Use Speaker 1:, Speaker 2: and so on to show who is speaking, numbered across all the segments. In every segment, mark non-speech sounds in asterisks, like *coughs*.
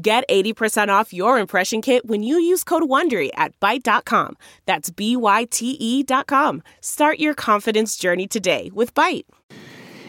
Speaker 1: Get 80% off your impression kit when you use code WONDERY at Byte.com. That's B-Y-T-E E dot com. Start your confidence journey today with Byte.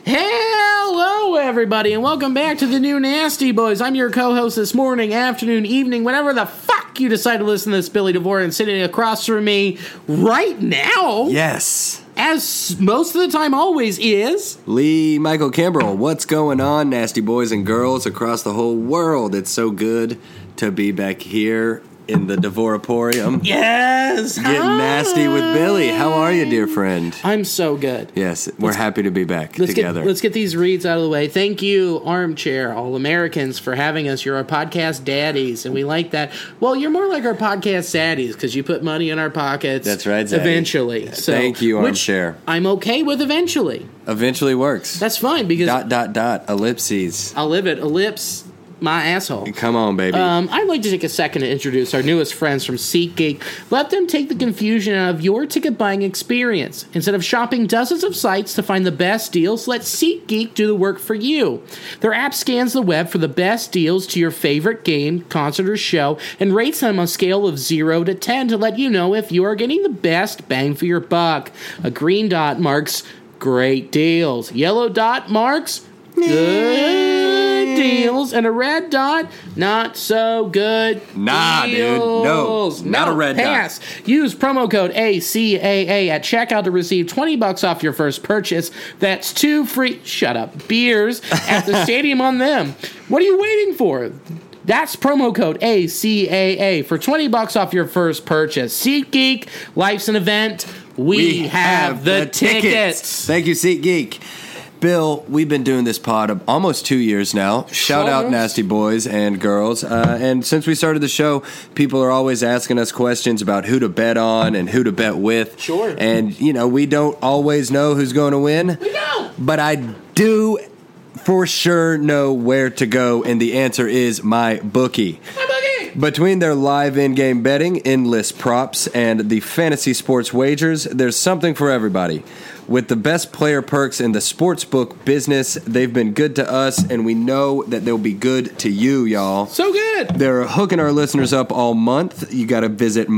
Speaker 2: Hello, everybody, and welcome back to the new Nasty Boys. I'm your co host this morning, afternoon, evening, whenever the fuck you decide to listen to this, Billy DeVore, and sitting across from me right now,
Speaker 3: Yes.
Speaker 2: as most of the time always is.
Speaker 3: Lee Michael Kimbrell, what's going on, nasty boys and girls across the whole world? It's so good to be back here in the Devoraporium.
Speaker 2: Yes!
Speaker 3: Getting nasty with Billy. How are you, dear friend?
Speaker 2: I'm so good.
Speaker 3: Yes, we're happy to be back
Speaker 2: Let's
Speaker 3: together.
Speaker 2: Get, let's get these reads out of the way. Thank you, Armchair All Americans, for having us. You're our podcast daddies, and we like that. Well, you're more like our podcast saddies because you put money in our pockets.
Speaker 3: That's right, Zaddy.
Speaker 2: Eventually, so
Speaker 3: Thank you,
Speaker 2: which
Speaker 3: Armchair.
Speaker 2: I'm okay with eventually.
Speaker 3: Eventually works.
Speaker 2: That's fine because
Speaker 3: dot, dot, dot, ellipses.
Speaker 2: I'll live it. Ellipse, my asshole.
Speaker 3: Come on, baby.
Speaker 2: Um, I'd like to take a second to introduce our newest friends from SeatGeek. Let them take the confusion out of your ticket buying experience. Instead of shopping dozens of sites to find the best deals, let SeatGeek do the work for you. Their app scans the web for the best deals to your favorite game, concert, or show and rates them on a scale of 0 to 10 to let you know if you are getting the best bang for your buck. A green dot marks great deals, yellow dot marks
Speaker 3: Mm.
Speaker 2: good deals and a red dot not so good
Speaker 3: Nah, dude. No.
Speaker 2: deals.
Speaker 3: Not
Speaker 2: No,
Speaker 3: a red dot.
Speaker 2: pass. use promo code acaa at checkout to receive 20 bucks off your first purchase that's two free shut up beers at
Speaker 3: *laughs*
Speaker 2: the stadium on them what are you waiting for that's promo code ACAA for 20 bucks off your first purchase. SeatGeek, life's an event. We, have, the, tickets.
Speaker 3: Thank you, SeatGeek. Bill, we've been doing this pod almost two years now. Shout out
Speaker 2: Almost.
Speaker 3: Nasty Boys and Girls. Uh, and since we started the show, people are always asking us questions about who to bet on and who to bet with.
Speaker 2: Sure.
Speaker 3: And, you know, we don't always know who's going to win.
Speaker 2: We know.
Speaker 3: But I do for sure know where to go, and the answer is my bookie. Between their live in game betting, endless props, and the fantasy sports wagers, there's something for everybody. With the best player perks in the sportsbook business, they've been good to us, and we know that they'll be good to you, y'all.
Speaker 2: So good.
Speaker 3: They're hooking our listeners up all month. You got to visit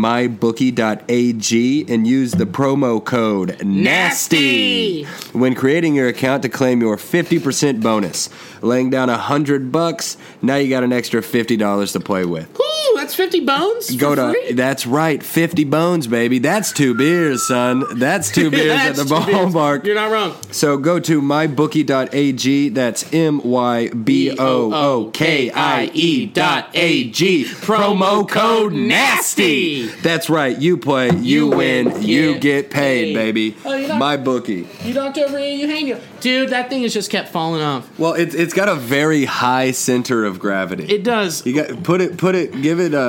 Speaker 3: mybookie.ag and use the promo code
Speaker 2: Nasty.
Speaker 3: NASTY when creating your account to claim your 50% bonus. Laying down 100 bucks, now you got an extra $50 to play with.
Speaker 2: Ooh, that's 50 bones.
Speaker 3: Go
Speaker 2: for
Speaker 3: to
Speaker 2: free?
Speaker 3: that's right, fifty bones, baby. That's two beers, son. That's
Speaker 2: *laughs*
Speaker 3: two beers
Speaker 2: That's
Speaker 3: at the
Speaker 2: two beers.
Speaker 3: ballpark.
Speaker 2: You're not wrong.
Speaker 3: So go to mybookie.ag. That's m y b o o k i e dot a g. Promo code nasty. That's right. You play, you win, you get paid, baby.
Speaker 2: Oh, you're not-
Speaker 3: My bookie.
Speaker 2: You knocked over here, you hang it. Dude, that thing has just kept falling off.
Speaker 3: Well, it's it's got a very high center of gravity.
Speaker 2: It does.
Speaker 3: you got put it put it give it a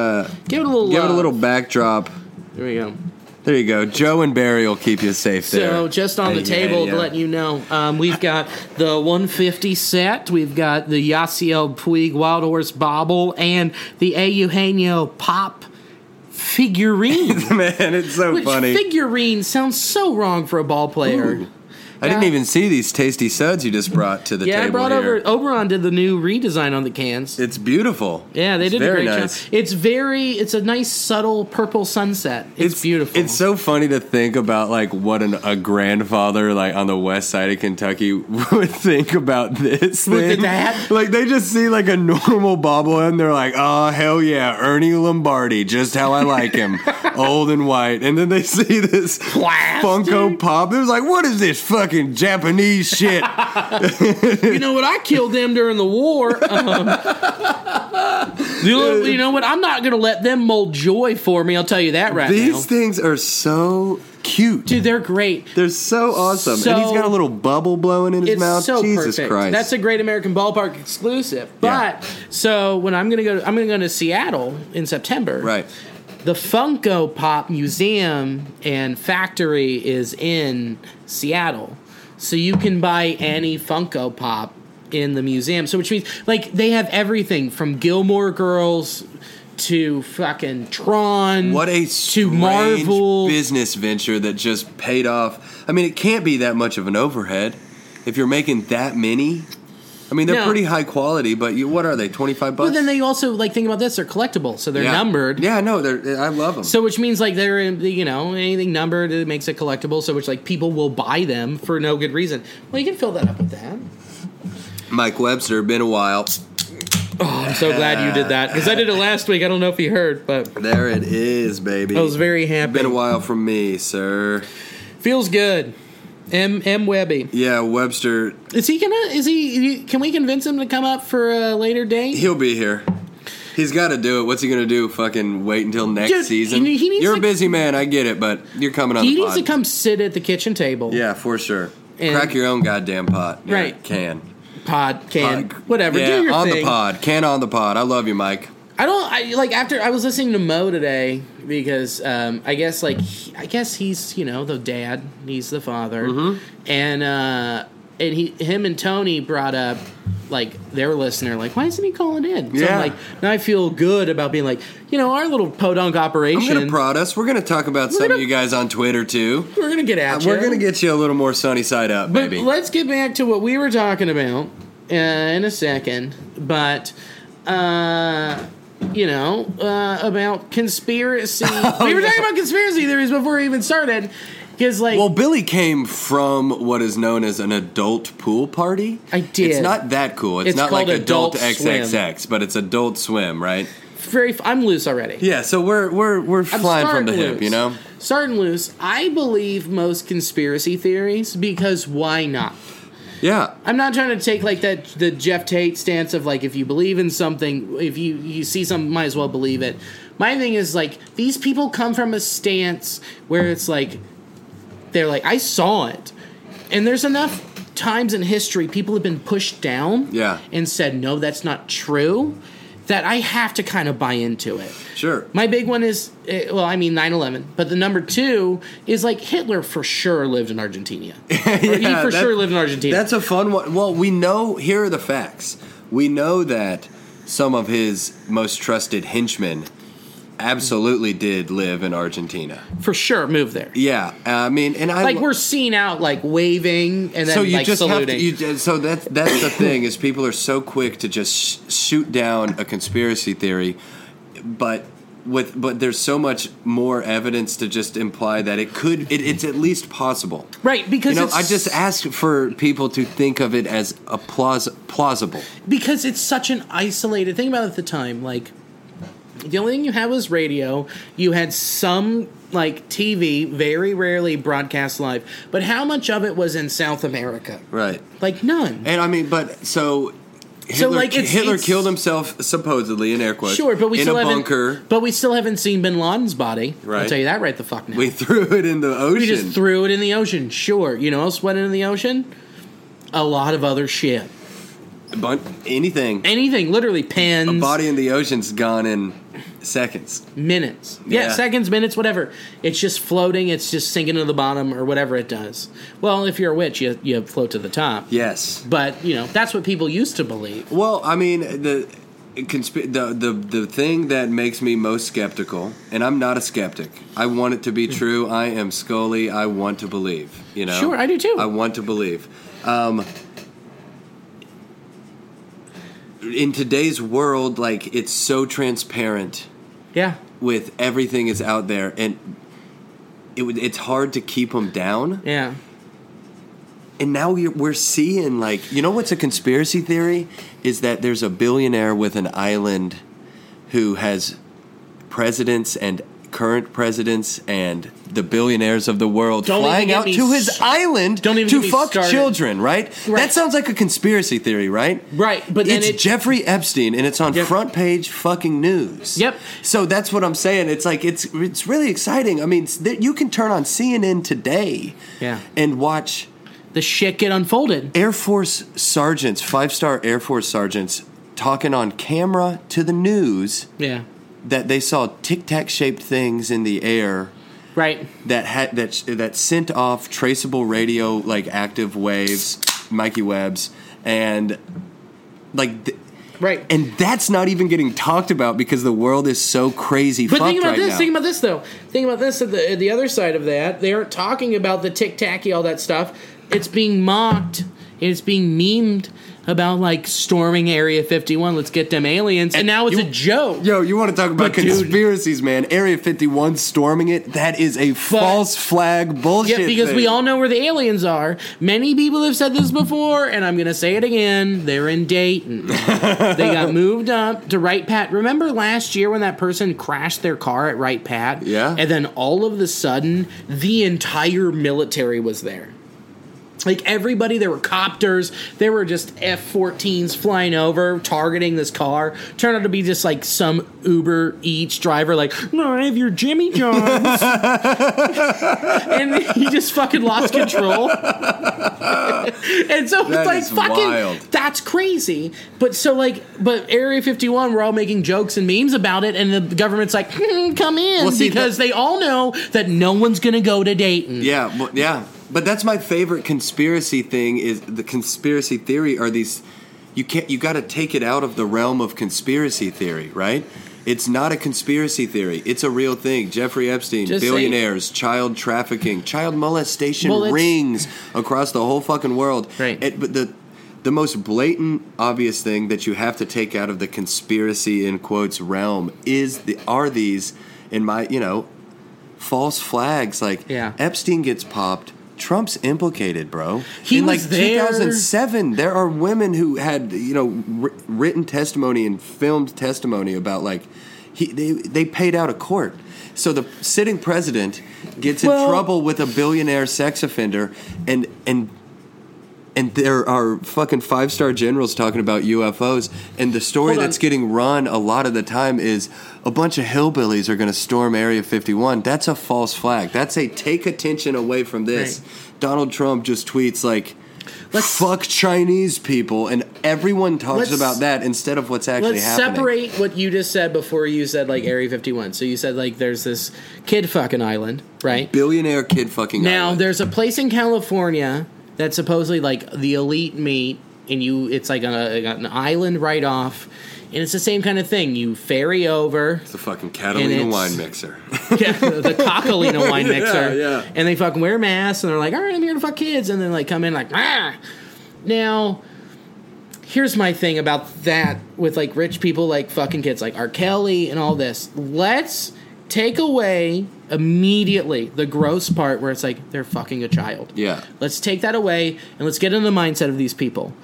Speaker 2: Give it a little.
Speaker 3: give it a
Speaker 2: uh,
Speaker 3: little backdrop.
Speaker 2: There we go.
Speaker 3: There you go. Joe and Barry will keep you safe there.
Speaker 2: So, just on the
Speaker 3: Yeah,
Speaker 2: table
Speaker 3: yeah.
Speaker 2: to let you know, um, we've got the 150 set, we've got the Yasiel Puig Wild Horse Bobble, and the A. Eugenio Pop figurine.
Speaker 3: *laughs* Man, *laughs* it's so
Speaker 2: Which
Speaker 3: funny.
Speaker 2: figurine sounds so wrong for a ball player.
Speaker 3: Ooh. I didn't
Speaker 2: Yeah.
Speaker 3: even see these tasty suds you just brought to the
Speaker 2: uh, Yeah,
Speaker 3: table
Speaker 2: I brought
Speaker 3: here.
Speaker 2: over. Oberon did the new redesign on the cans.
Speaker 3: It's beautiful.
Speaker 2: Yeah, they
Speaker 3: It's
Speaker 2: did a
Speaker 3: very
Speaker 2: great
Speaker 3: nice.
Speaker 2: job. It's very, it's a nice subtle purple sunset. It's, beautiful.
Speaker 3: It's so funny to think about like what an, a grandfather like on the west side of Kentucky *laughs* would think about this
Speaker 2: With the
Speaker 3: thing.
Speaker 2: dad?
Speaker 3: Like they just see like a normal bobblehead and they're like, "Oh hell yeah, Ernie Lombardi, just how I
Speaker 2: *laughs*
Speaker 3: like him, old and white." And then they see this
Speaker 2: Plastic.
Speaker 3: Funko Pop. They're like, "What is this fucking Japanese
Speaker 2: *laughs*
Speaker 3: shit?"
Speaker 2: you know what? I killed them during the
Speaker 3: *laughs*
Speaker 2: war. Um, you, know, you know what? I'm not going to let them mold joy for me. I'll tell you that right
Speaker 3: These
Speaker 2: now.
Speaker 3: things are so cute.
Speaker 2: Dude, they're great.
Speaker 3: They're so awesome. and he's
Speaker 2: So-
Speaker 3: got a little bubble blowing in his
Speaker 2: It's
Speaker 3: mouth.
Speaker 2: so
Speaker 3: Jesus
Speaker 2: perfect.
Speaker 3: Christ.
Speaker 2: That's a Great American Ballpark exclusive.
Speaker 3: Yeah.
Speaker 2: But so when I'm gonna go, to, I'm gonna go to Seattle in September.
Speaker 3: right.
Speaker 2: The Funko Pop Museum and Factory is in Seattle, so you can buy any Funko Pop in the museum. So which means like they have everything from Gilmore Girls to fucking Tron.
Speaker 3: What
Speaker 2: to
Speaker 3: a strange
Speaker 2: Marvel.
Speaker 3: business venture that just paid off. I mean, it can't be that much of an overhead if you're making that many. I mean, they're
Speaker 2: No.
Speaker 3: pretty high quality, but you, what are they? Twenty five bucks.
Speaker 2: But then they also like think about this. They're collectible, so they're
Speaker 3: yeah.
Speaker 2: numbered.
Speaker 3: Yeah, no, they're. I love them.
Speaker 2: So which means like they're in, you know anything numbered it makes it collectible. So which like people will buy them for no good reason. Well, you can fill that up with that.
Speaker 3: Mike Webster, been a while.
Speaker 2: Oh, I'm so glad you did that because I did it last week. I don't know if you heard, but
Speaker 3: There it is, baby.
Speaker 2: I was very happy.
Speaker 3: been a while from me, sir.
Speaker 2: Feels good. M M Webby.
Speaker 3: Yeah, Webster,
Speaker 2: Is he gonna? Is he? Can we convince him to come up for a later date?
Speaker 3: he'll be here. He's got to do it. What's he gonna do? Fucking wait until next
Speaker 2: Dude,
Speaker 3: season?
Speaker 2: he- he needs
Speaker 3: you're
Speaker 2: to-
Speaker 3: a busy man. I get it, but you're coming on.
Speaker 2: he
Speaker 3: the
Speaker 2: needs
Speaker 3: pod.
Speaker 2: to come sit at the kitchen table.
Speaker 3: Yeah, for sure.
Speaker 2: And-
Speaker 3: Crack your own goddamn pot. Yeah,
Speaker 2: Right.
Speaker 3: Can.
Speaker 2: Pod can
Speaker 3: Pod-
Speaker 2: whatever.
Speaker 3: Yeah,
Speaker 2: do your
Speaker 3: on
Speaker 2: thing.
Speaker 3: the pod. Can on the pod. I love you, Mike.
Speaker 2: I don't I like after I was listening to Mo today because um, I guess like he, I guess he's you know the dad he's the father
Speaker 3: Mm-hmm.
Speaker 2: and uh, and he him and Tony brought up like their listener like why isn't he calling in so
Speaker 3: Yeah.
Speaker 2: I'm like now I feel good about being like you know our little podunk
Speaker 3: I'm
Speaker 2: operation
Speaker 3: gonna prod us. We're gonna talk about some
Speaker 2: gonna-
Speaker 3: of you guys on Twitter too.
Speaker 2: we're gonna get at
Speaker 3: We're
Speaker 2: ya.
Speaker 3: gonna get you a little more sunny side up,
Speaker 2: But
Speaker 3: baby.
Speaker 2: let's get back to what we were talking about uh, in a second. But uh, you know uh, about
Speaker 3: *laughs*
Speaker 2: conspiracy.
Speaker 3: Oh,
Speaker 2: we were talking about conspiracy theories before we even started because, like,
Speaker 3: well, Billy came from what is known as an adult pool party.
Speaker 2: I did.
Speaker 3: It's not that cool. It's,
Speaker 2: It's
Speaker 3: not like
Speaker 2: called
Speaker 3: adult,
Speaker 2: Adult Swim.
Speaker 3: XXX, but it's adult swim, right?
Speaker 2: very I'm loose already.
Speaker 3: Yeah. So we're we're we're
Speaker 2: I'm
Speaker 3: flying from the
Speaker 2: starting
Speaker 3: hip,
Speaker 2: loose.
Speaker 3: you know.
Speaker 2: Starting loose. I believe most conspiracy theories because why not?
Speaker 3: Yeah.
Speaker 2: I'm not trying to take like that the Jeff Tate stance of like if you believe in something, if you you see something, might as well believe it. My thing is like these people come from a stance where it's like they're like I saw it, and there's enough times in history people have been pushed down,
Speaker 3: Yeah.
Speaker 2: and said no, that's not true. That I have to kind of buy into it.
Speaker 3: Sure.
Speaker 2: My big one is, eh, well, I mean, 9 11, but the number two is like Hitler for sure lived in Argentina. he
Speaker 3: *laughs* Yeah,
Speaker 2: for
Speaker 3: that-
Speaker 2: sure lived in Argentina.
Speaker 3: That's a fun one. Well, we know here are the facts. We know that some of his most trusted henchmen absolutely did live in Argentina.
Speaker 2: for sure move there.
Speaker 3: Yeah, I mean, and I
Speaker 2: Like we're seen out like waving and then
Speaker 3: so you
Speaker 2: like
Speaker 3: just have
Speaker 2: saluting.
Speaker 3: to. You, so that's that's the thing is people are so quick to just sh- shoot down a conspiracy theory, but. With but there's so much more evidence to just imply that it could it, it's at least possible.
Speaker 2: right, because
Speaker 3: You know,
Speaker 2: it's,
Speaker 3: I just ask for people to think of it as a plaus- plausible.
Speaker 2: because it's such an isolated thing about it at the time. Like the only thing you had was radio. You had some like TV, very rarely broadcast live. But how much of it was in South America?
Speaker 3: Right.
Speaker 2: Like none.
Speaker 3: And I mean, but so Hitler,
Speaker 2: like, it's-
Speaker 3: Hitler
Speaker 2: it's-
Speaker 3: killed himself supposedly in air quotes.
Speaker 2: Sure, but we
Speaker 3: in
Speaker 2: still
Speaker 3: a
Speaker 2: haven't.
Speaker 3: bunker.
Speaker 2: But we still haven't seen Bin Laden's body. I'll
Speaker 3: Right.
Speaker 2: tell you that right the fuck now.
Speaker 3: We threw it in the ocean.
Speaker 2: We just threw it in the ocean. Sure, you know what else went in the ocean? A lot of other shit.
Speaker 3: Bun- anything.
Speaker 2: Anything, literally pens,
Speaker 3: A body in the ocean's gone in seconds.
Speaker 2: minutes. Yeah.
Speaker 3: Yeah.
Speaker 2: seconds, minutes, whatever. It's just floating. It's just sinking to the bottom or whatever it does. Well, if you're a witch, you you float to the top.
Speaker 3: Yes.
Speaker 2: But you know that's what people used to believe.
Speaker 3: Well, I mean the. Consp- the, the the thing that makes me most skeptical, and I'm not a skeptic. I want it to
Speaker 2: Mm.
Speaker 3: be true. I am Scully. I want to believe. You know.
Speaker 2: Sure, I do too.
Speaker 3: I want to believe. Um, in today's world, like it's so transparent
Speaker 2: Yeah,
Speaker 3: with everything is out there, and it, would- it's hard to keep them down.
Speaker 2: yeah.
Speaker 3: And now we're, we're seeing like you know what's a conspiracy theory is that there's a billionaire with an island who has presidents and current presidents and the billionaires of the world
Speaker 2: Don't even
Speaker 3: flying
Speaker 2: get
Speaker 3: out
Speaker 2: me
Speaker 3: to his
Speaker 2: s-
Speaker 3: island
Speaker 2: Don't even
Speaker 3: to
Speaker 2: get me
Speaker 3: fuck
Speaker 2: started.
Speaker 3: children, right?
Speaker 2: Right.
Speaker 3: That sounds like a conspiracy theory, right?
Speaker 2: Right, but then
Speaker 3: it's
Speaker 2: it-
Speaker 3: Jeffrey Epstein, and it's on
Speaker 2: Yep.
Speaker 3: front page fucking news.
Speaker 2: Yep.
Speaker 3: So that's what I'm saying. It's like it's it's really exciting. I mean, it's- that- you can turn on CNN today,
Speaker 2: Yeah.
Speaker 3: and watch
Speaker 2: The shit get unfolded.
Speaker 3: Air Force sergeants, five star Air Force sergeants, talking on camera to the news
Speaker 2: Yeah.
Speaker 3: that they saw tic tac shaped things in the air
Speaker 2: Right.
Speaker 3: that had that sh- that sent off traceable radio like active waves, Mikey Webb's, and like. Th-
Speaker 2: Right.
Speaker 3: and that's not even getting talked about because the world is so crazy
Speaker 2: But
Speaker 3: fucked
Speaker 2: think about
Speaker 3: right
Speaker 2: this.
Speaker 3: now.
Speaker 2: Think about this, though. Think about this. At the, at the other side of that, they aren't talking about the tic tacky, all that stuff. It's being mocked. It's being memed about like storming Area 51. Let's get them aliens. And, now it's
Speaker 3: you-
Speaker 2: a joke.
Speaker 3: Yo, you want to talk about
Speaker 2: But dude-
Speaker 3: conspiracies, man? Area 51 storming it? That is a false flag bullshit.
Speaker 2: Yeah, because we
Speaker 3: thing.
Speaker 2: all know where the aliens are. Many people have said this before, and I'm going to say it again. They're in
Speaker 3: *laughs*
Speaker 2: Dayton. they got moved up to Wright Pat. Remember last year when that person crashed their car at Wright Pat?
Speaker 3: Yeah.
Speaker 2: And then all of the sudden, the entire military was there. Like everybody, there were copters, there were just F 14s flying over, targeting this car. Turned out to be just like some Uber each driver, like, no, I have your Jimmy John's and he just fucking lost
Speaker 3: *laughs*
Speaker 2: control. and so
Speaker 3: That is
Speaker 2: it's like fucking
Speaker 3: wild.
Speaker 2: that's crazy. But so like but Area 51 we're all making jokes and memes about it and the government's like hmm, come in
Speaker 3: Well, see,
Speaker 2: because they all know that no one's going to go to Dayton.
Speaker 3: Yeah, well, yeah. But that's my favorite conspiracy thing is the conspiracy theory are these you can't you got to take it out of the realm of conspiracy theory, right? It's not a conspiracy theory. It's a real thing. Jeffrey Epstein,
Speaker 2: Just say-
Speaker 3: billionaires, child trafficking, child molestation
Speaker 2: Well, it's-
Speaker 3: rings across the whole fucking world.
Speaker 2: Right.
Speaker 3: It- but the the most blatant, obvious thing that you have to take out of the conspiracy in quotes realm is the are these in my you know false flags like
Speaker 2: Yeah.
Speaker 3: Epstein gets popped. Trump's implicated, bro.
Speaker 2: He
Speaker 3: in
Speaker 2: was
Speaker 3: like
Speaker 2: there.
Speaker 3: 2007, there are women who had you know wri- written testimony and filmed testimony about like he they they paid out of court. So the sitting president gets
Speaker 2: Well-
Speaker 3: in trouble with a billionaire sex offender, and and and there are fucking five star generals talking about UFOs. And the story
Speaker 2: Hold on.
Speaker 3: that's getting run a lot of the time is a bunch of hillbillies are going to storm Area 51. That's a false flag. That's a take attention away from this. Donald Trump just tweets like,
Speaker 2: Let's-
Speaker 3: fuck Chinese people. And everyone talks
Speaker 2: Let's-
Speaker 3: about that instead of what's actually
Speaker 2: Let's
Speaker 3: happening.
Speaker 2: separate what you just said before you said like Area 51. So you said like there's this kid fucking island, right?
Speaker 3: Billionaire kid fucking
Speaker 2: Now
Speaker 3: island.
Speaker 2: there's a place in California that supposedly like the elite meet, and you it's like on a, an island right off, and it's the same kind of thing. You ferry
Speaker 3: *laughs*
Speaker 2: over
Speaker 3: It's a fucking
Speaker 2: And
Speaker 3: Catalina
Speaker 2: it's-
Speaker 3: wine mixer.
Speaker 2: yeah, *laughs* the
Speaker 3: *laughs*
Speaker 2: cockalina wine mixer,
Speaker 3: yeah.
Speaker 2: and they fucking wear masks, and they're like, "All right, I'm here to fuck kids," and then like come in like, ah. Now, here's my thing about that with like rich people like fucking kids like R. Kelly and all this. Let's take away immediately the gross part where it's like they're fucking a child.
Speaker 3: *laughs* yeah.
Speaker 2: Let's take that away and let's get into the mindset of these people.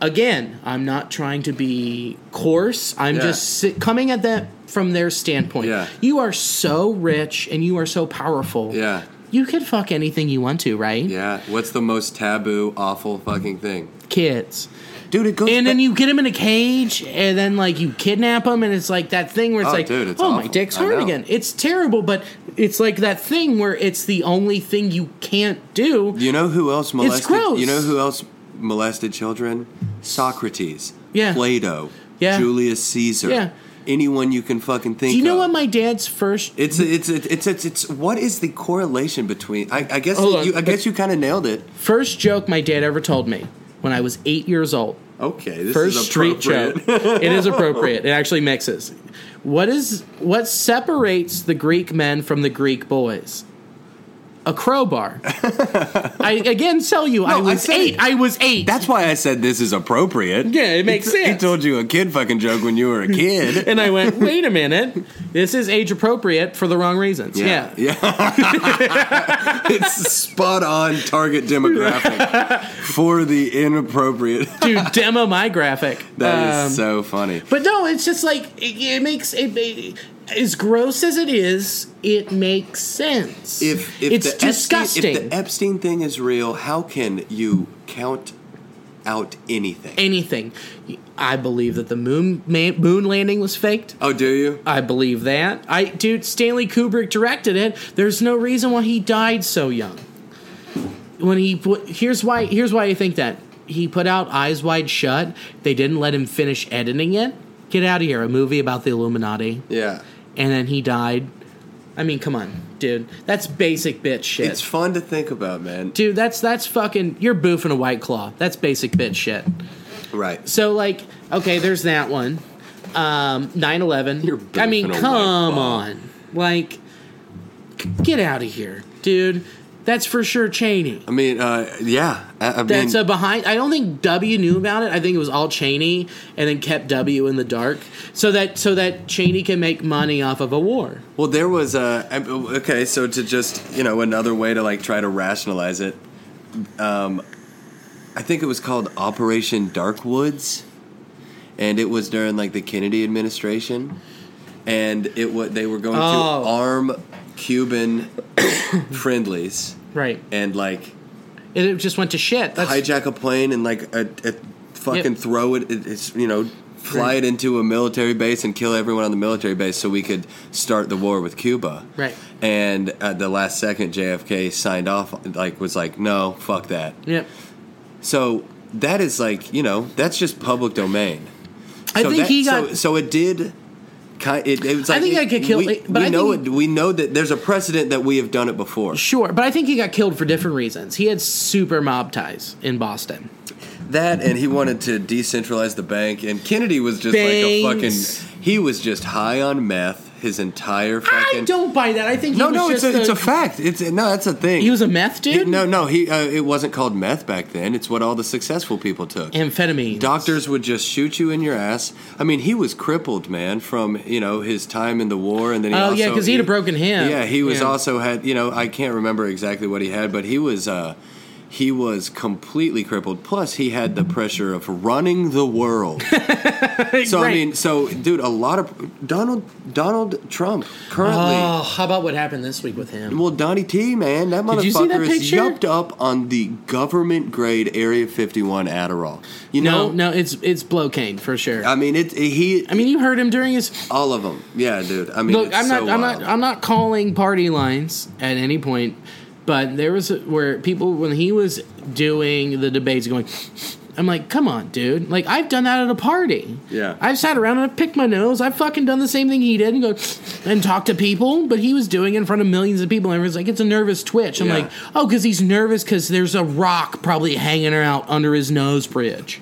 Speaker 2: Again, I'm not trying to be coarse. I'm
Speaker 3: Yeah.
Speaker 2: just si- coming at that from their standpoint.
Speaker 3: Yeah.
Speaker 2: You are so rich and you are so powerful.
Speaker 3: Yeah.
Speaker 2: You can fuck anything you want to, right?
Speaker 3: Yeah. What's the most taboo, awful fucking thing?
Speaker 2: Kids.
Speaker 3: Dude, it goes
Speaker 2: And
Speaker 3: back-
Speaker 2: then you get them in a cage and then like you kidnap them and it's like that thing where it's
Speaker 3: Oh,
Speaker 2: like,
Speaker 3: dude, it's
Speaker 2: oh,
Speaker 3: awful.
Speaker 2: my dick's
Speaker 3: I
Speaker 2: hard
Speaker 3: know.
Speaker 2: again. It's terrible, but it's like that thing where it's the only thing you can't do.
Speaker 3: You know who else molested?
Speaker 2: gross.
Speaker 3: You know who else molested children? Socrates,
Speaker 2: Yeah.
Speaker 3: Plato,
Speaker 2: Yeah.
Speaker 3: Julius Caesar,
Speaker 2: Yeah.
Speaker 3: anyone you can fucking think.
Speaker 2: do you know
Speaker 3: of.
Speaker 2: what my dad's first
Speaker 3: It's it's it's it's, it's, it's what is the correlation between? I, I guess
Speaker 2: Hold on,
Speaker 3: you, I
Speaker 2: but-
Speaker 3: guess you kind of nailed it.
Speaker 2: First joke my dad ever told me when I was eight years old.
Speaker 3: Okay, this
Speaker 2: First street joke. it is appropriate. It actually mixes. What is what separates the Greek men from the Greek boys? A crowbar. I again tell you, I
Speaker 3: I
Speaker 2: was
Speaker 3: said
Speaker 2: eight.
Speaker 3: it.
Speaker 2: I was eight.
Speaker 3: That's why I said this is appropriate.
Speaker 2: Yeah, it makes
Speaker 3: he t- He
Speaker 2: sense.
Speaker 3: told you a kid fucking joke when you were a kid.
Speaker 2: and I went, wait a minute, this is age appropriate for the wrong reasons. *laughs* Yeah.
Speaker 3: yeah. *laughs* it's spot on
Speaker 2: *laughs*
Speaker 3: target demographic for the inappropriate.
Speaker 2: Dude, demo my graphic.
Speaker 3: That
Speaker 2: Um,
Speaker 3: is so funny.
Speaker 2: But no, it's just like it, it makes it, it- as gross as it is, it makes sense.
Speaker 3: If, if
Speaker 2: it's
Speaker 3: the
Speaker 2: disgusting.
Speaker 3: Epstein, if the Epstein thing is real, how can you count out anything?
Speaker 2: Anything. I believe that the moon ma- moon landing was faked.
Speaker 3: oh, do you?
Speaker 2: I believe that. I dude, Stanley Kubrick directed it. There's no reason why he died so young. When he put, here's why here's why I think that he put out Eyes Wide Shut. They didn't let him finish editing it. Get out of here! A movie about the Illuminati,
Speaker 3: Yeah.
Speaker 2: and then he died. I mean, come on, dude. That's basic bitch shit.
Speaker 3: It's fun to think about, man.
Speaker 2: dude, that's that's fucking. You're boofing a white claw. That's basic bitch shit.
Speaker 3: Right.
Speaker 2: So like, okay, there's that one. Um, 9/11.
Speaker 3: You're
Speaker 2: I mean,
Speaker 3: boofing a white
Speaker 2: come
Speaker 3: claw.
Speaker 2: on. Like c- get out of here, dude. That's for sure Cheney.
Speaker 3: I mean, uh, yeah. I, I
Speaker 2: That's
Speaker 3: mean,
Speaker 2: a behind I don't think W knew about it. I think it was all Cheney and then kept W in the dark so that so that Cheney can make money off of a war.
Speaker 3: well, there was a. I- Okay, so to just, you know, another way to, like, try to rationalize it, um, I think it was called Operation Dark Woods. And it was during, like, the Kennedy administration. And it was, they were going
Speaker 2: Oh.
Speaker 3: to arm Cuban *coughs* friendlies
Speaker 2: Right.
Speaker 3: and, like,
Speaker 2: And it just went to shit. That's
Speaker 3: hijack a plane and like a, a fucking
Speaker 2: Yep.
Speaker 3: throw it. it- It's you know fly
Speaker 2: Right.
Speaker 3: it into a military base and kill everyone on the military base so we could start the war with Cuba.
Speaker 2: Right.
Speaker 3: And at the last second, JFK signed off. Like was like, no, fuck that.
Speaker 2: Yep.
Speaker 3: So that is like you know that's just public domain.
Speaker 2: I
Speaker 3: so
Speaker 2: think
Speaker 3: that-
Speaker 2: he got
Speaker 3: So, so it did. ki- It, it was like
Speaker 2: think
Speaker 3: it-
Speaker 2: I could kill-
Speaker 3: We,
Speaker 2: but
Speaker 3: we
Speaker 2: I
Speaker 3: know
Speaker 2: think-
Speaker 3: it. We know that there's a precedent that we have done it before.
Speaker 2: Sure, but I think he got killed for different reasons. He had super mob ties in Boston.
Speaker 3: That and he wanted to decentralize the bank, and Kennedy was just like a
Speaker 2: Banks.
Speaker 3: fucking. He was just high on meth his entire fucking.
Speaker 2: I don't buy that. I think
Speaker 3: No,
Speaker 2: he was
Speaker 3: no, it's
Speaker 2: just
Speaker 3: a, it's a fact. It's no, that's a thing.
Speaker 2: he was a meth dude.
Speaker 3: He- no, no, he. Uh, it wasn't called meth back then. It's what all the successful people took.
Speaker 2: amphetamine.
Speaker 3: Doctors would just shoot you in your ass. I mean, he was crippled, man, from you know his time in the war, and then he
Speaker 2: Oh,
Speaker 3: also,
Speaker 2: yeah, 'cause he'd have broken him.
Speaker 3: Yeah, he was
Speaker 2: Yeah.
Speaker 3: also had you know I can't remember exactly what he had, but he was uh, he was completely crippled. Plus, he had the pressure of running
Speaker 2: *laughs*
Speaker 3: the world. so I
Speaker 2: Right.
Speaker 3: mean, so dude, a lot of Donald Donald Trump currently.
Speaker 2: Oh, how about what happened this week with him?
Speaker 3: Well, Donnie T, man, that
Speaker 2: Did you see that
Speaker 3: motherfucker is
Speaker 2: picture?
Speaker 3: yumped up on the government grade Area 51 Adderall. You
Speaker 2: no, no,
Speaker 3: know,
Speaker 2: it's it's blocaine for sure.
Speaker 3: I
Speaker 2: i
Speaker 3: mean, it. He.
Speaker 2: mean, you heard him during his.
Speaker 3: All of them. Yeah, dude. I mean,
Speaker 2: Look,
Speaker 3: it's
Speaker 2: I'm not,
Speaker 3: so
Speaker 2: I'm
Speaker 3: wild.
Speaker 2: not, I'm not calling party lines at any point, but there was a, where people when he was doing the debates going. I'm like, come on, dude. Like, I've done that at a party.
Speaker 3: Yeah.
Speaker 2: I've sat around and I've picked my nose. I've fucking done the same thing he did and go and talk to people, but he was doing it in front of millions of people. And everyone's like, it's a nervous twitch. I'm
Speaker 3: Yeah.
Speaker 2: like, oh, because he's nervous because there's a rock probably hanging out under his nose bridge.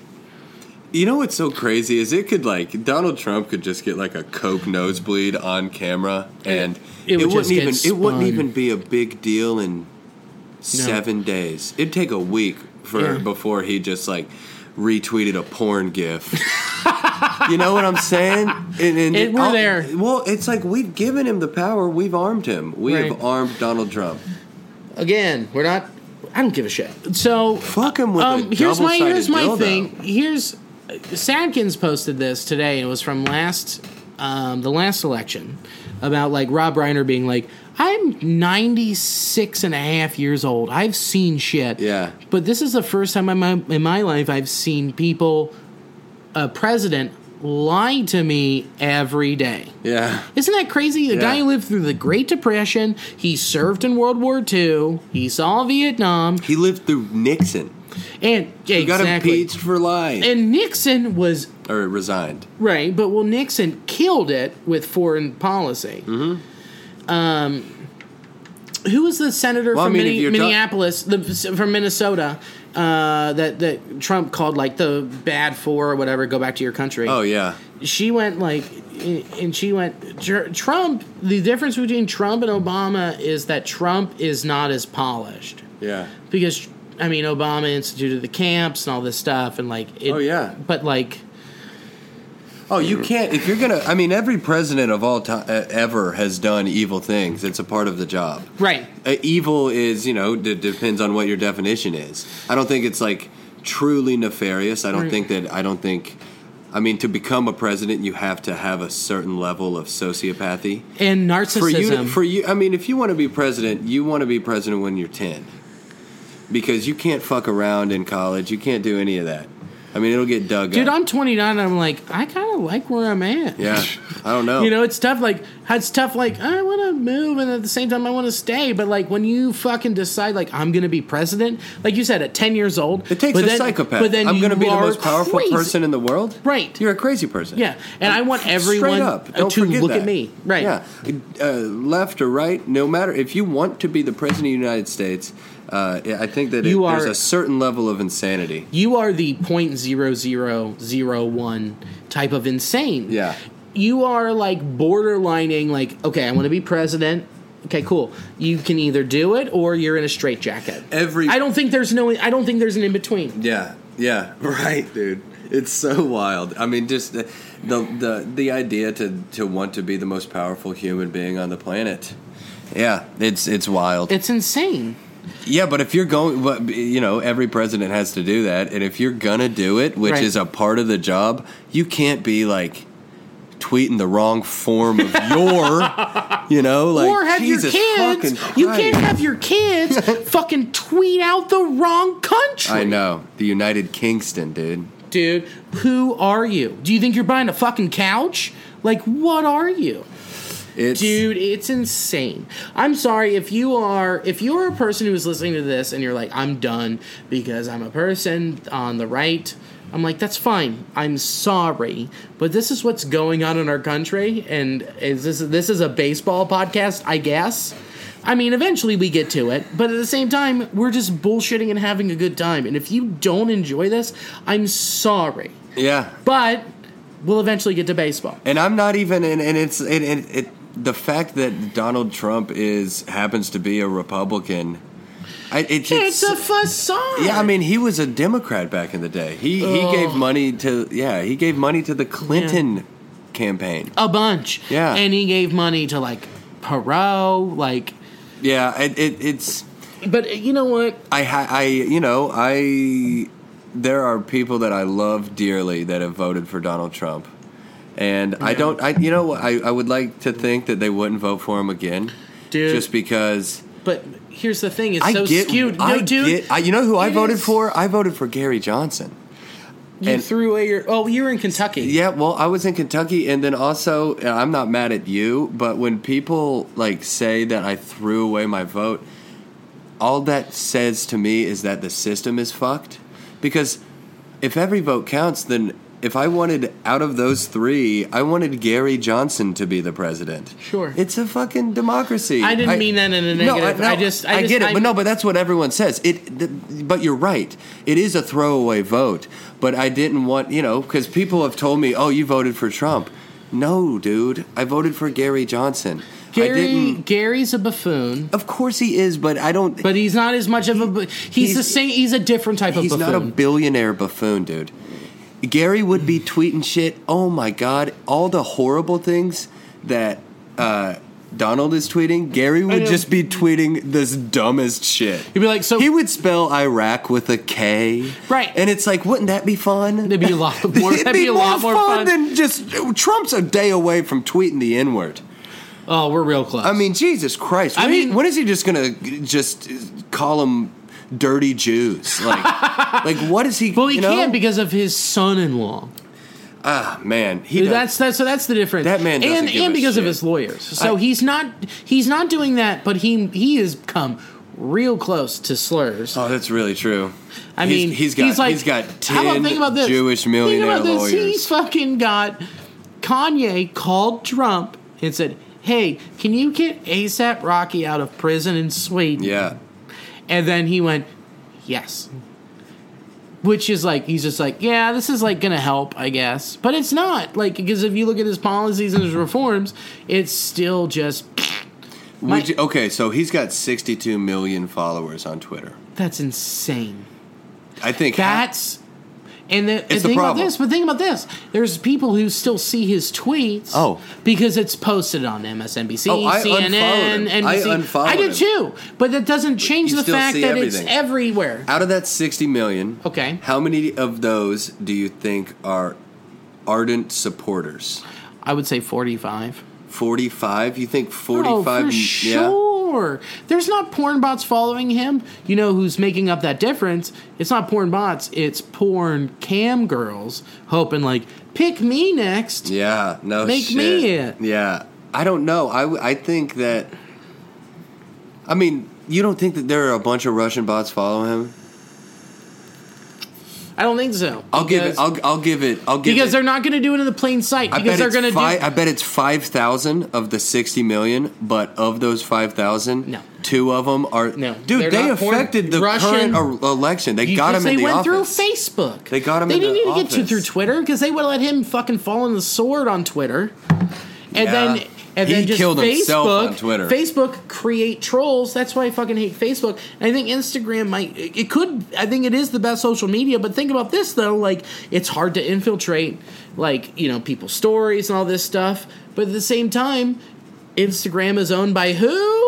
Speaker 3: You know what's so crazy is it could like Donald Trump could just get like a coke nosebleed on camera, and
Speaker 2: It
Speaker 3: it,
Speaker 2: would
Speaker 3: wouldn't
Speaker 2: just get
Speaker 3: even it wouldn't
Speaker 2: spun.
Speaker 3: even be a big deal in seven days. It'd take a week for
Speaker 2: Yeah.
Speaker 3: before he just like retweeted a porn gif. *laughs* you know what I'm saying? And, and
Speaker 2: It- we're
Speaker 3: I'll-
Speaker 2: there.
Speaker 3: Well, it's like we've given him the power. We've armed him. We
Speaker 2: Right.
Speaker 3: have armed Donald Trump.
Speaker 2: Again, we're not. I don't give a shit. So
Speaker 3: Fuck him with
Speaker 2: um,
Speaker 3: a
Speaker 2: here's my
Speaker 3: double-sided
Speaker 2: here's my
Speaker 3: dildo.
Speaker 2: thing. Here's Sadkins posted this today. It was from last um, the last election about like Rob Reiner being like, I'm 96 and a half years old. I've seen shit.
Speaker 3: Yeah.
Speaker 2: But this is the first time in my, in my life I've seen people, a president, lie to me every day.
Speaker 3: Yeah.
Speaker 2: Isn't that crazy? The guy
Speaker 3: Yeah.
Speaker 2: who lived through the Great Depression, he served in World War II, he saw Vietnam,
Speaker 3: He lived through Nixon.
Speaker 2: and
Speaker 3: He got
Speaker 2: exactly.
Speaker 3: impeached for lying.
Speaker 2: And Nixon was
Speaker 3: or resigned.
Speaker 2: right, but well, Nixon killed it with foreign policy. Mm-hmm. Um, who was the senator
Speaker 3: Well, I
Speaker 2: from
Speaker 3: mean, if
Speaker 2: Minne-
Speaker 3: you're ta-
Speaker 2: Minneapolis, the, from Minnesota, uh, that that Trump called like the bad four or whatever? Go back to your country.
Speaker 3: Oh yeah,
Speaker 2: she went like and she went "Tr- trump the difference between trump and obama is that trump is not as polished
Speaker 3: yeah.
Speaker 2: because i mean obama instituted the camps and all this stuff and like it,
Speaker 3: Oh, yeah.
Speaker 2: but like
Speaker 3: Oh, you can't if you're gonna. I mean, every president of all time ever has done evil things. It's a part of the job.
Speaker 2: right
Speaker 3: Uh, evil is, you know, d- depends on what your definition is. I don't think it's like truly nefarious. I don't think that. I don't think. I mean, to become a president, you have to have a certain level of sociopathy.
Speaker 2: and narcissism.
Speaker 3: For you, to- for you, I mean, if you want to be president, you want to be president when you're ten, because you can't fuck around in college. You can't do any of that. I mean, it'll get dug
Speaker 2: Dude,
Speaker 3: up.
Speaker 2: I'm 29 and I'm like, I kind of like where I'm at.
Speaker 3: yeah, I don't know.
Speaker 2: You know, it's tough. Like, it's tough. Like, I want to move, and at the same time, I want to stay. But like, when you fucking decide, like, I'm gonna be president, like you said, at 10 years old,
Speaker 3: it takes
Speaker 2: but
Speaker 3: a
Speaker 2: then-
Speaker 3: psychopath.
Speaker 2: But then
Speaker 3: I'm
Speaker 2: you
Speaker 3: going to be the
Speaker 2: are
Speaker 3: most powerful
Speaker 2: crazy.
Speaker 3: person in the world.
Speaker 2: Right.
Speaker 3: You're a crazy person.
Speaker 2: Yeah, and I want everyone
Speaker 3: Straight up.
Speaker 2: uh,
Speaker 3: Don't
Speaker 2: to
Speaker 3: forget
Speaker 2: look
Speaker 3: that.
Speaker 2: at me. Right.
Speaker 3: Yeah. Uh, left or right, no matter. If you want to be the president of the United States, uh, I think that
Speaker 2: You
Speaker 3: it,
Speaker 2: are-
Speaker 3: there's a certain level of insanity.
Speaker 2: You are the point zero zero zero one type of insane.
Speaker 3: Yeah.
Speaker 2: You are like borderlining. Like, okay, I want to be president. Okay, cool. You can either do it or you're in a straitjacket.
Speaker 3: Every-
Speaker 2: I don't think there's no. I don't think there's an in between.
Speaker 3: Yeah. Yeah. *laughs* Right, dude. It's so wild. I mean, just the the the, the idea to, to want to be the most powerful human being on the planet. Yeah, it's it's wild.
Speaker 2: It's insane.
Speaker 3: Yeah, but if you're going, but you know, every president has to do that, and if you're gonna do it, which
Speaker 2: Right.
Speaker 3: is a part of the job, you can't be like tweeting the wrong form of your, *laughs* you know, like
Speaker 2: or have
Speaker 3: Jesus
Speaker 2: your kids.
Speaker 3: fucking
Speaker 2: You
Speaker 3: Christ.
Speaker 2: can't have your
Speaker 3: *laughs*
Speaker 2: kids fucking tweet out the wrong country.
Speaker 3: I know the United Kingston, dude.
Speaker 2: dude. Who are you? Do you think you're buying a fucking couch? Like, what are you?
Speaker 3: It's
Speaker 2: Dude, it's insane. I'm sorry if you are if you're a person who's listening to this and you're like, I'm done because I'm a person on the right. I'm like, that's fine. I'm sorry, but this is what's going on in our country, and is this this is a baseball podcast, I guess. I mean, eventually we get to it, but at the same time, we're just bullshitting and having a good time. And if you don't enjoy this, I'm sorry,
Speaker 3: yeah,
Speaker 2: but we'll eventually get to baseball.
Speaker 3: and I'm not even, and, and it's it, it, it the fact that Donald Trump is happens to be a Republican. I, it,
Speaker 2: It's a facade.
Speaker 3: Yeah, I mean, he was a Democrat back in the day. He he gave money to yeah, he gave money to the Clinton campaign.
Speaker 2: a bunch.
Speaker 3: Yeah.
Speaker 2: And he gave money to like Perot, like
Speaker 3: Yeah, it, it it's
Speaker 2: but uh, you know what?
Speaker 3: I ha- I you know I there are people that I love dearly that have voted for Donald Trump, and I don't I you know I I would like to think that they wouldn't vote for him again,
Speaker 2: Dude.
Speaker 3: just because.
Speaker 2: But here's the thing, it's
Speaker 3: I
Speaker 2: so
Speaker 3: get,
Speaker 2: skewed. No,
Speaker 3: I
Speaker 2: dude.
Speaker 3: get- I, you know who I
Speaker 2: it
Speaker 3: voted
Speaker 2: is-
Speaker 3: for? I voted for Gary Johnson.
Speaker 2: you
Speaker 3: and-
Speaker 2: threw away your Oh, you were in Kentucky.
Speaker 3: Yeah, well, I was in Kentucky, and then also, and I'm not mad at you, but when people like say that I threw away my vote, all that says to me is that the system is fucked. Because if every vote counts, then if I wanted out of those three, I wanted Gary Johnson to be the president.
Speaker 2: Sure.
Speaker 3: it's a fucking democracy.
Speaker 2: I didn't mean that in a negative. I just- I just-
Speaker 3: get it,
Speaker 2: I-
Speaker 3: but no, but that's what everyone says. It, th- but you're right. It is a throwaway vote. But I didn't want you know because people have told me, oh, you voted for Trump. No, dude, I voted for Gary Johnson. I
Speaker 2: Gary
Speaker 3: didn't.
Speaker 2: Gary's a buffoon,
Speaker 3: Of course he is, but I don't.
Speaker 2: but he's not as much of a bu- he's, the
Speaker 3: he's-
Speaker 2: same he's a different type
Speaker 3: he's
Speaker 2: of buffoon.
Speaker 3: not a billionaire buffoon, dude. Gary would be tweeting shit. Oh my god, all the horrible things that uh, Donald is tweeting. Gary would
Speaker 2: know.
Speaker 3: just be tweeting this dumbest shit.
Speaker 2: He'd be like, so *laughs*
Speaker 3: he would spell Iraq with a K,
Speaker 2: Right.
Speaker 3: And it's like, wouldn't that be fun?
Speaker 2: It'd be a
Speaker 3: *laughs*
Speaker 2: lot more-
Speaker 3: It'd
Speaker 2: that'd
Speaker 3: be,
Speaker 2: be a
Speaker 3: more
Speaker 2: lot more fun.
Speaker 3: fun, than just Trump's a day away from tweeting the N word.
Speaker 2: oh, we're real close.
Speaker 3: I mean, Jesus Christ!
Speaker 2: I
Speaker 3: When
Speaker 2: mean-
Speaker 3: he- when is he just gonna just call them dirty Jews?
Speaker 2: *laughs*
Speaker 3: Like, like what is he?
Speaker 2: well, he
Speaker 3: you know?
Speaker 2: can because of his son-in-law.
Speaker 3: Ah, man, he does-
Speaker 2: that's that's so that's the difference.
Speaker 3: That man doesn't
Speaker 2: and
Speaker 3: give
Speaker 2: and
Speaker 3: a
Speaker 2: because of
Speaker 3: shit.
Speaker 2: his lawyers. So
Speaker 3: I-
Speaker 2: he's not he's not doing that, but he he has come real close to slurs.
Speaker 3: Oh, that's really true.
Speaker 2: I
Speaker 3: He's-
Speaker 2: mean,
Speaker 3: he's got
Speaker 2: like,
Speaker 3: he's got ten
Speaker 2: how about, think about this.
Speaker 3: Jewish
Speaker 2: Think
Speaker 3: millionaire
Speaker 2: about this. He's
Speaker 3: lawyers.
Speaker 2: fucking got Kanye called Trump and said, "Hey, can you get ASAP Rocky out of prison in Sweden?"
Speaker 3: Yeah,
Speaker 2: And then he went, yes. Which is like, he's just like, yeah, this is like gonna help, I guess. But it's not. Like, because if you look at his policies and his reforms, it's still just, My-
Speaker 3: we, ju- okay. So he's got sixty-two million followers on Twitter.
Speaker 2: that's insane.
Speaker 3: I think ha-
Speaker 2: That's. And the, and
Speaker 3: It's the
Speaker 2: think about
Speaker 3: problem.
Speaker 2: this, but think about this. There's people who still see his tweets.
Speaker 3: Oh.
Speaker 2: because it's posted on MSNBC,
Speaker 3: Oh, I unfollowed
Speaker 2: CNN,
Speaker 3: him. I
Speaker 2: NBC.
Speaker 3: unfollowed
Speaker 2: I did
Speaker 3: him.
Speaker 2: too, but that doesn't change
Speaker 3: You
Speaker 2: the
Speaker 3: still
Speaker 2: fact
Speaker 3: see
Speaker 2: that
Speaker 3: everything.
Speaker 2: it's everywhere. Oh.
Speaker 3: out of that sixty million.
Speaker 2: Okay.
Speaker 3: How many of those do you think are ardent supporters?
Speaker 2: I would say 45.
Speaker 3: 45? You think 45?
Speaker 2: Oh, for sure. There's not porn bots following him. You know who's making up that difference? It's not porn bots. It's porn cam girls hoping like, pick me next.
Speaker 3: Yeah, no
Speaker 2: Make
Speaker 3: shit.
Speaker 2: me it.
Speaker 3: Yeah. I don't know. I, w- I think that. I mean, you don't think that there are a bunch of Russian bots following him?
Speaker 2: I don't think so.
Speaker 3: I'll give it.
Speaker 2: Because-
Speaker 3: I'll, I'll give it. I'll give
Speaker 2: because
Speaker 3: it.
Speaker 2: they're not going to do it in the plain sight.
Speaker 3: I
Speaker 2: Because
Speaker 3: bet,
Speaker 2: they're
Speaker 3: it's
Speaker 2: going to
Speaker 3: fi-
Speaker 2: do.
Speaker 3: I bet it's 5,000 of the 60 million, but of those 5,000,
Speaker 2: No.
Speaker 3: two of them are.
Speaker 2: No, they're
Speaker 3: Dude, they
Speaker 2: not porn-
Speaker 3: affected the
Speaker 2: Russian-
Speaker 3: current el- election. They got
Speaker 2: because
Speaker 3: him in
Speaker 2: they
Speaker 3: the
Speaker 2: went
Speaker 3: office.
Speaker 2: through Facebook.
Speaker 3: They got him
Speaker 2: They
Speaker 3: in
Speaker 2: didn't
Speaker 3: the
Speaker 2: need to get you
Speaker 3: office.
Speaker 2: through Twitter because they would have let him fucking fall on the sword on Twitter. And
Speaker 3: Yeah.
Speaker 2: then and
Speaker 3: He
Speaker 2: then just
Speaker 3: killed himself
Speaker 2: Facebook,
Speaker 3: on Twitter.
Speaker 2: Facebook create trolls. That's why I fucking hate Facebook. And I think Instagram might it could I think it is the best social media, but think about this though, like it's hard to infiltrate like, you know, people's stories and all this stuff. But at the same time, Instagram is owned by who?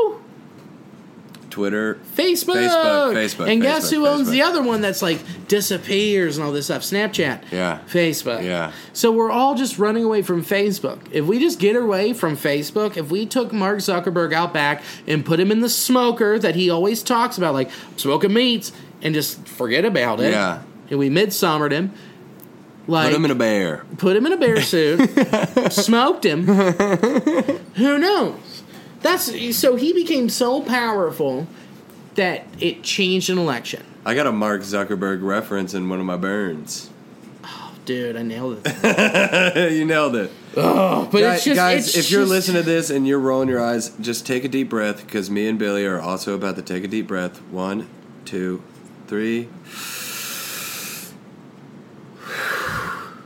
Speaker 3: Twitter.
Speaker 2: Facebook.
Speaker 3: Facebook, Facebook,
Speaker 2: And guess
Speaker 3: Facebook,
Speaker 2: who owns
Speaker 3: Facebook.
Speaker 2: the other one that's like disappears and all this stuff? Snapchat.
Speaker 3: Yeah.
Speaker 2: Facebook.
Speaker 3: Yeah.
Speaker 2: So we're all just running away from Facebook. If we just get away from Facebook, if we took Mark Zuckerberg out back and put him in the smoker that he always talks about, like smoking meats, and just forget about it.
Speaker 3: Yeah.
Speaker 2: And we midsummered him. Like
Speaker 3: Put him in a bear.
Speaker 2: put him in a bear
Speaker 3: *laughs*
Speaker 2: suit, smoked him. Who knows? That's so he became so powerful that it changed an election.
Speaker 3: I got a Mark Zuckerberg reference in one of my burns. *laughs*
Speaker 2: Dude, I nailed it.
Speaker 3: you nailed it.
Speaker 2: But
Speaker 3: Guy-
Speaker 2: it's just
Speaker 3: guys,
Speaker 2: it's
Speaker 3: if you're
Speaker 2: just-
Speaker 3: listening to this and you're rolling your eyes, just take a deep breath because me and Billy are also about to take a deep breath. One, two, three.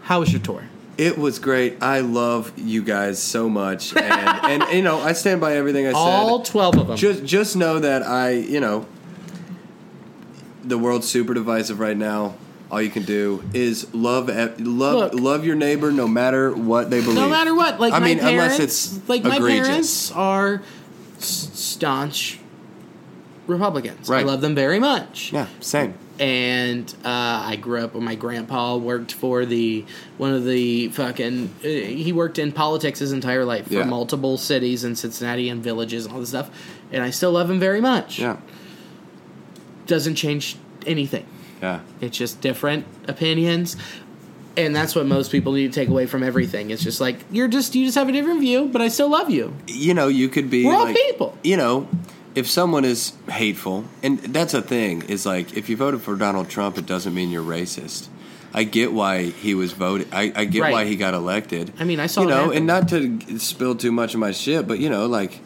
Speaker 2: how was your tour?
Speaker 3: It was great. I love you guys so much, and, and you know I stand by everything I
Speaker 2: All
Speaker 3: said.
Speaker 2: twelve of them.
Speaker 3: Just just know that I you know the world's super divisive right now. All you can do is love ev-
Speaker 2: Look.
Speaker 3: love love your neighbor, no matter what they believe.
Speaker 2: no matter what, like
Speaker 3: I
Speaker 2: my
Speaker 3: mean,
Speaker 2: parents,
Speaker 3: unless it's
Speaker 2: like my
Speaker 3: egregious.
Speaker 2: parents are s- staunch Republicans. I
Speaker 3: Right.
Speaker 2: love them very much.
Speaker 3: Yeah, same.
Speaker 2: and uh, I grew up. with My grandpa worked for the one of the fucking. Uh, he worked in politics his entire life for
Speaker 3: Yeah.
Speaker 2: multiple cities in Cincinnati and villages and all this stuff. And I still love him very much.
Speaker 3: Yeah,
Speaker 2: doesn't change anything.
Speaker 3: yeah.
Speaker 2: It's just different opinions, and that's what most people need to take away from everything. It's just like you're just you just have a different view, but I still love you.
Speaker 3: you know, you could be
Speaker 2: We're all
Speaker 3: like,
Speaker 2: people.
Speaker 3: You know, if someone is hateful, and that's a thing, is like if you voted for Donald Trump, it doesn't mean you're racist. I get why he was voted. I, I get
Speaker 2: Right.
Speaker 3: why he got elected.
Speaker 2: I mean, I saw
Speaker 3: you
Speaker 2: it
Speaker 3: know,
Speaker 2: happen.
Speaker 3: and not to g- spill too much of my shit, but you know, like,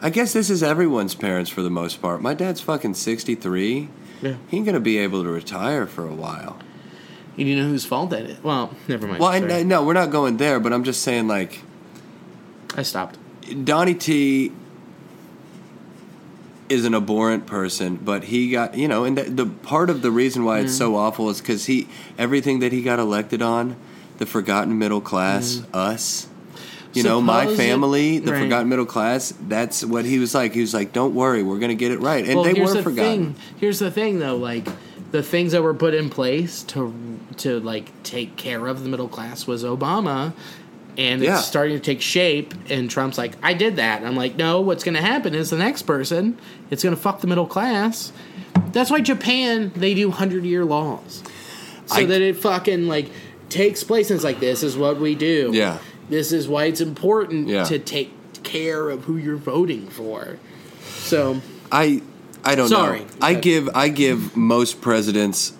Speaker 3: I guess this is everyone's parents for the most part. My dad's fucking sixty three.
Speaker 2: Yeah.
Speaker 3: He ain't gonna be able to retire for a while.
Speaker 2: And you know whose fault that is? Well, never mind.
Speaker 3: Well, I,
Speaker 2: Sorry.
Speaker 3: I- no, we're not going there, but I'm just saying, like,
Speaker 2: I stopped.
Speaker 3: Donnie T is an abhorrent person, but he got you know, and the, the part of the reason why it's
Speaker 2: Mm.
Speaker 3: so awful is because he everything that he got elected on, the forgotten middle class, us. You know, my
Speaker 2: Supposed-
Speaker 3: family, the
Speaker 2: Mm. right.
Speaker 3: forgotten middle class, that's what he was like. He was like, don't worry, we're going to get it right. And they
Speaker 2: here's
Speaker 3: were
Speaker 2: the Thing.
Speaker 3: forgotten.
Speaker 2: Here's the thing, though, like the things that were put in place to to like take care of the middle class was Obama, and
Speaker 3: Yeah.
Speaker 2: it's starting to take shape. And Trump's like, I did that. And I'm like, no. What's going to happen is the next person, it's going to fuck the middle class. That's why Japan they do hundred year laws, so
Speaker 3: I-
Speaker 2: that it fucking like takes place. And it's like this is what we do.
Speaker 3: Yeah.
Speaker 2: This is why it's important
Speaker 3: Yeah.
Speaker 2: to take care of who you're voting for. So
Speaker 3: I I don't
Speaker 2: Sorry.
Speaker 3: know. I
Speaker 2: Okay.
Speaker 3: give I give most presidents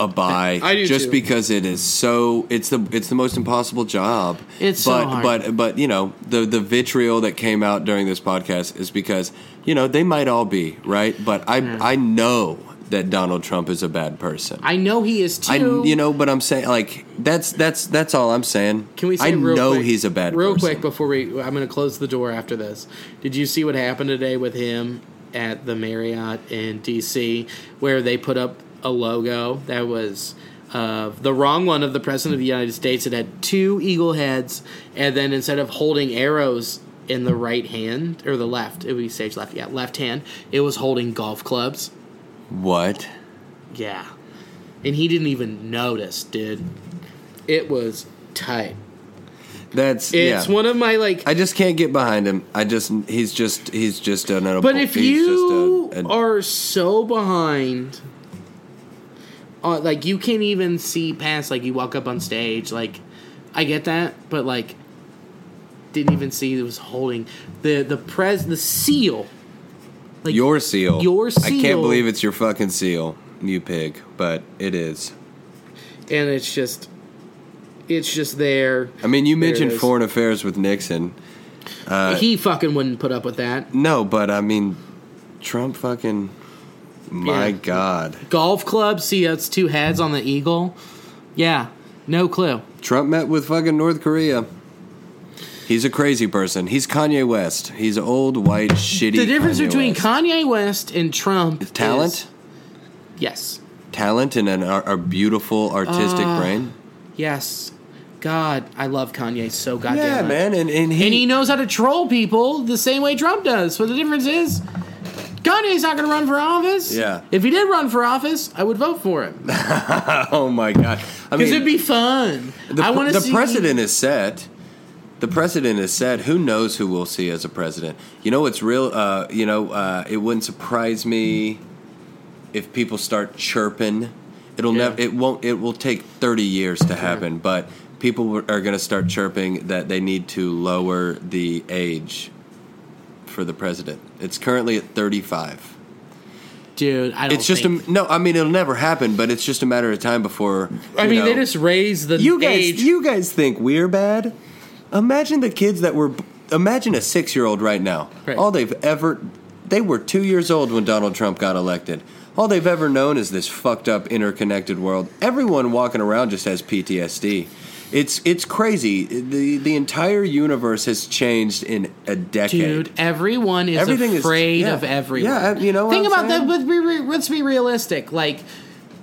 Speaker 3: a buy
Speaker 2: *laughs* I do
Speaker 3: just
Speaker 2: too.
Speaker 3: because it is so it's the it's the most impossible job.
Speaker 2: It's so
Speaker 3: but
Speaker 2: hard.
Speaker 3: but but you know the the vitriol that came out during this podcast is because you know they might all be right, but I
Speaker 2: Mm.
Speaker 3: I know that Donald Trump is a bad person.
Speaker 2: I know he is too.
Speaker 3: I you know, but I'm saying like that's that's that's all I'm saying.
Speaker 2: Can we say
Speaker 3: I
Speaker 2: real
Speaker 3: know
Speaker 2: quick-
Speaker 3: he's a bad
Speaker 2: real
Speaker 3: person.
Speaker 2: quick before we? I'm going to close the door after this. Did you see what happened today with him at the Marriott in D.C. where they put up a logo that was uh, the wrong one of the president of the United States? It had two eagle heads, and then instead of holding arrows in the right hand or the left, it would be stage left, yeah, left hand. It was holding golf clubs.
Speaker 3: What?
Speaker 2: Yeah. And he didn't even notice, dude. It was tight.
Speaker 3: That's
Speaker 2: It's
Speaker 3: yeah.
Speaker 2: one of my like.
Speaker 3: I just can't get behind him. I just he's just he's just an an-
Speaker 2: but if
Speaker 3: he's
Speaker 2: you
Speaker 3: just a- a-
Speaker 2: are so behind, uh, like you can't even see past. Like you walk up on stage. Like I get that, but like didn't even see it was holding the the pres the seal. Like
Speaker 3: your seal,
Speaker 2: your
Speaker 3: I
Speaker 2: seal.
Speaker 3: can't believe it's your fucking seal, you pig. But it is.
Speaker 2: and it's just it's just there.
Speaker 3: I mean, you
Speaker 2: There it
Speaker 3: mentioned
Speaker 2: is.
Speaker 3: foreign affairs with Nixon.
Speaker 2: he fucking wouldn't put up with that.
Speaker 3: No, but I mean, Trump fucking. My
Speaker 2: Yeah.
Speaker 3: God,
Speaker 2: Golf club, see it's two heads on the eagle. Yeah, no clue.
Speaker 3: Trump met with fucking North Korea. He's a crazy person. He's Kanye West. He's old, white, shitty.
Speaker 2: the difference
Speaker 3: Kanye
Speaker 2: between
Speaker 3: West.
Speaker 2: Kanye West and Trump
Speaker 3: talent,
Speaker 2: is- yes,
Speaker 3: talent, and an, a, a beautiful artistic
Speaker 2: Uh,
Speaker 3: brain.
Speaker 2: yes. God, I love Kanye so goddamn
Speaker 3: Yeah,
Speaker 2: much.
Speaker 3: man, and and he,
Speaker 2: And he knows how to troll people the same way Trump does. But the difference is, Kanye's not going to run for office.
Speaker 3: Yeah.
Speaker 2: If he did run for office, I would vote for
Speaker 3: *laughs*
Speaker 2: him because
Speaker 3: oh my god, I mean,
Speaker 2: it'd be fun.
Speaker 3: the,
Speaker 2: I
Speaker 3: pre-
Speaker 2: want to
Speaker 3: the
Speaker 2: see
Speaker 3: precedent is set. The precedent is set. Who knows who we'll see as a president? You know, it's real. Uh, you know, uh, it wouldn't surprise me if people start chirping. It'll
Speaker 2: Yeah.
Speaker 3: never. It won't. It will take thirty years to happen, but people w- are going to start chirping that they need to lower the age for the president. It's currently at thirty-five.
Speaker 2: dude. I don't.
Speaker 3: It's just a,
Speaker 2: think-
Speaker 3: no. I mean, it'll never happen, but it's just a matter of time before.
Speaker 2: I
Speaker 3: you
Speaker 2: mean,
Speaker 3: know-
Speaker 2: they just raise the
Speaker 3: you guys,
Speaker 2: age.
Speaker 3: you guys think we're bad? Imagine the kids that were. Imagine a six-year-old right now.
Speaker 2: Right.
Speaker 3: All they've ever, they were two years old when Donald Trump got elected. All they've ever known is this fucked up interconnected world. Everyone walking around just has PTSD. It's it's crazy. The the entire universe has changed in a decade.
Speaker 2: Dude, everyone is
Speaker 3: Everything is-
Speaker 2: afraid
Speaker 3: yeah.
Speaker 2: of everyone.
Speaker 3: Yeah, you know what
Speaker 2: Think
Speaker 3: I'm
Speaker 2: about
Speaker 3: saying?
Speaker 2: that. But be re- let's be realistic. Like,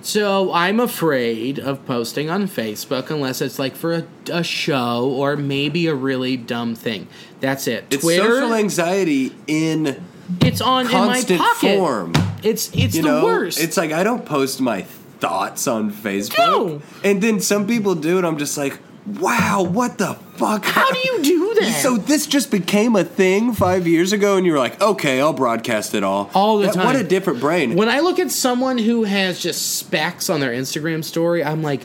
Speaker 2: so I'm afraid of posting on Facebook unless it's like for a, a show or maybe a really dumb thing. That's it.
Speaker 3: It's
Speaker 2: Twitter,
Speaker 3: social anxiety in
Speaker 2: it's on in
Speaker 3: constant
Speaker 2: my pocket.
Speaker 3: form.
Speaker 2: It's it's
Speaker 3: you
Speaker 2: the
Speaker 3: know,
Speaker 2: worst.
Speaker 3: it's like I don't post my thoughts on Facebook,
Speaker 2: No.
Speaker 3: and then some people do, and I'm just like, wow, what the fuck?
Speaker 2: How do you
Speaker 3: *laughs*
Speaker 2: do that?
Speaker 3: So this just became a thing five years ago, and you were like, okay, I'll broadcast it all.
Speaker 2: All the
Speaker 3: That-
Speaker 2: time.
Speaker 3: What a different brain.
Speaker 2: When I look at someone who has just specs on their Instagram story, I'm like,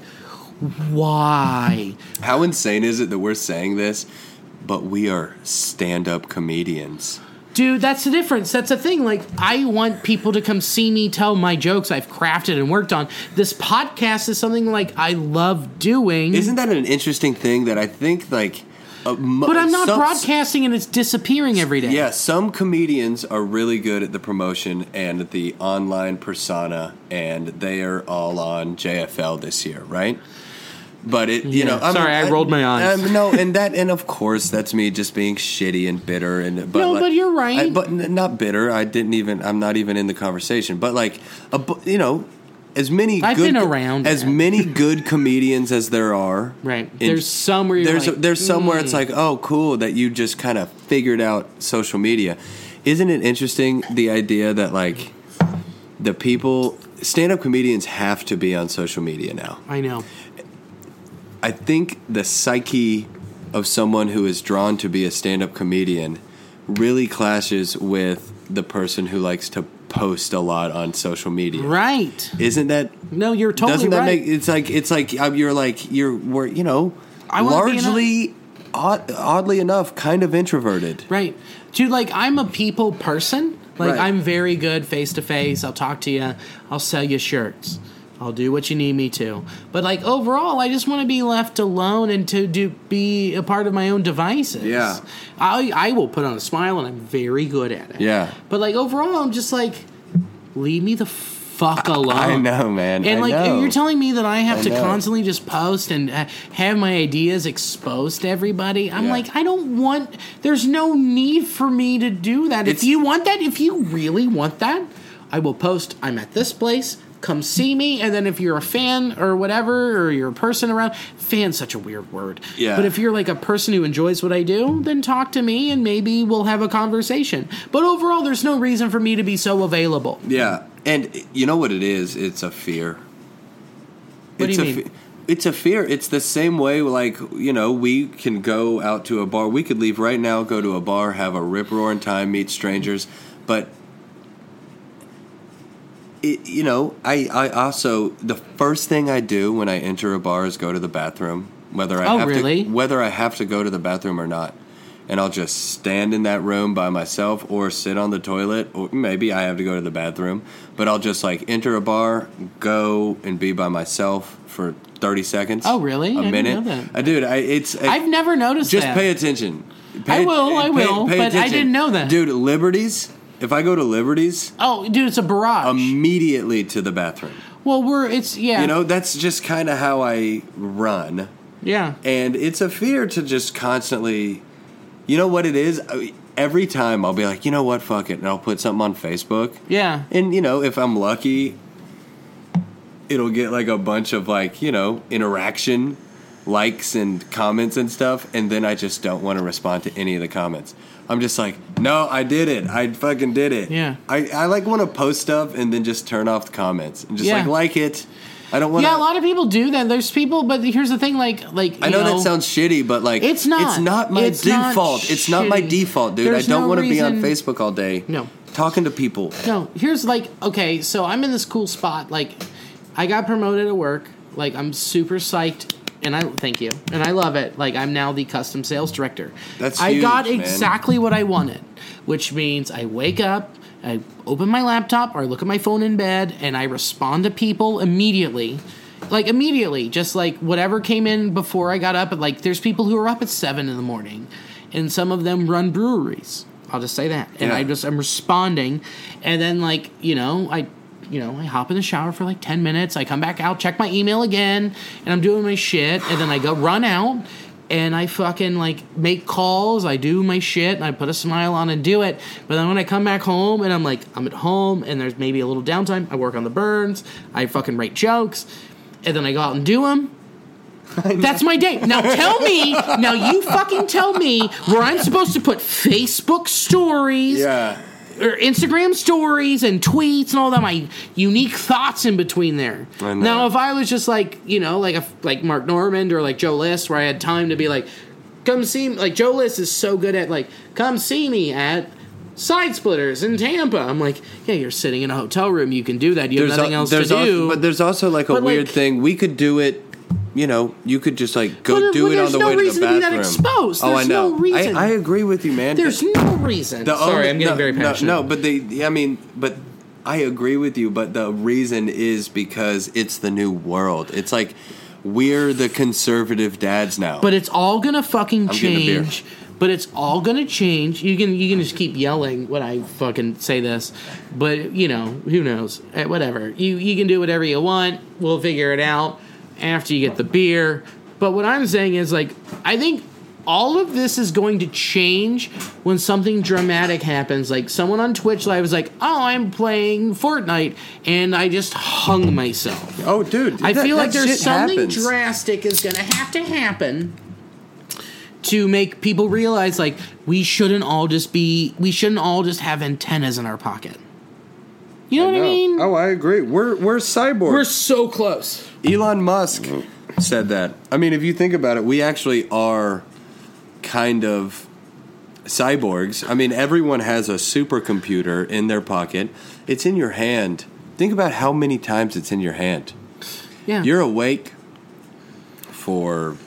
Speaker 2: why?
Speaker 3: How insane is it that we're saying this, but we are stand-up comedians?
Speaker 2: Dude, that's the difference. That's the thing. Like, I want people to come see me tell my jokes I've crafted and worked on. This podcast is something like I love doing.
Speaker 3: Isn't that an interesting thing that I think like? a mo-
Speaker 2: but I'm not
Speaker 3: some-
Speaker 2: broadcasting and it's disappearing every day.
Speaker 3: Yeah, some comedians are really good at the promotion and at the online persona, and they are all on JFL this year, right? But it, you know,
Speaker 2: Yeah. Sorry, I rolled my eyes.
Speaker 3: um, no, and that, and of course, that's me just being shitty and bitter. And but
Speaker 2: No,
Speaker 3: like-
Speaker 2: but you're right.
Speaker 3: I- but n- not bitter. I didn't even. I'm not even in the conversation. But like, a, bu- you know, as many
Speaker 2: I've
Speaker 3: good,
Speaker 2: been around
Speaker 3: as
Speaker 2: that.
Speaker 3: many good comedians as there are.
Speaker 2: Right.
Speaker 3: in-
Speaker 2: There's some where you're
Speaker 3: there's
Speaker 2: like, "Hmm."
Speaker 3: there's somewhere it's like, oh, cool that you just kind of figured out social media. Isn't it interesting the idea that like the people stand up comedians have to be on social media now?
Speaker 2: I know.
Speaker 3: I think the psyche of someone who is drawn to be a stand up comedian really clashes with the person who likes to post a lot on social media.
Speaker 2: Right.
Speaker 3: Isn't that
Speaker 2: No, you're totally
Speaker 3: doesn't that
Speaker 2: right.
Speaker 3: make it's like it's like um, you're like you're we're, you know
Speaker 2: I wanna be an-
Speaker 3: largely odd, oddly enough kind of introverted.
Speaker 2: Right. Dude, like I'm a people person. Like
Speaker 3: Right.
Speaker 2: I'm very good face to face. I'll talk to you. I'll sell you shirts. I'll do what you need me to. But like overall, I just want to be left alone and to do be a part of my own devices.
Speaker 3: Yeah.
Speaker 2: I I will put on a smile and I'm very good at it.
Speaker 3: Yeah.
Speaker 2: But like overall, I'm just like leave me the fuck alone.
Speaker 3: I know, man.
Speaker 2: And
Speaker 3: I
Speaker 2: like
Speaker 3: know.
Speaker 2: you're telling me that I have
Speaker 3: I
Speaker 2: to
Speaker 3: know.
Speaker 2: constantly just post and uh, have my ideas exposed to everybody. I'm
Speaker 3: Yeah.
Speaker 2: like, I don't want. There's no need for me to do that. if
Speaker 3: It's-
Speaker 2: you want that, if you really want that, I will post. I'm at this place. Come see me, and then if you're a fan or whatever, or you're a person around, fan's such a weird word.
Speaker 3: Yeah.
Speaker 2: But if you're like a person who enjoys what I do, then talk to me, and maybe we'll have a conversation. But overall, there's no reason for me to be so available.
Speaker 3: yeah, and you know what it is? It's a fear.
Speaker 2: What do
Speaker 3: it's
Speaker 2: you
Speaker 3: a
Speaker 2: mean?
Speaker 3: fe- it's a fear. It's the same way, like you know, we can go out to a bar. We could leave right now, go to a bar, have a rip roaring time, meet strangers, but it, you know, I, I also the first thing I do when I enter a bar is go to the bathroom, whether I
Speaker 2: Oh,
Speaker 3: have
Speaker 2: really?
Speaker 3: to whether I have to go to the bathroom or not. And I'll just stand in that room by myself or sit on the toilet or maybe I have to go to the bathroom, but I'll just like enter a bar, go and be by myself for 30 seconds.
Speaker 2: Oh, really?
Speaker 3: A
Speaker 2: I didn't
Speaker 3: minute.
Speaker 2: know that.
Speaker 3: I dude, I it's I-
Speaker 2: I've never noticed
Speaker 3: just
Speaker 2: that.
Speaker 3: pay attention. Pay,
Speaker 2: will, I will, but I didn't know that.
Speaker 3: Dude, Liberties, if I go to Liberties,
Speaker 2: oh, dude, it's a barrage.
Speaker 3: immediately to the bathroom.
Speaker 2: well, we're it's yeah,
Speaker 3: Um, You know, that's just kind of how I run.
Speaker 2: yeah.
Speaker 3: And it's a fear to just constantly, you know what it is? I- Every time I'll be like, you know what, fuck it. And I'll put something on Facebook.
Speaker 2: Yeah.
Speaker 3: And, you know, if I'm lucky, it'll get like a bunch of like, you know, interaction, likes and comments and stuff. And then I just don't want to respond to any of the comments. I'm just like, no, I did it. I fucking did it.
Speaker 2: Yeah.
Speaker 3: I, I like want to post stuff and then just turn off the comments and just
Speaker 2: Yeah.
Speaker 3: like like it. I don't want
Speaker 2: yeah, a lot of people do that. There's people, but here's the thing: like, like
Speaker 3: I
Speaker 2: you
Speaker 3: know, that sounds shitty, but like
Speaker 2: It's not.
Speaker 3: It's not my
Speaker 2: It's not
Speaker 3: default. it's not my
Speaker 2: shitty.
Speaker 3: default, dude.
Speaker 2: There's
Speaker 3: I don't
Speaker 2: no
Speaker 3: want to be on
Speaker 2: reason-
Speaker 3: Facebook all day.
Speaker 2: No.
Speaker 3: talking to people.
Speaker 2: No, here's like okay, so I'm in this cool spot. Like, I got promoted at work. Like, I'm super psyched, and I thank you, and I love it. Like, I'm now the custom sales director.
Speaker 3: That's
Speaker 2: I got
Speaker 3: huge, man.
Speaker 2: exactly what I wanted, which means I wake up. I open my laptop or I look at my phone in bed and I respond to people immediately. Like immediately, just like whatever came in before I got up. But like there's people who are up at seven in the morning and some of them run breweries. I'll just say that. And
Speaker 3: Yeah.
Speaker 2: I just I'm responding, and then like you know I. You know, I hop in the shower for like 10 minutes. I come back out, check my email again, and I'm doing my shit. And then I go run out and I fucking like make calls. I do my shit and I put a smile on and do it. But then when I come back home and I'm like, I'm at home and there's maybe a little downtime, I work on the burns, I fucking write jokes, and then I go out and do them. That's my day. Now tell me, now you fucking tell me where I'm supposed to put Facebook stories
Speaker 3: Yeah,
Speaker 2: or er, Instagram stories and tweets and all that my unique thoughts in between there.
Speaker 3: I know.
Speaker 2: Now, if I was just like you know, like a like Mark Normand or like Joe List, where I had time to be like, come see me. Like Joe List is so good at like, come see me at. Side splitters in Tampa. I'm like, yeah, you're sitting in a hotel room. You can do that. You have nothing
Speaker 3: al-
Speaker 2: else to
Speaker 3: there's al-
Speaker 2: do.
Speaker 3: but there's also like a
Speaker 2: But, like-
Speaker 3: weird thing. We could do it. You know, you could just like go
Speaker 2: But-
Speaker 3: do
Speaker 2: but
Speaker 3: it on
Speaker 2: there's
Speaker 3: the
Speaker 2: no
Speaker 3: way to the
Speaker 2: reason to
Speaker 3: bathroom.
Speaker 2: be that exposed.
Speaker 3: Oh, I
Speaker 2: There's no
Speaker 3: know.
Speaker 2: reason.
Speaker 3: I, I agree with you, man.
Speaker 2: there's no reason.
Speaker 3: The
Speaker 2: Sorry,
Speaker 3: only-
Speaker 2: I'm getting
Speaker 3: no,
Speaker 2: very
Speaker 3: no,
Speaker 2: passionate.
Speaker 3: No, but they. I mean, but I agree with you. But the reason is because it's the new world. It's like we're the conservative dads now.
Speaker 2: But it's all gonna fucking
Speaker 3: getting a beer.
Speaker 2: change. But it's all gonna change. You can you can just keep yelling when I fucking say this. But you know who knows? Eh, Whatever. You you can do whatever you want. We'll figure it out after you get the beer. But what I'm saying is like I think all of this is going to change when something dramatic happens. Like someone on Twitch Live was like, "Oh, I'm playing Fortnite," and I just hung myself.
Speaker 3: oh, dude,
Speaker 2: I
Speaker 3: that-
Speaker 2: feel like
Speaker 3: that shit
Speaker 2: there's something
Speaker 3: happens.
Speaker 2: drastic is going to have to happen to make people realize like we shouldn't all just be we shouldn't all just have antennas in our pocket. You know what I mean?
Speaker 3: Oh, I agree. We're we're cyborgs.
Speaker 2: We're so close.
Speaker 3: Elon Musk said that. I mean, if you think about it, we actually are kind of cyborgs. I mean, everyone has a supercomputer in their pocket. It's in your hand. Think about how many times it's in your hand.
Speaker 2: Yeah.
Speaker 3: You're awake for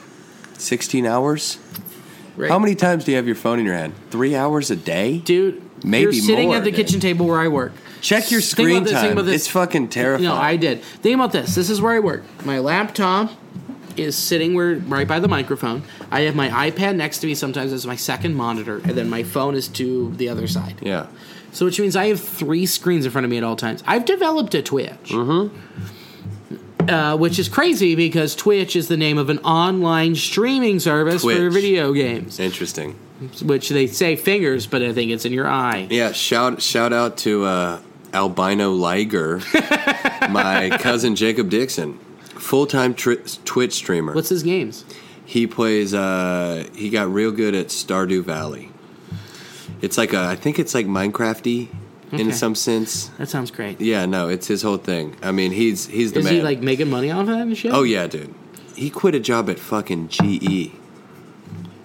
Speaker 3: 16 hours.
Speaker 2: right.
Speaker 3: How many times do you have your phone in your hand? 3 hours a day?
Speaker 2: dude?
Speaker 3: Maybe
Speaker 2: you're sitting
Speaker 3: more,
Speaker 2: at the
Speaker 3: dude.
Speaker 2: kitchen table where I work.
Speaker 3: Check your
Speaker 2: Think about
Speaker 3: screen
Speaker 2: this, think
Speaker 3: time.
Speaker 2: about this.
Speaker 3: It's fucking terrifying.
Speaker 2: No, I did. Think about this. This is where I work. My laptop is sitting where right by the microphone. I have my iPad next to me sometimes as my second monitor, and then my phone is to the other side.
Speaker 3: Yeah.
Speaker 2: So which means I have three screens in front of me at all times. I've developed a Twitch. Mm-hmm. Uh, which is crazy because Twitch is the name of an online streaming service for
Speaker 3: Twitch.
Speaker 2: video games,
Speaker 3: Interesting.
Speaker 2: which they say fingers, but I think it's in your eye.
Speaker 3: Yeah, shout shout out to uh,
Speaker 2: *laughs*
Speaker 3: albino Liger, my cousin Jacob Dixon, full time tri- Twitch streamer.
Speaker 2: What's his games?
Speaker 3: he plays? Uh, he got real good at Stardew Valley. It's like a, I think it's like Minecrafty in
Speaker 2: Okay.
Speaker 3: some sense.
Speaker 2: That sounds great.
Speaker 3: Yeah, no, it's his whole thing. I mean, he's he's the
Speaker 2: Is
Speaker 3: man.
Speaker 2: he like making money off of that and shit?
Speaker 3: oh yeah, dude. he quit a job at fucking E. GE.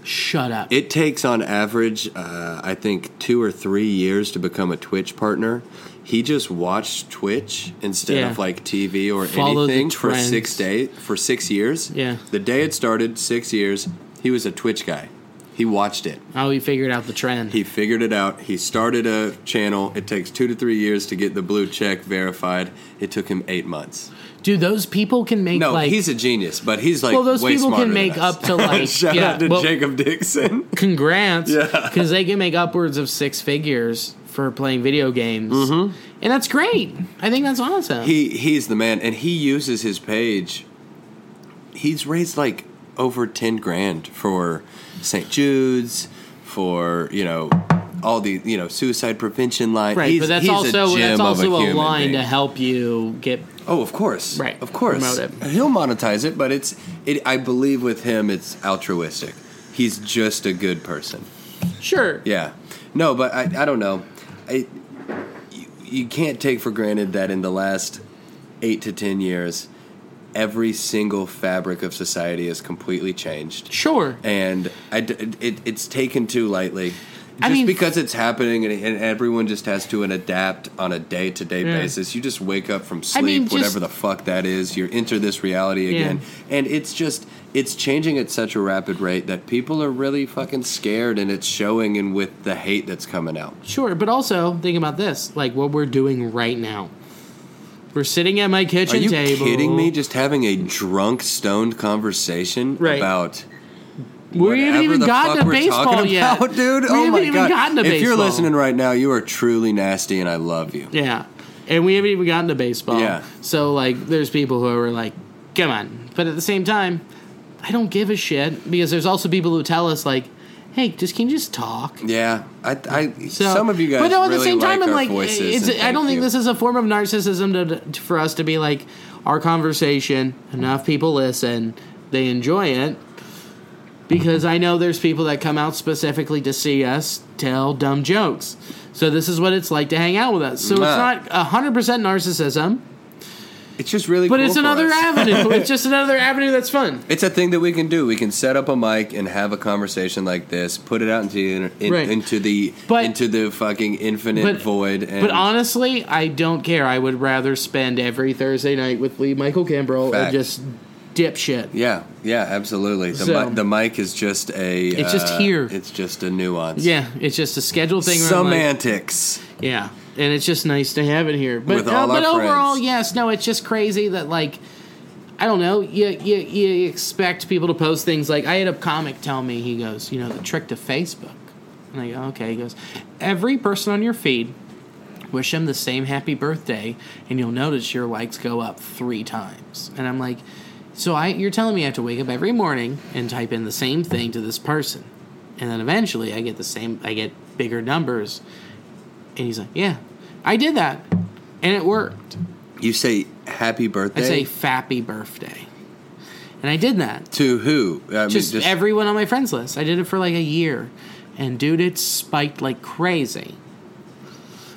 Speaker 2: Shut up.
Speaker 3: It takes on average, uh, I think, two or three years to become a Twitch partner. He just watched Twitch instead
Speaker 2: Yeah.
Speaker 3: of like TV or
Speaker 2: Follow the
Speaker 3: anything for
Speaker 2: trends.
Speaker 3: six day for six years.
Speaker 2: Yeah.
Speaker 3: the day it started, six years. He was a Twitch guy. He watched it.
Speaker 2: oh, you figured out the trend.
Speaker 3: He figured it out. He started a channel. It takes two to three years to get the blue check verified. It took him eight months.
Speaker 2: Dude, those people can make
Speaker 3: No,
Speaker 2: like
Speaker 3: he's a genius, but he's like
Speaker 2: Well, those
Speaker 3: way
Speaker 2: people
Speaker 3: smarter
Speaker 2: can
Speaker 3: than
Speaker 2: make
Speaker 3: us.
Speaker 2: up to like
Speaker 3: *laughs* Shout
Speaker 2: yeah,
Speaker 3: out to
Speaker 2: well,
Speaker 3: Jacob Dixon.
Speaker 2: congrats
Speaker 3: Yeah.
Speaker 2: because they can make upwards of six figures for playing video games,
Speaker 3: Mm-hmm.
Speaker 2: and that's great. I think that's awesome.
Speaker 3: He he's the man, and he uses his page. He's raised like over ten grand for St. Jude's, for you know all the you know suicide prevention line.
Speaker 2: right,
Speaker 3: He's-
Speaker 2: but that's
Speaker 3: he's a
Speaker 2: also
Speaker 3: gem
Speaker 2: that's
Speaker 3: of
Speaker 2: also a,
Speaker 3: human
Speaker 2: line
Speaker 3: being.
Speaker 2: to help you get.
Speaker 3: Oh, of course.
Speaker 2: Right.
Speaker 3: Of course.
Speaker 2: Promote it.
Speaker 3: He'll monetize it, but it's it I believe with him it's altruistic. He's just a good person.
Speaker 2: Sure,
Speaker 3: Yeah. No, but I I don't know. I you, you can't take for granted that in the last 8 to 10 years every single fabric of society has completely changed.
Speaker 2: sure.
Speaker 3: And I d it, it's taken too lightly. Just
Speaker 2: I mean-
Speaker 3: because it's happening and, and everyone just has to and adapt on a day to day
Speaker 2: Yeah.
Speaker 3: basis. You just wake up from
Speaker 2: Mm. I
Speaker 3: sleep,
Speaker 2: mean, just-
Speaker 3: whatever the fuck that is. You're into this reality
Speaker 2: Yeah.
Speaker 3: again. And it's just, it's changing at such a rapid rate that people are really fucking scared and it's showing in with the hate that's coming out.
Speaker 2: Sure, but also think about this, like what we're doing right now. We're sitting at my kitchen
Speaker 3: Are you
Speaker 2: table.
Speaker 3: kidding me? Just having a drunk, stoned conversation
Speaker 2: Right.
Speaker 3: about.
Speaker 2: we haven't
Speaker 3: whatever
Speaker 2: even
Speaker 3: the
Speaker 2: gotten
Speaker 3: fuck
Speaker 2: to
Speaker 3: we're
Speaker 2: baseball
Speaker 3: talking
Speaker 2: yet,
Speaker 3: about, *laughs* dude.
Speaker 2: We
Speaker 3: oh
Speaker 2: haven't
Speaker 3: my
Speaker 2: even
Speaker 3: God.
Speaker 2: gotten to
Speaker 3: If
Speaker 2: baseball.
Speaker 3: you're listening right now, you are truly nasty, and I love you.
Speaker 2: yeah, and we haven't even gotten to baseball.
Speaker 3: Yeah.
Speaker 2: So like, there's people who are like, "Come on," but at the same time, I don't give a shit because there's also people who tell us like, "Hey, just can you just talk?"
Speaker 3: Yeah, I, I
Speaker 2: So,
Speaker 3: some of you guys.
Speaker 2: but no, at
Speaker 3: really
Speaker 2: the same time,
Speaker 3: like
Speaker 2: I'm
Speaker 3: our
Speaker 2: like,
Speaker 3: voices,
Speaker 2: it's,
Speaker 3: and
Speaker 2: I don't
Speaker 3: thank
Speaker 2: think
Speaker 3: you.
Speaker 2: this is a form of narcissism to, to, for us to be like, our conversation. Enough people listen, they enjoy it, because I know there's people that come out specifically to see us tell dumb jokes. So this is what it's like to hang out with us. So
Speaker 3: Nah.
Speaker 2: it's not hundred percent narcissism,
Speaker 3: It's just really.
Speaker 2: but
Speaker 3: cool
Speaker 2: it's
Speaker 3: for
Speaker 2: another
Speaker 3: us. *laughs*
Speaker 2: avenue. it's just another avenue that's fun.
Speaker 3: It's a thing that we can do. We can set up a mic and have a conversation like this. Put it out into the inter- in,
Speaker 2: Right.
Speaker 3: into the
Speaker 2: But-
Speaker 3: into the fucking infinite
Speaker 2: but-
Speaker 3: void. And
Speaker 2: But honestly, I don't care. I would rather spend every Thursday night with Lee Michael Gambrell and
Speaker 3: Facts.
Speaker 2: just dipshit.
Speaker 3: yeah, yeah, absolutely. The,
Speaker 2: So-
Speaker 3: mi- the mic is just a.
Speaker 2: It's just
Speaker 3: uh,
Speaker 2: here.
Speaker 3: It's just a nuance.
Speaker 2: Yeah, it's just a scheduled thing. where I'm like-
Speaker 3: Semantics.
Speaker 2: yeah, and it's just nice to have it here. But
Speaker 3: With
Speaker 2: uh,
Speaker 3: all our
Speaker 2: but overall,
Speaker 3: friends.
Speaker 2: yes, no, it's just crazy that like I don't know. You, you you expect people to post things like I had a comic tell me he goes, you know, the trick to Facebook, and I go, okay. He goes, every person on your feed. Wish them the same happy birthday, and you'll notice your likes go up three times. And I'm like, so I, you're telling me I have to wake up every morning and type in the same thing to this person, and then eventually I get the same, I get bigger numbers, and he's like, "Yeah, I did that, and it worked."
Speaker 3: You say happy
Speaker 2: I say,
Speaker 3: birthday.
Speaker 2: "Fappy birthday," and I did that.
Speaker 3: to who? I mean,
Speaker 2: Just, everyone on my friends list. I did it for like a year, and dude, it spiked like crazy.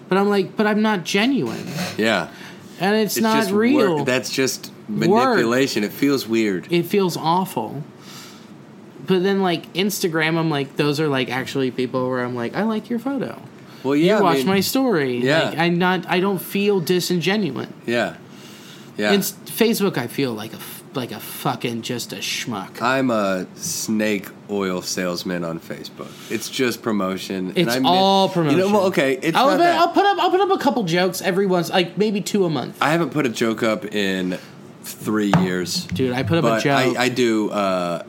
Speaker 2: But I'm like, but I'm not genuine,
Speaker 3: Yeah.
Speaker 2: and it's,
Speaker 3: It's
Speaker 2: not
Speaker 3: just wor-
Speaker 2: real.
Speaker 3: That's just manipulation. It feels weird.
Speaker 2: it feels awful. But then, like Instagram, I'm like, those are like actually people where I'm like, I like your photo.
Speaker 3: Well, yeah. I
Speaker 2: you watch
Speaker 3: mean,
Speaker 2: my story.
Speaker 3: yeah.
Speaker 2: Like, I'm not. I don't feel disingenuous.
Speaker 3: Yeah. Yeah.
Speaker 2: It's Facebook. I feel like a f- like a fucking just a schmuck.
Speaker 3: I'm a snake oil salesman on Facebook. It's just promotion. and
Speaker 2: it's
Speaker 3: I mi-
Speaker 2: all promotion.
Speaker 3: You know, well, okay. It's
Speaker 2: I'll,
Speaker 3: not
Speaker 2: bet- I'll
Speaker 3: that.
Speaker 2: put up. I'll put up a couple jokes every once, like maybe two a month.
Speaker 3: I haven't put a joke up in three years.
Speaker 2: Dude, I put up a
Speaker 3: but
Speaker 2: joke.
Speaker 3: I, I do uh,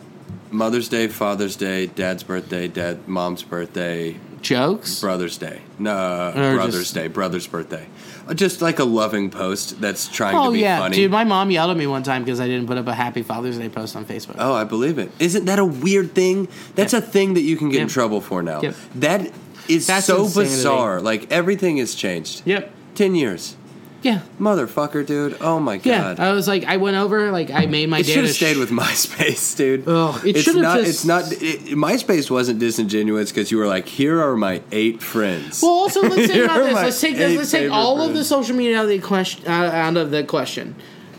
Speaker 3: Mother's Day, Father's Day, Dad's birthday, Dad, Mom's birthday,
Speaker 2: jokes.
Speaker 3: Brother's Day. No,
Speaker 2: Or
Speaker 3: Brother's
Speaker 2: just-
Speaker 3: Day, Brother's birthday. Uh, Just like a loving post that's trying
Speaker 2: oh
Speaker 3: to be
Speaker 2: yeah,
Speaker 3: funny.
Speaker 2: dude. My mom yelled at me one time because I didn't put up a Happy Father's Day post on Facebook.
Speaker 3: Oh, I believe it. Isn't that a weird thing? That's a thing that you can get in
Speaker 2: Yep.
Speaker 3: trouble for now.
Speaker 2: Yep.
Speaker 3: That is
Speaker 2: That's
Speaker 3: so
Speaker 2: insanity.
Speaker 3: bizarre. Like everything has changed.
Speaker 2: Yep.
Speaker 3: Ten years,
Speaker 2: Yeah.
Speaker 3: motherfucker, dude. Oh my
Speaker 2: Yeah. Uh,
Speaker 3: god.
Speaker 2: I was like, I went over. Like I made my
Speaker 3: it
Speaker 2: dad.
Speaker 3: should
Speaker 2: a
Speaker 3: have stayed
Speaker 2: sh-
Speaker 3: with *laughs* MySpace, dude.
Speaker 2: Ugh, it
Speaker 3: it's
Speaker 2: should have
Speaker 3: not.
Speaker 2: just-
Speaker 3: It's not. It, MySpace wasn't disingenuous because you were like, "Here are my eight friends."
Speaker 2: Well, also
Speaker 3: *laughs*
Speaker 2: let's think about
Speaker 3: You're
Speaker 2: this.
Speaker 3: my
Speaker 2: Let's take this.
Speaker 3: eighth
Speaker 2: Let's take
Speaker 3: favorite
Speaker 2: all of
Speaker 3: friend.
Speaker 2: the social media out of the question. Uh, out of the question.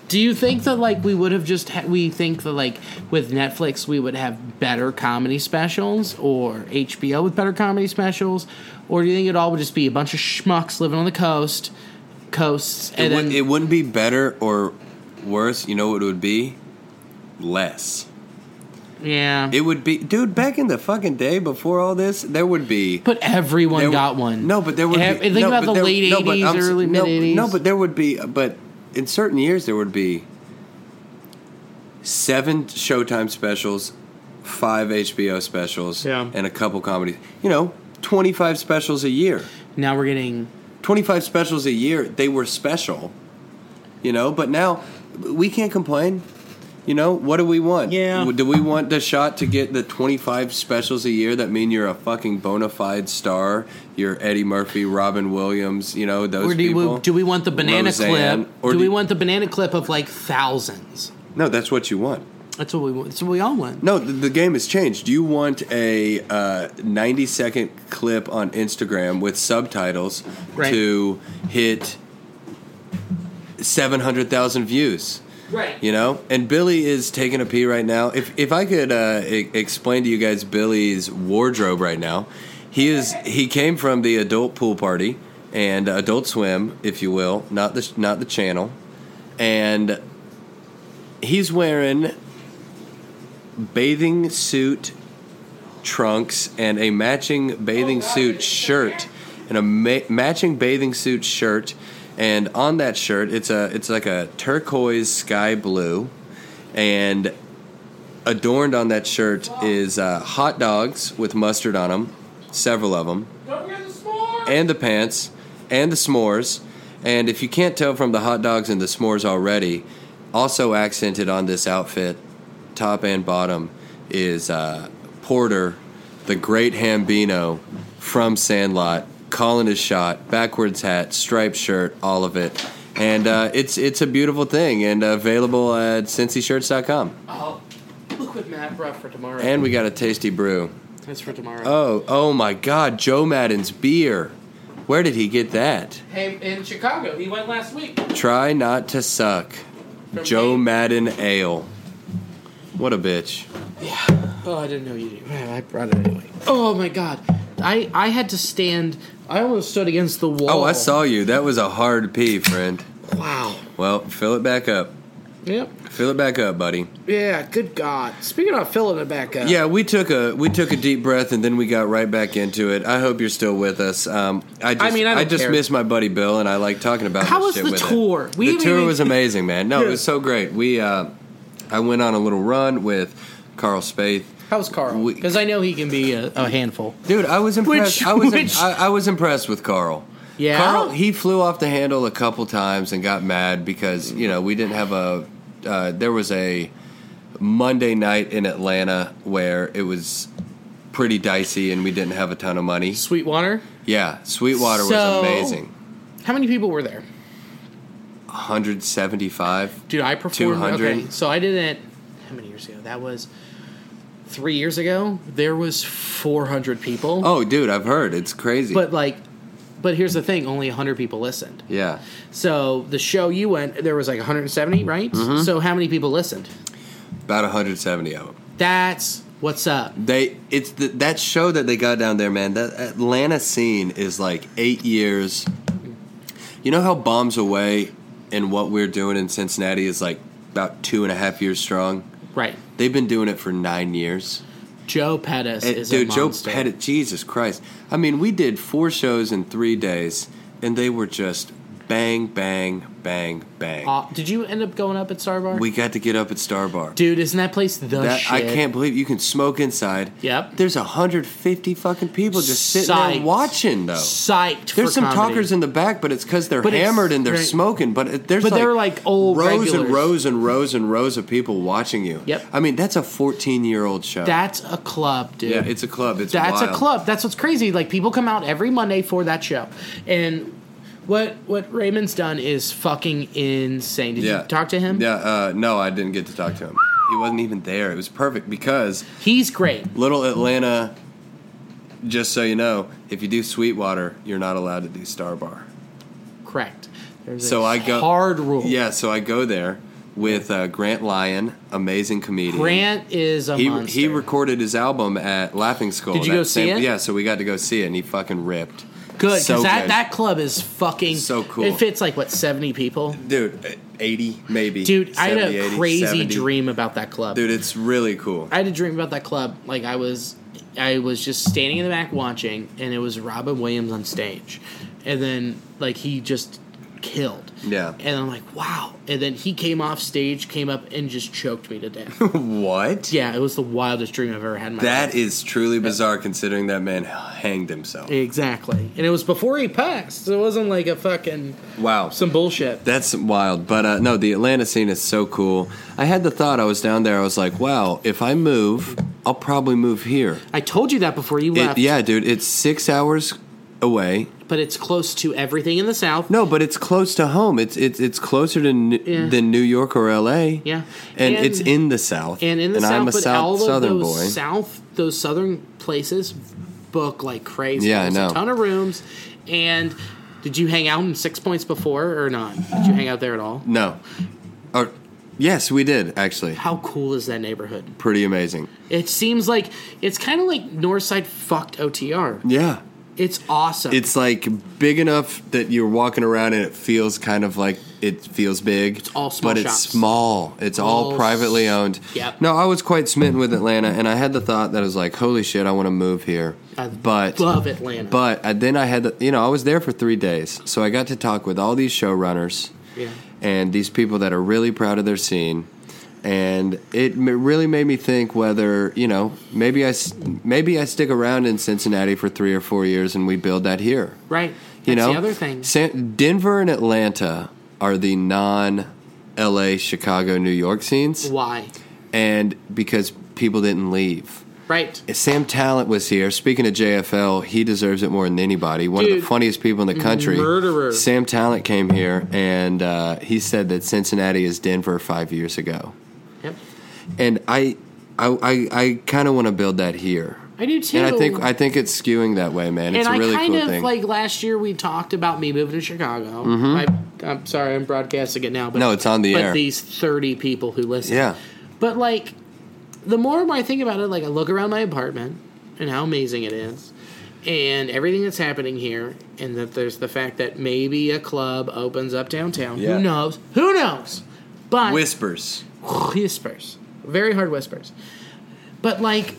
Speaker 2: Do you think that like we would have just ha- we think that like with Netflix we would have better comedy specials or HBO with better comedy specials, or do you think it all would just be a bunch of schmucks living on the coast, coasts,
Speaker 3: It,
Speaker 2: and
Speaker 3: would,
Speaker 2: then
Speaker 3: it wouldn't be better or worse. You know what it would be? Less.
Speaker 2: yeah,
Speaker 3: It would be, dude. Back in the fucking day, before all this, there would be.
Speaker 2: but everyone
Speaker 3: there-
Speaker 2: got one.
Speaker 3: No, but there would.
Speaker 2: Ev-
Speaker 3: be,
Speaker 2: think
Speaker 3: no,
Speaker 2: about the
Speaker 3: but there-
Speaker 2: late
Speaker 3: no, but
Speaker 2: eighties,
Speaker 3: I'm s-
Speaker 2: early
Speaker 3: no,
Speaker 2: mid eighties.
Speaker 3: No, but there would be. But in certain years, there would be seven Showtime specials, five HBO specials,
Speaker 2: Yeah.
Speaker 3: and a couple comedies. You know, twenty-five specials a year.
Speaker 2: now we're getting
Speaker 3: 25 specials a year they were special you know but now we can't complain you know what do we want
Speaker 2: Yeah.
Speaker 3: do we want the shot to get the 25 specials a year that mean you're a fucking bona fide star you're eddie murphy robin williams you know those
Speaker 2: or do
Speaker 3: people
Speaker 2: we, do we want the banana
Speaker 3: Roseanne,
Speaker 2: clip?
Speaker 3: or
Speaker 2: do,
Speaker 3: do-
Speaker 2: we want the banana clip of like thousands?
Speaker 3: no that's what you want
Speaker 2: That's what we want. That's what we all want.
Speaker 3: no the, the game has changed you want a uh, 90 second clip on instagram with subtitles
Speaker 2: Right.
Speaker 3: to hit 700000 views
Speaker 2: Right.
Speaker 3: You know, and Billy is taking a pee right now. If if I could uh, e- explain to you guys Billy's wardrobe right now, he is he came from the adult pool party and Adult Swim, if you will, not the not the channel, and he's wearing bathing suit trunks and a matching bathing suit shirt and a ma- matching bathing suit shirt and on that shirt it's a it's like a turquoise sky blue and adorned on that shirt is uh, hot dogs with mustard on them several of them and the pants and the s'mores. And if you can't tell from the hot dogs and the s'mores already, also accented on this outfit, top and bottom, is uh, Porter, the great Hambino from Sandlot, calling his shot, backwards hat, striped shirt, all of it. And uh, it's it's a beautiful thing and available at cincyshirts.com.
Speaker 2: Oh, look what Matt brought for tomorrow.
Speaker 3: And we got a tasty brew.
Speaker 2: That's for tomorrow.
Speaker 3: Oh, oh my God, Joe Madden's beer. Where did he get that?
Speaker 2: hey, in Chicago, he went last week.
Speaker 3: Try not to suck.
Speaker 2: From
Speaker 3: Joe
Speaker 2: me.
Speaker 3: Madden Ale. What a bitch.
Speaker 2: Oh, I didn't know you knew. Man, I brought it anyway. Oh my god, I I had to stand. I almost stood against the wall.
Speaker 3: Oh, I saw you. That was a hard pee, friend.
Speaker 2: Wow.
Speaker 3: Well, fill it back up.
Speaker 2: Yep.
Speaker 3: Fill it back up, buddy.
Speaker 2: Yeah. Good God. Speaking of filling it back up.
Speaker 3: Yeah, we took a we took a deep breath and then we got right back into it. I hope you're still with us. Um, I just I,
Speaker 2: mean, I don't
Speaker 3: just
Speaker 2: care.
Speaker 3: miss my buddy Bill and I like talking about
Speaker 2: How
Speaker 3: this
Speaker 2: was
Speaker 3: shit
Speaker 2: the
Speaker 3: with him.
Speaker 2: tour? We
Speaker 3: the
Speaker 2: haven't
Speaker 3: tour
Speaker 2: even-
Speaker 3: was amazing, man. No,
Speaker 2: Yeah.
Speaker 3: it was so great. We uh, I went on a little run with Carl Spaeth.
Speaker 2: How's Carl?
Speaker 3: We-
Speaker 2: Because I know he can be a, a handful.
Speaker 3: Dude, I was impressed.
Speaker 2: Which-
Speaker 3: I was
Speaker 2: which-
Speaker 3: I, I was impressed with Carl.
Speaker 2: Yeah?
Speaker 3: Carl he flew off the handle a couple times and got mad because you know we didn't have a uh, there was a Monday night in Atlanta where it was pretty dicey and we didn't have a ton of money.
Speaker 2: Sweetwater.
Speaker 3: Yeah, Sweetwater
Speaker 2: So-
Speaker 3: was amazing.
Speaker 2: How many people were there?
Speaker 3: 175.
Speaker 2: Dude, I performed.
Speaker 3: 200.
Speaker 2: Okay, so I didn't. How many years ago? That was three years ago. There was 400 people.
Speaker 3: Oh, dude, I've heard it's crazy.
Speaker 2: But like, but here's the thing: only 100 people listened.
Speaker 3: yeah.
Speaker 2: So the show you went, there was like 170, right?
Speaker 3: Mm-hmm.
Speaker 2: So how many people listened?
Speaker 3: About 170 of them.
Speaker 2: That's what's up.
Speaker 3: They it's the, that show that they got down there, man. That Atlanta scene is like eight years. You know how Bombs Away and what we're doing in Cincinnati is like about two and a half years strong.
Speaker 2: Right.
Speaker 3: They've been doing it for nine years.
Speaker 2: Joe Pettis
Speaker 3: And,
Speaker 2: is
Speaker 3: dude,
Speaker 2: a
Speaker 3: Joe
Speaker 2: monster.
Speaker 3: Pettit, Jesus Christ! I mean, we did four shows in three days, and they were just bang, bang, bang, bang.
Speaker 2: Aw- Uh, did you end up going up at Star Bar?
Speaker 3: we got to get up at Star Bar.
Speaker 2: Dude, isn't that place the
Speaker 3: That
Speaker 2: Oh, shit?
Speaker 3: I can't believe you can smoke inside.
Speaker 2: Yep.
Speaker 3: There's 150 fucking people just sitting
Speaker 2: Psyched.
Speaker 3: there watching though.
Speaker 2: Psyched.
Speaker 3: There's
Speaker 2: for
Speaker 3: some
Speaker 2: comedy.
Speaker 3: talkers in the back, but it's because they're
Speaker 2: But it's-
Speaker 3: hammered and they're
Speaker 2: right.
Speaker 3: smoking. But it, there's
Speaker 2: But
Speaker 3: like
Speaker 2: they're like old
Speaker 3: rows
Speaker 2: regulars.
Speaker 3: and rows and rows and rows of people watching you.
Speaker 2: Yep.
Speaker 3: I mean, that's a 14 year old show.
Speaker 2: That's a club, dude.
Speaker 3: yeah, it's a club. It's
Speaker 2: That's a
Speaker 3: wild.
Speaker 2: club. That's what's crazy. Like people come out every Monday for that show, and what what Raymond's done is fucking insane. Did
Speaker 3: Yeah.
Speaker 2: you talk to him?
Speaker 3: Yeah. Uh, no, I didn't get to talk to him. He wasn't even there. It was perfect because
Speaker 2: He's great.
Speaker 3: Little Atlanta. Just so you know, if you do Sweetwater, you're not allowed to do Star Bar.
Speaker 2: Correct. There's
Speaker 3: So
Speaker 2: a
Speaker 3: I go
Speaker 2: hard rule.
Speaker 3: Yeah, so I go there with uh, Grant Lyon, amazing comedian.
Speaker 2: Grant is a
Speaker 3: he
Speaker 2: monster.
Speaker 3: he recorded his album at Laughing Skull.
Speaker 2: Did you
Speaker 3: that
Speaker 2: go see it?
Speaker 3: Yeah, so we got to go see it, and he fucking ripped.
Speaker 2: good because
Speaker 3: so
Speaker 2: that,
Speaker 3: good.
Speaker 2: that club is fucking
Speaker 3: So cool.
Speaker 2: It fits like what seventy people.
Speaker 3: Dude, 80 maybe.
Speaker 2: Dude, I had
Speaker 3: 70,
Speaker 2: a
Speaker 3: 80,
Speaker 2: crazy
Speaker 3: 70.
Speaker 2: dream about that club.
Speaker 3: Dude, it's really cool.
Speaker 2: I had a dream about that club. Like I was, I was just standing in the back watching, and it was Robin Williams on stage, and then like he just killed.
Speaker 3: Yeah.
Speaker 2: And I'm like, wow. And then he came off stage, came up, and just choked me to death. *laughs*
Speaker 3: What?
Speaker 2: yeah, it was the wildest dream I've ever had. In my
Speaker 3: That
Speaker 2: life.
Speaker 3: is truly bizarre considering that man hanged himself.
Speaker 2: exactly, and it was before he passed. So it wasn't like a fucking
Speaker 3: Wow.
Speaker 2: some bullshit.
Speaker 3: That's wild. But uh, no, the Atlanta scene is so cool. I had the thought, I was down there, I was like, wow, if I move, I'll probably move here.
Speaker 2: I told you that before you
Speaker 3: It-
Speaker 2: left.
Speaker 3: yeah, dude, it's six hours away.
Speaker 2: but it's close to everything in the South.
Speaker 3: No, but it's close to home. It's it's it's closer to New,
Speaker 2: Yeah.
Speaker 3: than New York or L.A.
Speaker 2: Yeah.
Speaker 3: and,
Speaker 2: And-
Speaker 3: it's in the South.
Speaker 2: and in the south,
Speaker 3: I'm a
Speaker 2: but all
Speaker 3: South
Speaker 2: of
Speaker 3: Southern
Speaker 2: those
Speaker 3: boy.
Speaker 2: south those southern places book like crazy.
Speaker 3: Yeah, I
Speaker 2: There's
Speaker 3: know.
Speaker 2: A ton of rooms. And did you hang out in Six Points before or not? Did you hang out there at all?
Speaker 3: no, or yes, we did actually.
Speaker 2: How cool is that neighborhood?
Speaker 3: Pretty amazing.
Speaker 2: It seems like it's kind of like Northside fucked OTR.
Speaker 3: Yeah,
Speaker 2: It's awesome.
Speaker 3: it's like big enough that you're walking around and it feels kind of like it feels big. It's
Speaker 2: all small
Speaker 3: but
Speaker 2: shops.
Speaker 3: it's small. It's all,
Speaker 2: All
Speaker 3: privately
Speaker 2: s-
Speaker 3: owned.
Speaker 2: Yep.
Speaker 3: No, I was quite smitten with Atlanta, and I had the thought that I was like, "Holy shit, I want to move here."
Speaker 2: I
Speaker 3: but
Speaker 2: love Atlanta.
Speaker 3: But I, then I had, the, you know, I was there for three days, so I got to talk with all these showrunners
Speaker 2: Yeah.
Speaker 3: and these people that are really proud of their scene, and it m- really made me think whether you know maybe I s- maybe I stick around in Cincinnati for three or four years and we build that here.
Speaker 2: right. That's
Speaker 3: You know,
Speaker 2: the other thing.
Speaker 3: San- Denver and Atlanta are the non. LA, Chicago, New York scenes,
Speaker 2: Why?
Speaker 3: and because people didn't leave.
Speaker 2: Right.
Speaker 3: Sam Talent was here. Speaking of JFL, he deserves it more than anybody. One of
Speaker 2: Dude. Mm-hmm.
Speaker 3: the funniest people in the country.
Speaker 2: Murderer.
Speaker 3: Sam Talent came here and uh, he said that Cincinnati is Denver five years ago.
Speaker 2: Yep.
Speaker 3: And I, I, I, I kind of want to build that here.
Speaker 2: I do too.
Speaker 3: And I think I think it's skewing that way, man. It's
Speaker 2: and
Speaker 3: a really
Speaker 2: I kind
Speaker 3: cool
Speaker 2: of
Speaker 3: thing. Mm-hmm.
Speaker 2: like last year we talked about me moving to Chicago. I, I'm sorry, I'm broadcasting it now, but
Speaker 3: No, it's on the
Speaker 2: but
Speaker 3: air.
Speaker 2: these 30 people who listen,
Speaker 3: Yeah.
Speaker 2: But like, the more and more I think about it, like I look around my apartment and how amazing it is, and everything that's happening here, and that there's the fact that maybe a club opens up downtown.
Speaker 3: Yeah.
Speaker 2: Who knows? Who knows? But
Speaker 3: Whispers.
Speaker 2: whispers, very hard whispers. But like,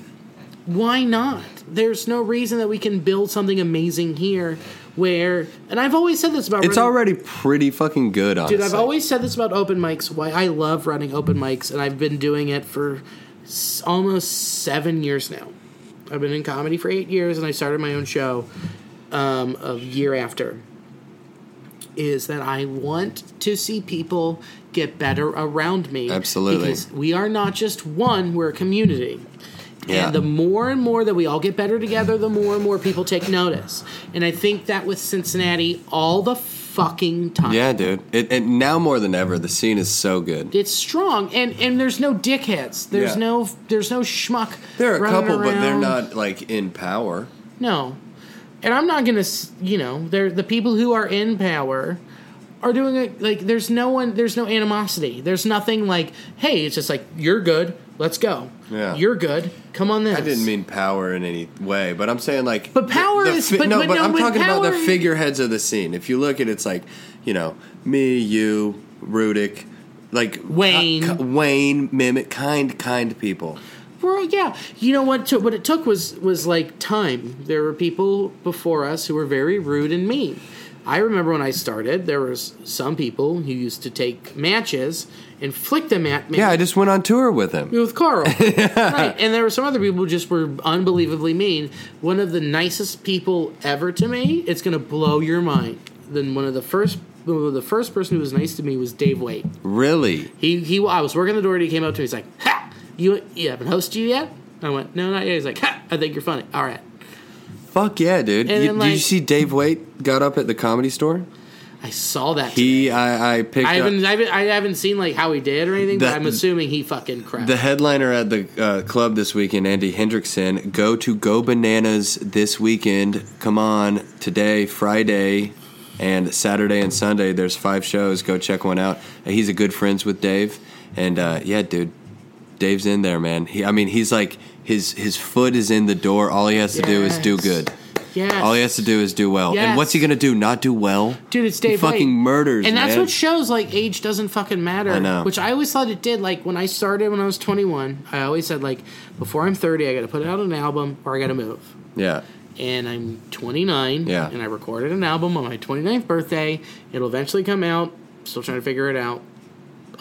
Speaker 2: why not? There's no reason that we can build something amazing here. Where, and I've always said this about
Speaker 3: It's
Speaker 2: running-
Speaker 3: already pretty fucking good, honestly.
Speaker 2: Dude, I've always said this about open mics. Why I love running open mics, and I've been doing it for s- almost seven years now. I've been in comedy for eight years, and I started my own show um, a year after. Is that I want to see people get better around me.
Speaker 3: Absolutely.
Speaker 2: Because we are not just one, we're a community.
Speaker 3: Yeah.
Speaker 2: And the more and more that we all get better together, the more and more people take notice. And I think that with Cincinnati all the fucking time.
Speaker 3: Yeah, dude. It, and now more than ever, the scene is so good.
Speaker 2: It's strong, and and there's no dickheads. There's
Speaker 3: Yeah.
Speaker 2: no there's no schmuck.
Speaker 3: There are a
Speaker 2: running
Speaker 3: couple, but they're
Speaker 2: around.
Speaker 3: not like in power.
Speaker 2: No, and I'm not gonna. s- You know, they're the people who are in power are doing it like there's no one. There's no animosity. There's nothing like hey. It's just like you're good. Let's go.
Speaker 3: Yeah.
Speaker 2: You're good. Come on this.
Speaker 3: I didn't mean power in any way, but I'm saying like.
Speaker 2: But power
Speaker 3: the, the
Speaker 2: is-
Speaker 3: fi-
Speaker 2: but-
Speaker 3: no,
Speaker 2: but
Speaker 3: but,
Speaker 2: no,
Speaker 3: I'm
Speaker 2: but
Speaker 3: talking about the
Speaker 2: power-
Speaker 3: figureheads of the scene. If you look at it, it's like, you know, me, you, Rudick, like uh,
Speaker 2: Wayne.
Speaker 3: ki- Wayne, mimic, kind, kind people.
Speaker 2: Well, yeah. You know what? To, what it took was was like time. There were people before us who were very rude and mean. I remember when I started, there was some people who used to take matches and flick them at me
Speaker 3: Yeah, I just went on tour with him.
Speaker 2: with Carl. Right. And there were some other people who just were unbelievably mean. One of the nicest people ever to me, it's going to blow your mind. Then one of the first one of the first person who was nice to me was Dave Wait.
Speaker 3: Really?
Speaker 2: He he. I was working the door and he came up to me. He's like, "Ha! You you haven't hosted you yet?" I went, "No, not yet." He's like, "Ha! I think you're funny." All right.
Speaker 3: Fuck yeah, dude.
Speaker 2: And
Speaker 3: You-
Speaker 2: then,
Speaker 3: did you
Speaker 2: like-
Speaker 3: see Dave Waite got up at the comedy store?
Speaker 2: I saw that. today.
Speaker 3: He, I, I picked
Speaker 2: I
Speaker 3: up.
Speaker 2: haven't, I haven't I haven't seen like how he did or anything, but
Speaker 3: That-
Speaker 2: I'm assuming he fucking crashed.
Speaker 3: The headliner at the uh, club this weekend, Andy Hendrickson, go to Go Bananas this weekend. Come on, today, Friday, And Saturday and Sunday, there's five shows. Go check one out. Uh, He's a good friends with Dave, and uh, yeah, dude, Dave's in there, man. He, I mean, he's like his his foot is in the door. All he has to do is do
Speaker 2: Yes.
Speaker 3: good.
Speaker 2: Yes.
Speaker 3: All he has to do is do well. And what's he
Speaker 2: Yes.
Speaker 3: gonna do? Not do well?
Speaker 2: Dude, it's
Speaker 3: He
Speaker 2: Dave.
Speaker 3: fucking
Speaker 2: White.
Speaker 3: murders,
Speaker 2: and that's
Speaker 3: man.
Speaker 2: what shows like age doesn't fucking matter.
Speaker 3: I know.
Speaker 2: Which I always thought it did. Like when I started when I was 21, I always said like, before I'm 30, I got to put out an album or I got to move.
Speaker 3: yeah.
Speaker 2: And I'm 29.
Speaker 3: Yeah.
Speaker 2: And I recorded an album on my 29th birthday. It'll eventually come out. Still trying to figure it out.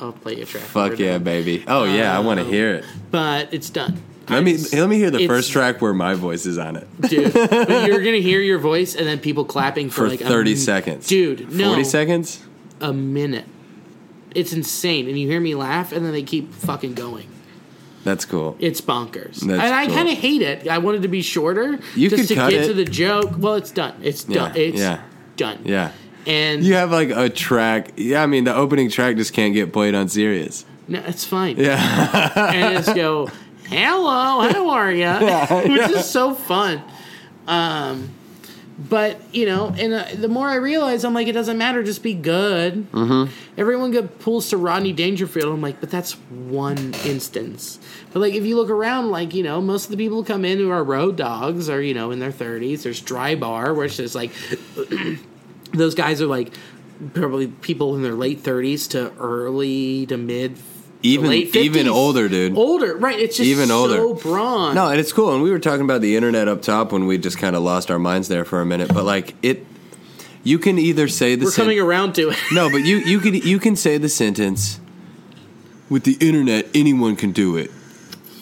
Speaker 2: I'll play you a track. for
Speaker 3: Fuck
Speaker 2: it.
Speaker 3: yeah, baby. Oh yeah, I want to
Speaker 2: Um,
Speaker 3: hear it.
Speaker 2: But it's done.
Speaker 3: Let me
Speaker 2: It's-
Speaker 3: let me hear the
Speaker 2: it's-
Speaker 3: first track where my voice is on it.
Speaker 2: dude.
Speaker 3: *laughs*
Speaker 2: but you're gonna hear your voice and then people clapping for,
Speaker 3: For
Speaker 2: like a
Speaker 3: 30
Speaker 2: m-
Speaker 3: seconds.
Speaker 2: dude. No,
Speaker 3: Forty seconds.
Speaker 2: a minute. It's insane, and you hear me laugh, and then they keep fucking going.
Speaker 3: That's cool.
Speaker 2: It's bonkers, and
Speaker 3: That's
Speaker 2: I
Speaker 3: cool.
Speaker 2: kind of hate it. I wanted to be shorter,
Speaker 3: You
Speaker 2: just
Speaker 3: could
Speaker 2: to
Speaker 3: cut
Speaker 2: get
Speaker 3: it.
Speaker 2: to the joke. Well, it's done. It's done.
Speaker 3: Yeah,
Speaker 2: It's
Speaker 3: yeah.
Speaker 2: done.
Speaker 3: Yeah.
Speaker 2: and
Speaker 3: You have like a track. Yeah, I mean the opening track just can't get played on serious.
Speaker 2: no, it's fine.
Speaker 3: Yeah.
Speaker 2: and just go, "Hello, how are you?" *laughs* Which is so fun. Um, but you know, and uh, the more I realize, I'm like, it doesn't matter. Just be good. Mm-hmm. Everyone get, pulls to Rodney Dangerfield. I'm like, but that's one instance. But like, if you look around, like you know, most of the people who come in who are road dogs are you know in their 30s. There's Dry Bar, where it's just like those guys are like probably people in their late 30s to early to mid
Speaker 3: Even-
Speaker 2: to late 50s.
Speaker 3: even older, dude.
Speaker 2: older right it's just
Speaker 3: Even
Speaker 2: even older so
Speaker 3: older.
Speaker 2: brawn
Speaker 3: No, and it's cool. And we were talking about the internet up top when we just kind of lost our minds there for a minute. But like it, you can either say the
Speaker 2: we're
Speaker 3: sen-
Speaker 2: coming around
Speaker 3: *laughs*
Speaker 2: to it
Speaker 3: no, but you you could you can say the sentence with the internet anyone can do it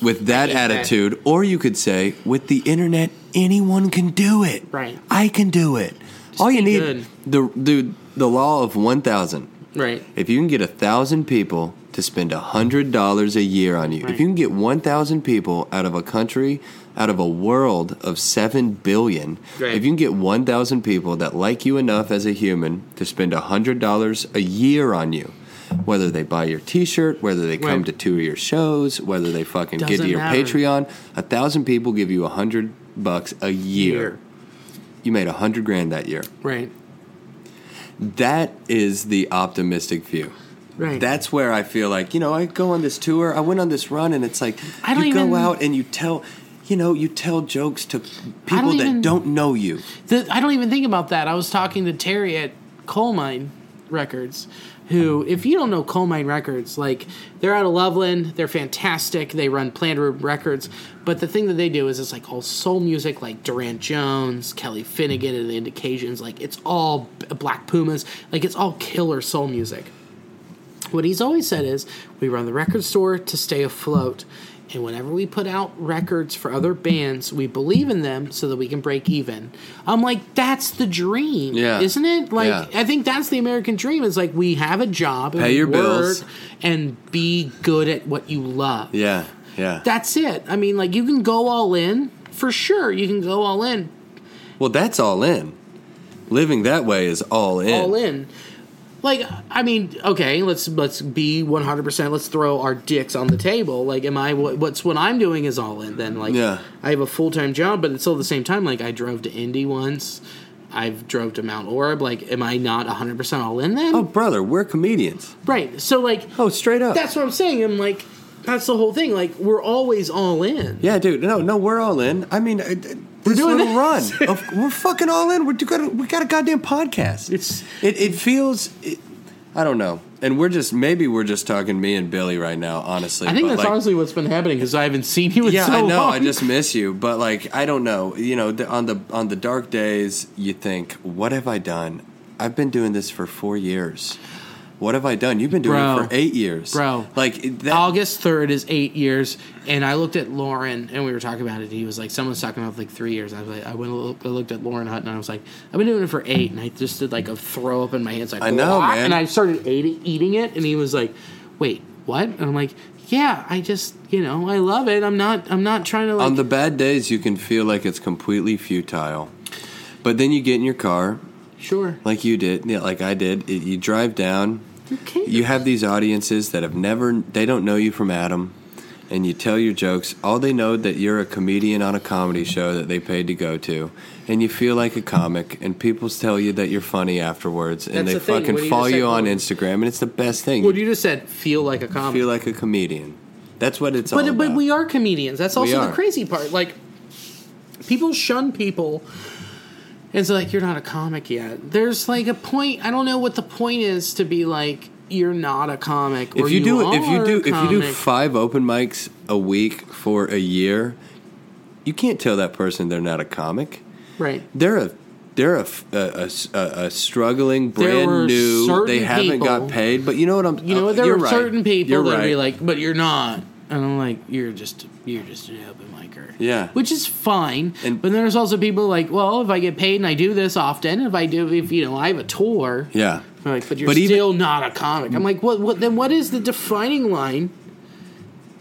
Speaker 3: with that
Speaker 2: Yeah.
Speaker 3: attitude, or you could say with the internet anyone can do it.
Speaker 2: Right.
Speaker 3: I can do it. All you
Speaker 2: be
Speaker 3: need
Speaker 2: good.
Speaker 3: the dude the law of one thousand.
Speaker 2: right
Speaker 3: If you can get a thousand people to spend a hundred dollars a year on you, if
Speaker 2: Right.
Speaker 3: you can get one thousand people out of a country, out of a world of seven billion,
Speaker 2: Right.
Speaker 3: if you can get one thousand people that like you enough as a human to spend a hundred dollars a year on you, whether they buy your T-shirt, whether they come
Speaker 2: Right.
Speaker 3: to two of your shows, whether they fucking get
Speaker 2: Doesn't
Speaker 3: to your
Speaker 2: matter.
Speaker 3: Patreon, a thousand people give you a hundred bucks a year.
Speaker 2: Year.
Speaker 3: You made a hundred grand that year.
Speaker 2: right
Speaker 3: That is the optimistic view.
Speaker 2: right
Speaker 3: That's where I feel like, you know, I go on this tour, I went on this run, and it's like,
Speaker 2: I don't
Speaker 3: you go
Speaker 2: even-
Speaker 3: out and you tell, you know, you tell jokes to people
Speaker 2: don't
Speaker 3: that
Speaker 2: even-
Speaker 3: don't know you.
Speaker 2: the, I don't even think about that. I was talking to Terry at Coal Mine Records, who, if you don't know Coal Mine Records, like they're out of Loveland, they're fantastic. They run Planned Room Records, but the thing that they do is it's like all soul music, like Durant Jones, Kelly Finnegan, and the Indications. Like it's all B- Black Pumas. Like it's all killer soul music. What he's always said is we run the record store to stay afloat. And whenever we put out records for other bands, we believe in them so that we can break even. I'm like, that's the dream,
Speaker 3: Yeah.
Speaker 2: isn't it? Like,
Speaker 3: Yeah.
Speaker 2: I think that's the American dream. Is like we have a job, and
Speaker 3: Pay
Speaker 2: we
Speaker 3: your bills.
Speaker 2: and be good at what you love.
Speaker 3: Yeah, yeah.
Speaker 2: That's it. I mean, like you can go all in for sure. You can go all in,
Speaker 3: well, that's all in. Living that way is all in.
Speaker 2: all in. Like I mean, okay, let's let's be one hundred percent. Let's throw our dicks on the table. Like, am I what, what's what I'm doing is all in. Then like,
Speaker 3: Yeah.
Speaker 2: I have a full time job, but it's still at the same time. Like, I drove to Indy once. I've drove to Mount Orb. Like, am I not one hundred percent all in then?
Speaker 3: Oh, brother, we're comedians.
Speaker 2: Right. So like,
Speaker 3: Oh, straight up.
Speaker 2: that's what I'm saying. I'm like, that's the whole thing. Like, we're always all in.
Speaker 3: yeah, dude. No, no, we're all in. I mean, I- I- this
Speaker 2: doing
Speaker 3: little
Speaker 2: this.
Speaker 3: run. Of, we're fucking all in. We're, we, got a, we got a goddamn podcast.
Speaker 2: It's
Speaker 3: It, it feels. It, I don't know. And we're just maybe we're just talking me and Billy right now. Honestly,
Speaker 2: I think
Speaker 3: but,
Speaker 2: that's
Speaker 3: like,
Speaker 2: honestly what's been happening because I haven't seen *laughs* you in
Speaker 3: yeah,
Speaker 2: so
Speaker 3: I know.
Speaker 2: long.
Speaker 3: I just miss you, but like I don't know. You know, the, on the on the dark days, you think, "What have I done? I've been doing this for four years. What have I done? You've been doing
Speaker 2: Bro.
Speaker 3: it for eight years,
Speaker 2: Bro.
Speaker 3: Like it- that,
Speaker 2: August third is eight years, and I looked at Lauren, and we were talking about it. And he was like, "Someone's talking about like three years." I was like, I went, and looked- I looked at Lauren Hutton, and I was like, "I've been doing it for eight, and I just did like a throw up in my hands, like
Speaker 3: I know,
Speaker 2: "What?"
Speaker 3: man.
Speaker 2: And I started eating, eating it, and he was like, "Wait, what?" And I'm like, "Yeah, I just, you know, I love it. I'm not, I'm not trying to like."
Speaker 3: on the bad days, you can feel like it's completely futile, but then you get in your car,
Speaker 2: sure,
Speaker 3: like you did, yeah, like I did. It, you drive down.
Speaker 2: okay,
Speaker 3: You have these audiences that have never, they don't know you from Adam. and you tell your jokes, all they know that you're a comedian on a comedy show that they paid to go to, and you feel like a comic, and people tell you that you're funny afterwards, and
Speaker 2: That's the
Speaker 3: they
Speaker 2: thing.
Speaker 3: fucking
Speaker 2: What you
Speaker 3: follow
Speaker 2: just said,
Speaker 3: you on
Speaker 2: Cole.
Speaker 3: Instagram, and it's the best thing.
Speaker 2: Well, you just said feel like a
Speaker 3: You
Speaker 2: comic.
Speaker 3: feel like a comedian. That's what it's all
Speaker 2: but but
Speaker 3: about.
Speaker 2: we are comedians. That's also the
Speaker 3: are.
Speaker 2: crazy part. Like people shun people. and It's like you're not a comic yet. There's like a point. I don't know what the point is to be like you're not a comic. or
Speaker 3: if you, do if
Speaker 2: are
Speaker 3: you
Speaker 2: a
Speaker 3: do if you do
Speaker 2: comic.
Speaker 3: five open mics a week for a year, you can't tell that person they're not a comic.
Speaker 2: right.
Speaker 3: They're a they're a, f- a- a- a- a struggling
Speaker 2: There were
Speaker 3: brand new. They
Speaker 2: certain
Speaker 3: haven't
Speaker 2: people-
Speaker 3: got paid, but you know what I'm.
Speaker 2: You know,
Speaker 3: uh,
Speaker 2: there
Speaker 3: you're
Speaker 2: are
Speaker 3: right.
Speaker 2: certain people
Speaker 3: You're
Speaker 2: that
Speaker 3: right.
Speaker 2: be like, but you're not. And I'm like, you're just you're just an open micer.
Speaker 3: Yeah.
Speaker 2: Which is fine.
Speaker 3: And-
Speaker 2: but there's also people like, well, if I get paid and I do this often, if I do if you know, I have a tour.
Speaker 3: yeah.
Speaker 2: I'm like, but you're
Speaker 3: But even-
Speaker 2: still not a comic. I'm like, what, what? Then what is the defining line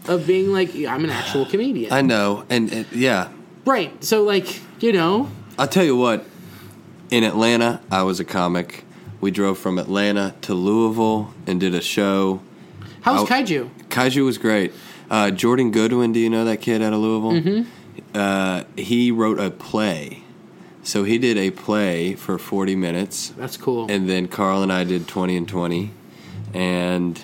Speaker 2: of being like, yeah, I'm an actual comedian?
Speaker 3: I know, and, and yeah,
Speaker 2: right. So like, you know,
Speaker 3: I'll tell you what. In Atlanta, I was a comic. We drove from Atlanta to Louisville and did a show.
Speaker 2: how's
Speaker 3: I'll-
Speaker 2: kaiju?
Speaker 3: Kaiju was great. Uh, Jordan Goodwin, do you know that kid out of Louisville?
Speaker 2: Mm-hmm.
Speaker 3: Uh, he wrote a play. So he did a play for 40 minutes.
Speaker 2: That's cool.
Speaker 3: And then Carl and I did 20 and 20. And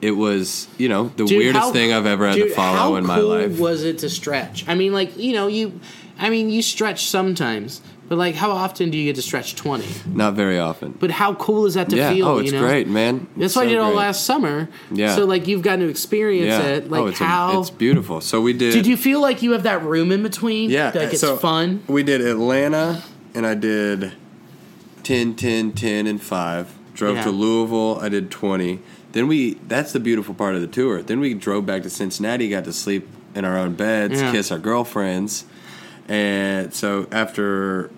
Speaker 3: it was, you know, the
Speaker 2: Dude,
Speaker 3: weirdest
Speaker 2: how-
Speaker 3: thing I've ever had
Speaker 2: dude,
Speaker 3: to follow
Speaker 2: how
Speaker 3: in my
Speaker 2: cool
Speaker 3: life.
Speaker 2: Was it to stretch? I mean, like you know, you, I mean, you stretch sometimes, but like, how often do you get to stretch twenty?
Speaker 3: Not very often.
Speaker 2: But how cool is that to
Speaker 3: yeah.
Speaker 2: feel?
Speaker 3: oh, it's
Speaker 2: you know?
Speaker 3: great, man.
Speaker 2: That's
Speaker 3: It's
Speaker 2: why I
Speaker 3: so
Speaker 2: did it all
Speaker 3: great.
Speaker 2: last summer.
Speaker 3: Yeah.
Speaker 2: So like, you've gotten to experience
Speaker 3: yeah.
Speaker 2: it. Like
Speaker 3: oh, it's a-
Speaker 2: how.
Speaker 3: it's beautiful. So we did.
Speaker 2: did you feel like you have that room in between?
Speaker 3: Yeah,
Speaker 2: Like it's
Speaker 3: so
Speaker 2: fun.
Speaker 3: We did Atlanta, and I did 10, 10, 10, and 5. Drove
Speaker 2: Yeah.
Speaker 3: to Louisville, I did 20. Then we, that's the beautiful part of the tour. Then we drove back to Cincinnati, got to sleep in our own beds,
Speaker 2: Yeah.
Speaker 3: kiss our girlfriends. And so after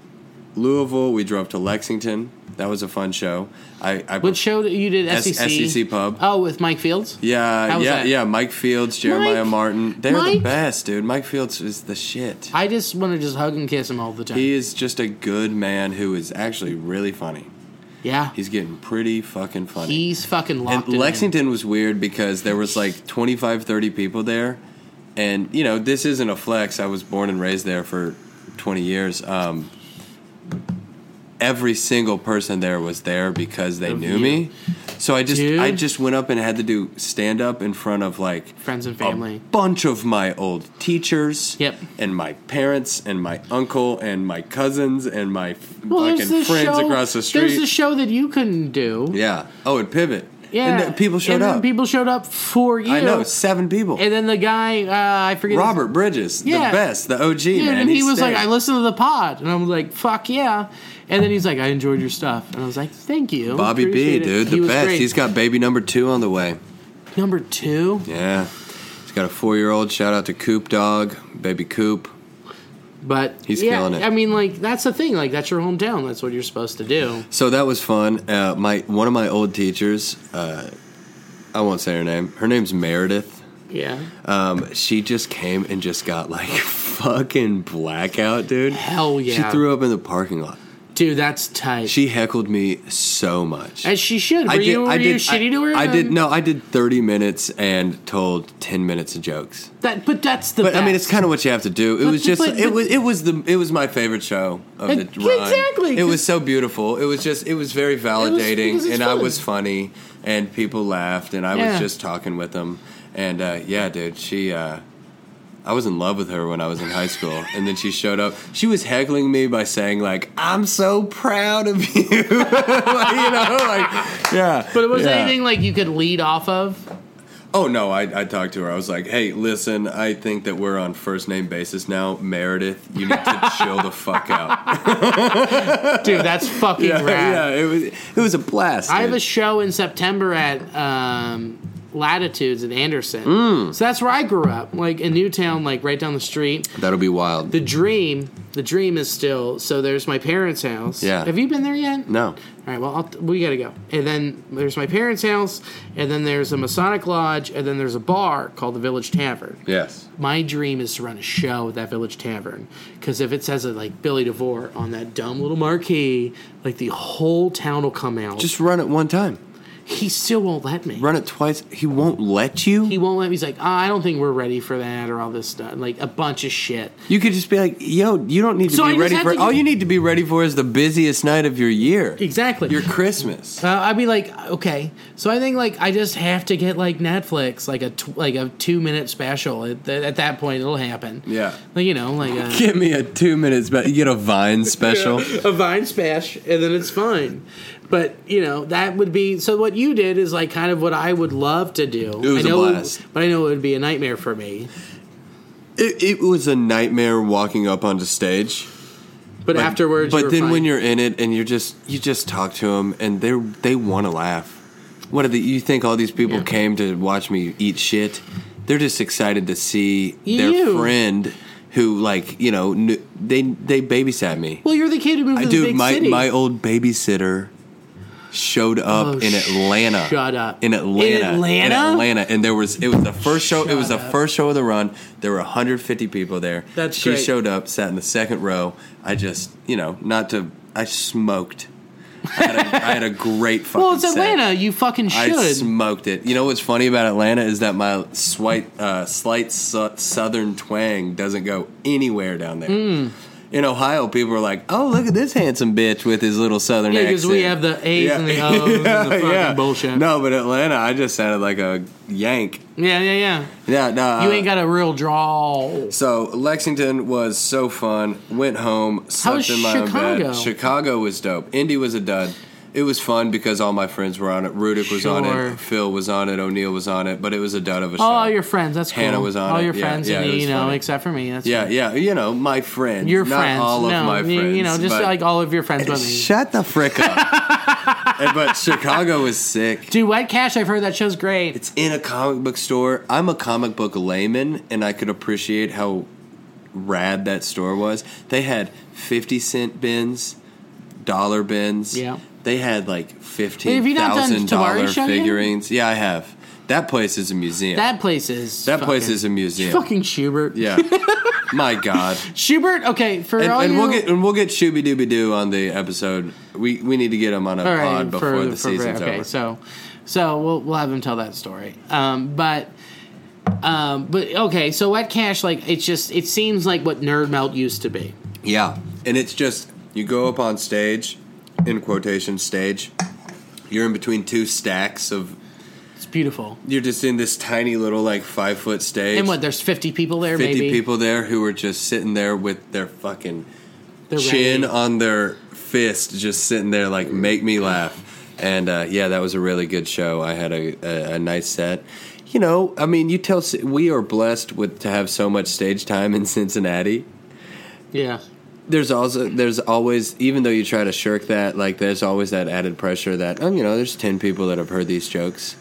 Speaker 3: Louisville, we drove to Lexington. That was a fun show. I, I
Speaker 2: What show that you did?
Speaker 3: S- E
Speaker 2: SEC.
Speaker 3: SEC Pub.
Speaker 2: E Oh, with Mike Fields. How
Speaker 3: Yeah,
Speaker 2: was
Speaker 3: yeah,
Speaker 2: that?
Speaker 3: yeah. Mike Fields, Jeremiah
Speaker 2: Mike-
Speaker 3: Martin. They're the
Speaker 2: Mike-
Speaker 3: best, dude. Mike Fields is the shit.
Speaker 2: I just want to just hug and kiss him all the time.
Speaker 3: He is just a good man who is actually really funny.
Speaker 2: yeah.
Speaker 3: He's getting pretty fucking funny.
Speaker 2: He's fucking
Speaker 3: and
Speaker 2: locked in.
Speaker 3: Lexington was weird because there was like 25, 30 people there. And, you know, this isn't a flex. I was born and raised there for 20 years. Um, every single person there was there because they
Speaker 2: Of
Speaker 3: knew
Speaker 2: you.
Speaker 3: me. So I just
Speaker 2: Dude.
Speaker 3: I just went up and had to do stand up in front of like
Speaker 2: Friends and
Speaker 3: a
Speaker 2: family.
Speaker 3: bunch of my old teachers.
Speaker 2: Yep.
Speaker 3: And my parents and my uncle and my cousins and my f-
Speaker 2: Well, there's
Speaker 3: fucking
Speaker 2: this
Speaker 3: friends
Speaker 2: show,
Speaker 3: across the street.
Speaker 2: There's a show that you couldn't do.
Speaker 3: yeah. Oh, and Pivot.
Speaker 2: Yeah.
Speaker 3: And then people showed
Speaker 2: And then
Speaker 3: up.
Speaker 2: people showed up for you.
Speaker 3: I know, seven people.
Speaker 2: And then the guy, uh, I forget. his-
Speaker 3: Robert Bridges,
Speaker 2: Yeah.
Speaker 3: the best, the OG
Speaker 2: Dude,
Speaker 3: man.
Speaker 2: and he was like,
Speaker 3: stayed.
Speaker 2: I listened to the pod. And I'm like, fuck yeah. And then he's like, I enjoyed your stuff. And I was like, thank you.
Speaker 3: Bobby B,
Speaker 2: Appreciate it."
Speaker 3: dude,
Speaker 2: He
Speaker 3: the
Speaker 2: was
Speaker 3: best.
Speaker 2: great.
Speaker 3: He's got baby number two on the way.
Speaker 2: number two.
Speaker 3: Yeah. He's got a four year old. Shout out to Coop Dog, baby Coop.
Speaker 2: But
Speaker 3: He's
Speaker 2: yeah,
Speaker 3: killing it.
Speaker 2: I mean, like, that's the thing. Like, that's your hometown. That's what you're supposed to do.
Speaker 3: So that was fun. Uh, my one of my old teachers, uh, I won't say her name. Her name's Meredith.
Speaker 2: Yeah.
Speaker 3: Um, she just came and just got like *laughs* fucking blackout, dude.
Speaker 2: Hell yeah.
Speaker 3: She threw up in the parking lot.
Speaker 2: Dude, that's tight.
Speaker 3: She heckled me so much.
Speaker 2: As she should. Were you, were you shitty
Speaker 3: I,
Speaker 2: to her?
Speaker 3: I did.
Speaker 2: Um,
Speaker 3: No, I did thirty minutes and told ten minutes of jokes.
Speaker 2: That, but that's the.
Speaker 3: But I mean, it's
Speaker 2: best.
Speaker 3: kind of what you have to do. It
Speaker 2: But-
Speaker 3: was just.
Speaker 2: but-
Speaker 3: it was. It was the. It was my favorite show of the
Speaker 2: Exactly,
Speaker 3: run. It
Speaker 2: 'cause-
Speaker 3: was so beautiful. It was just. It was very validating,
Speaker 2: because it's
Speaker 3: and I
Speaker 2: fun.
Speaker 3: was funny, and people laughed, and I
Speaker 2: Yeah.
Speaker 3: was just talking with them, and uh, yeah, dude, she. Uh, I was in love with her when I was in high school, and then she showed up. She was heckling me by saying like, "I'm so proud of you," *laughs* Like, you know, like yeah.
Speaker 2: But was
Speaker 3: yeah.
Speaker 2: anything like you could lead off of?
Speaker 3: Oh no, I, I talked to her. I was like, "Hey, listen, I think that we're on first name basis now, Meredith. You need *laughs* to chill the fuck out."
Speaker 2: Dude, that's fucking
Speaker 3: *laughs* yeah,
Speaker 2: rad.
Speaker 3: yeah, it was it was a blast.
Speaker 2: I have
Speaker 3: dude.
Speaker 2: a show in September at um, Latitudes in Anderson.
Speaker 3: Mm.
Speaker 2: So that's where I grew up, like in Newtown, like right down the street.
Speaker 3: That'll be wild.
Speaker 2: The dream, the dream is still. So there's my parents' house.
Speaker 3: Yeah.
Speaker 2: Have you been there yet?
Speaker 3: no,
Speaker 2: All right, well, I'll, we gotta go. And then there's my parents' house, and then there's a Masonic lodge, and then there's a bar called the Village Tavern.
Speaker 3: yes,
Speaker 2: My dream is to run a show at that Village Tavern because if it says it like Billy DeVore on that dumb little marquee, like the whole town will come out.
Speaker 3: just run it one time.
Speaker 2: He still won't let me.
Speaker 3: Run it twice. He won't let you.
Speaker 2: He won't let me. He's like, oh, I don't think we're ready for that or all this stuff. Like a bunch of shit.
Speaker 3: you could just be like, "Yo, you don't need to
Speaker 2: So I
Speaker 3: be
Speaker 2: just
Speaker 3: ready
Speaker 2: have
Speaker 3: for.
Speaker 2: to
Speaker 3: all
Speaker 2: do-
Speaker 3: you need to be ready for is the busiest night of your year,
Speaker 2: Exactly.
Speaker 3: your Christmas."
Speaker 2: Uh, I'd be like, okay. So I think like I just have to get like Netflix, like a tw- like a two minute special. At, th- at that point, it'll happen.
Speaker 3: Yeah.
Speaker 2: Like, you know, like
Speaker 3: *laughs*
Speaker 2: a,
Speaker 3: *laughs* Give me a two minutes, but you get a Vine *laughs* special.
Speaker 2: a Vine smash, and then it's fine. But you know that would be so. What you did is like kind of what I would love to do.
Speaker 3: It was
Speaker 2: I
Speaker 3: a
Speaker 2: know,
Speaker 3: blast.
Speaker 2: but I know it would be a nightmare for me.
Speaker 3: It, it was a nightmare walking up onto stage.
Speaker 2: But, afterwards,
Speaker 3: but
Speaker 2: you were
Speaker 3: then
Speaker 2: fine.
Speaker 3: when you're in it and you're just you just talk to them and they they want to laugh. What are the, you think all these people
Speaker 2: Yeah.
Speaker 3: came to watch me eat shit? They're just excited to see their
Speaker 2: You.
Speaker 3: friend who like you know knew, they they babysat me.
Speaker 2: well, you're the kid who moved
Speaker 3: I
Speaker 2: to the
Speaker 3: do.
Speaker 2: big
Speaker 3: My
Speaker 2: city.
Speaker 3: my old babysitter showed up
Speaker 2: Oh,
Speaker 3: in
Speaker 2: sh-
Speaker 3: Atlanta.
Speaker 2: shut up.
Speaker 3: In Atlanta.
Speaker 2: In Atlanta?
Speaker 3: In Atlanta. And there was it was the first show. it
Speaker 2: Shut
Speaker 3: was the
Speaker 2: up.
Speaker 3: first show of the run. There were 150 people there.
Speaker 2: That's
Speaker 3: she
Speaker 2: great.
Speaker 3: showed up, sat in the second row. I just you know not to. I smoked. I had a, I had a great fucking.
Speaker 2: well, it's
Speaker 3: set.
Speaker 2: Atlanta. You fucking should.
Speaker 3: I smoked it. You know what's funny about Atlanta is that my slight, uh, slight su- southern twang doesn't go anywhere down there.
Speaker 2: Hmm.
Speaker 3: In Ohio, people are like, "Oh, look at this handsome bitch with his little southern
Speaker 2: Yeah,
Speaker 3: accent."
Speaker 2: because we have the A's and
Speaker 3: *laughs*
Speaker 2: the O's and the fucking bullshit.
Speaker 3: No, but Atlanta, I just sounded like a yank.
Speaker 2: Yeah, yeah, yeah.
Speaker 3: Yeah, no.
Speaker 2: You
Speaker 3: uh,
Speaker 2: ain't got a real draw.
Speaker 3: so Lexington was so fun. Went home, slept
Speaker 2: was
Speaker 3: in my own
Speaker 2: Chicago?
Speaker 3: bed. Chicago was dope. Indy was a dud. It was fun because all my friends were on it. Rudick was on
Speaker 2: Sure.
Speaker 3: it. Phil was on it. O'Neill was on it. But it was a dud of a show.
Speaker 2: All your friends. That's
Speaker 3: Hannah
Speaker 2: cool.
Speaker 3: was on
Speaker 2: All
Speaker 3: it.
Speaker 2: your
Speaker 3: Yeah,
Speaker 2: friends,
Speaker 3: yeah,
Speaker 2: and
Speaker 3: it
Speaker 2: you,
Speaker 3: was
Speaker 2: know,
Speaker 3: funny.
Speaker 2: except for me. That's
Speaker 3: Yeah,
Speaker 2: fine.
Speaker 3: yeah. You know, my friends.
Speaker 2: your
Speaker 3: not
Speaker 2: friends.
Speaker 3: all
Speaker 2: no,
Speaker 3: of my
Speaker 2: you-
Speaker 3: friends.
Speaker 2: you know, just
Speaker 3: but-
Speaker 2: like all of your friends, but me.
Speaker 3: Shut the frick up.
Speaker 2: *laughs*
Speaker 3: And- but Chicago was sick.
Speaker 2: Dude, White Cash. I've heard that show's great.
Speaker 3: It's in a comic book store. I'm a comic book layman, and I could appreciate how rad that store was. They had 50 cent bins, dollar bins.
Speaker 2: Yeah.
Speaker 3: They had like
Speaker 2: have you not done
Speaker 3: $15,000
Speaker 2: Tabari show yet?
Speaker 3: figurines. Yeah, I have. That place is a museum. That,
Speaker 2: that place is.
Speaker 3: place
Speaker 2: fucking-
Speaker 3: is a museum.
Speaker 2: Fucking Schubert. *laughs*
Speaker 3: Yeah. My God.
Speaker 2: Schubert. Okay, for
Speaker 3: And,
Speaker 2: all
Speaker 3: and
Speaker 2: you.
Speaker 3: we'll get and we'll get Shooby Dooby Doo on the episode. We we need to get him on a
Speaker 2: all right,
Speaker 3: pod before
Speaker 2: for,
Speaker 3: the
Speaker 2: for-
Speaker 3: season's
Speaker 2: okay,
Speaker 3: over.
Speaker 2: so, so we'll we'll have him tell that story. Um, but. Um, but okay, so Wet Cash, like it's just it seems like what Nerd Melt used to be.
Speaker 3: Yeah. And it's just you go up on stage, in quotation stage, you're in between two stacks of
Speaker 2: It's beautiful.
Speaker 3: you're just in this tiny little like five foot stage.
Speaker 2: And what? There's 50 people there.
Speaker 3: fifty
Speaker 2: maybe
Speaker 3: people there who are just sitting there with their fucking
Speaker 2: They're
Speaker 3: chin
Speaker 2: ready.
Speaker 3: on their fist, just sitting there like make me laugh. And uh, yeah, that was a really good show. I had a, a, a nice set. You know, I mean, you tell s- we are blessed with to have so much stage time in Cincinnati.
Speaker 2: Yeah.
Speaker 3: there's also there's always even though you try to shirk that like there's always that added pressure that oh you know there's 10 people that have heard these jokes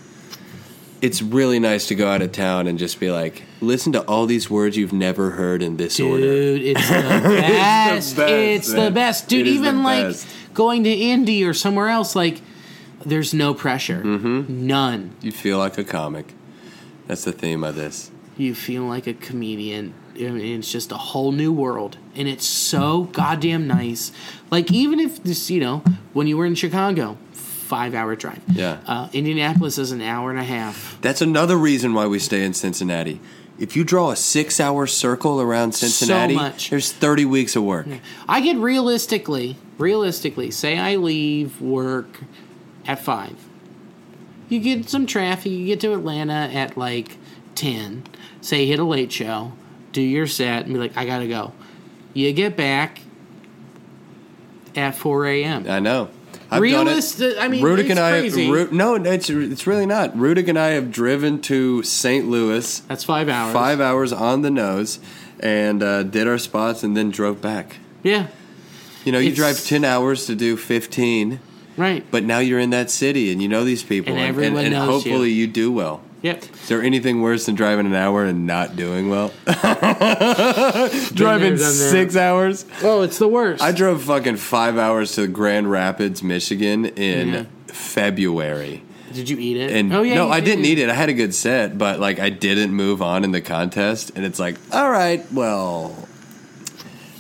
Speaker 3: it's really nice to go out of town and just be like listen to all these words you've never heard in this order
Speaker 2: Dude,
Speaker 3: *laughs*
Speaker 2: it's the best. it's the best,
Speaker 3: man.
Speaker 2: dude.
Speaker 3: It is
Speaker 2: even
Speaker 3: the
Speaker 2: like
Speaker 3: best.
Speaker 2: going to Indy or somewhere else, like there's no pressure,
Speaker 3: Mm-hmm.
Speaker 2: none.
Speaker 3: you feel like a comic that's the theme of this
Speaker 2: You feel like a comedian. I mean, It's just a whole new world, and it's so goddamn nice. Like even if this, you know, when you were in Chicago, five hour drive.
Speaker 3: Yeah.
Speaker 2: Uh, Indianapolis is an hour and a half.
Speaker 3: that's another reason why we stay in cincinnati if you draw a six hour circle around cincinnati
Speaker 2: much.
Speaker 3: there's 30 weeks of work
Speaker 2: I get realistically, realistically, say I leave work at five. You get some traffic, you get to Atlanta at like 10. Say, hit a late show, do your set, and be like, I gotta go. You get back at 4 a.m.
Speaker 3: I know. I've
Speaker 2: Realist-
Speaker 3: done it.
Speaker 2: I mean,
Speaker 3: Rudick
Speaker 2: it's
Speaker 3: and I.
Speaker 2: crazy.
Speaker 3: Ru- no, it's it's really not. Rudick and I have driven to St. Louis,
Speaker 2: That's five hours.
Speaker 3: five hours on the nose, and uh, did our spots, and then drove back.
Speaker 2: Yeah,
Speaker 3: You know, you
Speaker 2: It's-
Speaker 3: drive ten hours to do fifteen,
Speaker 2: right.
Speaker 3: but now you're in that city, and you know these people,
Speaker 2: And everyone
Speaker 3: and
Speaker 2: knows you.
Speaker 3: hopefully you do well.
Speaker 2: Yep.
Speaker 3: Is there anything worse than driving an hour and not doing well? *laughs* driving
Speaker 2: done that.
Speaker 3: six hours.
Speaker 2: Oh, it's the worst.
Speaker 3: I drove fucking five hours to Grand Rapids, Michigan in
Speaker 2: Yeah.
Speaker 3: February.
Speaker 2: Did you eat it?
Speaker 3: And
Speaker 2: oh, yeah.
Speaker 3: no,
Speaker 2: you
Speaker 3: I
Speaker 2: did.
Speaker 3: didn't eat it. I had a good set, but like I didn't move on in the contest. And it's like, all right, well,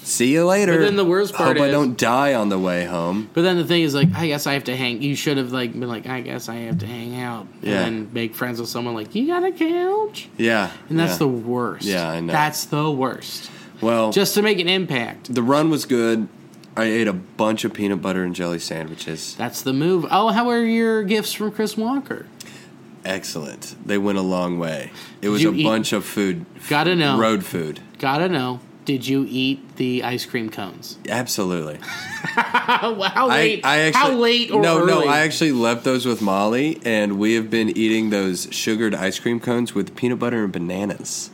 Speaker 3: See you later.
Speaker 2: But then the worst part
Speaker 3: Hope I
Speaker 2: is-
Speaker 3: don't die on the way home.
Speaker 2: But then the thing is, like, I guess I have to hang. You should have like been like, I guess I have to hang out
Speaker 3: Yeah.
Speaker 2: and then make friends with someone. Like, you got a couch,
Speaker 3: Yeah,
Speaker 2: and that's
Speaker 3: yeah.
Speaker 2: the worst.
Speaker 3: Yeah, I know.
Speaker 2: That's the worst.
Speaker 3: well.
Speaker 2: Just to make an impact.
Speaker 3: the run was good. I ate a bunch of peanut butter and jelly sandwiches.
Speaker 2: That's the move. Oh, how are your gifts from Chris Walker?
Speaker 3: Excellent. They went a long way. It was
Speaker 2: you
Speaker 3: a
Speaker 2: eat-
Speaker 3: bunch of food.
Speaker 2: Gotta know.
Speaker 3: Road food.
Speaker 2: Gotta know. Did you eat the ice cream cones? *laughs*
Speaker 3: Absolutely.
Speaker 2: Oh, wow, how
Speaker 3: I,
Speaker 2: late?
Speaker 3: I actually,
Speaker 2: how late or
Speaker 3: no,
Speaker 2: early?
Speaker 3: no. I actually left those with Molly, and we have been eating those sugared ice cream cones with peanut butter and bananas.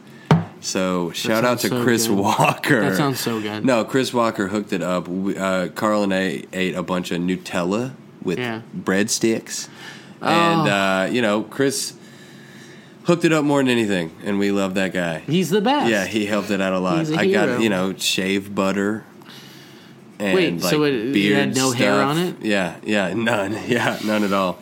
Speaker 3: So shout out
Speaker 2: sounds
Speaker 3: to
Speaker 2: so
Speaker 3: Chris
Speaker 2: good.
Speaker 3: Walker.
Speaker 2: That sounds so good.
Speaker 3: No, Chris Walker hooked it up. We, uh, Carl and I ate a bunch of Nutella with
Speaker 2: Yeah. Oh.
Speaker 3: breadsticks, and uh, you know Chris hooked it up more than anything, and we love that guy.
Speaker 2: He's the best.
Speaker 3: Yeah, he helped it out a lot.
Speaker 2: He's a
Speaker 3: I
Speaker 2: hero.
Speaker 3: got you know shave butter. And
Speaker 2: Wait, so it- it had no hair on it?
Speaker 3: Yeah, yeah, none. *laughs* Yeah, none at all.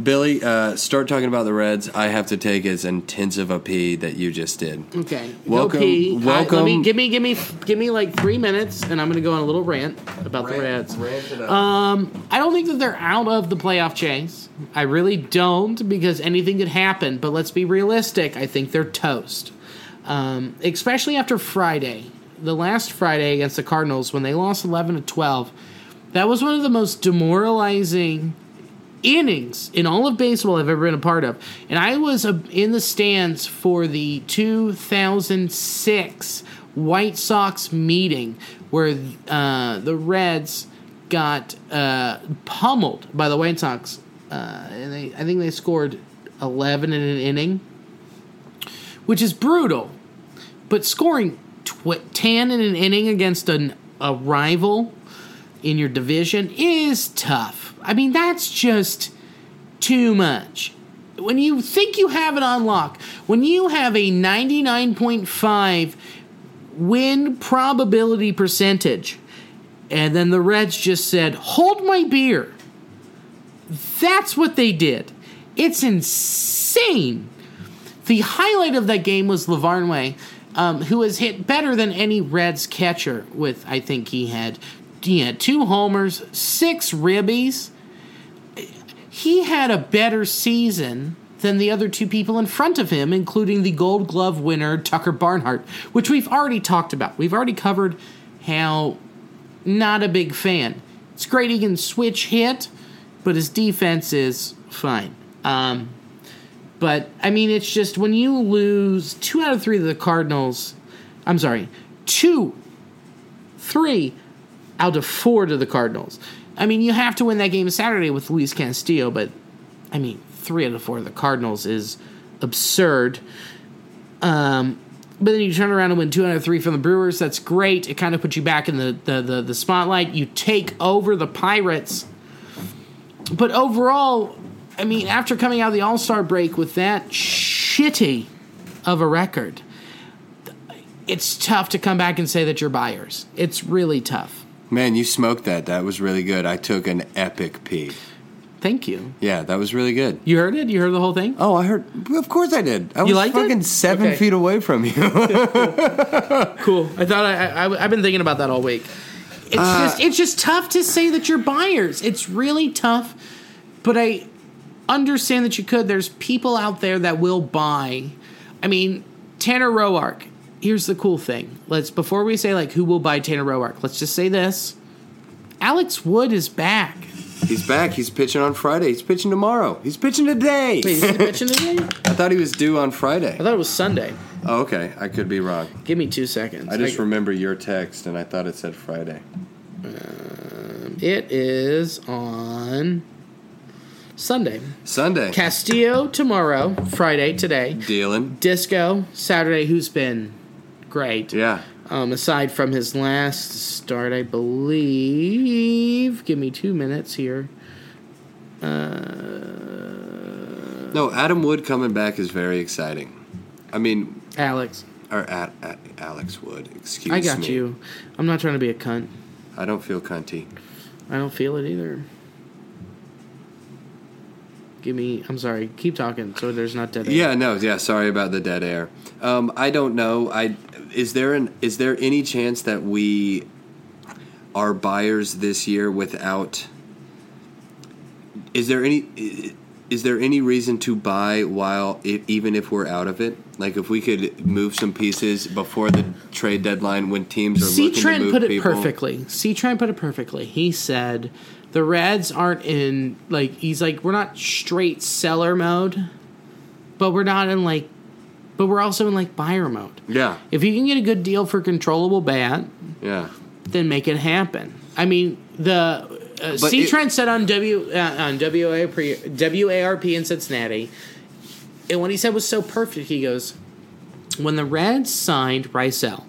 Speaker 3: Billy, uh, start talking about the Reds. I have to take as intensive a pee that you just did.
Speaker 2: Okay. Go
Speaker 3: Welcome-
Speaker 2: pee. I, let me
Speaker 3: welcome-
Speaker 2: give me give me give me like three minutes, and I'm gonna go on a little rant about the Reds. Um, I don't think that they're out of the playoff chase. I really don't because anything could happen. But let's be realistic. I think they're toast, um, especially after Friday, the last Friday against the Cardinals when they lost eleven to twelve. That was one of the most demoralizing innings in all of baseball I've ever been a part of. And I was uh, in the stands for the 2006 White Sox meeting where uh, the Reds got uh, pummeled by the White Sox. Uh, and they, I think they scored 11 in an inning, which is brutal. But scoring tw- 10 in an inning against an, a rival in your division is tough. I mean, that's just too much. When you think you have it on lock, when you have a 99.5 win probability percentage, and then the Reds just said, hold my beer. That's what they did. It's insane. The highlight of that game was LaVarnway, um, who has hit better than any Reds catcher with, I think he had, he had two homers, six ribbies. He had a better season than the other two people in front of him, including the Gold Glove winner Tucker Barnhart, which we've already talked about. We've already covered how not a big fan. It's great he can switch hit, but his defense is fine. Um, but I mean, it's just when you lose two out of three to the Cardinals, I'm sorry, two, three out of four to the Cardinals. I mean, you have to win that game Saturday with Luis Castillo, but I mean, three out of four to the Cardinals is absurd. Um, but then you turn around and win two out of three from the Brewers. That's great. It kind of puts you back in the, the, the, the spotlight. You take over the Pirates but overall, I mean, after coming out of the All Star break with that shitty of a record, it's tough to come back and say that you're buyers. It's really tough.
Speaker 3: Man, you smoked that. That was really good. I took an epic pee.
Speaker 2: Thank you.
Speaker 3: Yeah, that was really good.
Speaker 2: You heard it. You heard the whole thing.
Speaker 3: Oh, I heard. Of course, I did. I was
Speaker 2: liked it?
Speaker 3: fucking seven
Speaker 2: Okay.
Speaker 3: feet away from you. *laughs*
Speaker 2: Cool. I thought I, I, have been thinking about that all week. It's just it's just tough to say that you're buyers. It's really tough, but I understand that you could. There's people out there that will buy. I mean, Tanner Roark. Here's the cool thing. Let's before we say like who will buy Tanner Roark. Let's just say this: Alex Wood is back.
Speaker 3: He's back. He's pitching on Friday. He's pitching tomorrow. He's pitching today.
Speaker 2: Wait, is he pitching today?
Speaker 3: *laughs* I thought he was due on Friday.
Speaker 2: I thought it was Sunday.
Speaker 3: Oh, okay, I could be wrong.
Speaker 2: Give me two seconds.
Speaker 3: I just remember your text, and I thought it said Friday.
Speaker 2: it is on Sunday.
Speaker 3: Sunday.
Speaker 2: Castillo tomorrow, Friday today.
Speaker 3: Dealing.
Speaker 2: Disco Saturday, who's been great.
Speaker 3: Yeah.
Speaker 2: Um, aside from his last start, I believe. Give me two minutes here.
Speaker 3: No, Adam Wood coming back is very exciting. I mean,
Speaker 2: Alex,
Speaker 3: or at, at Alex Wood. Excuse me.
Speaker 2: I got you. I'm not trying to be a cunt.
Speaker 3: I don't feel cunty.
Speaker 2: I don't feel it either. Give me. I'm sorry. Keep talking. So there's not dead. air.
Speaker 3: Yeah, no, yeah. Sorry about the dead air. Um, I don't know. I is there an is there any chance that we are buyers this year without? Is there any i- is there any reason to buy while i even if we're out of it? Like if we could move some pieces before the trade deadline when teams are
Speaker 2: C.
Speaker 3: looking to
Speaker 2: Trent
Speaker 3: move
Speaker 2: put it
Speaker 3: people.
Speaker 2: perfectly. C. Trent put it perfectly. He said the Reds aren't in like he's like we're not straight seller mode, but we're not in like, but we're also in like buyer mode.
Speaker 3: Yeah,
Speaker 2: If you can get a good deal for controllable bat,
Speaker 3: yeah.
Speaker 2: then make it happen. I mean, the uh, C
Speaker 3: it-
Speaker 2: Trent said on W uh, on WARP, WARP in Cincinnati, and what he said was so perfect. He goes, when the Reds signed Rysel,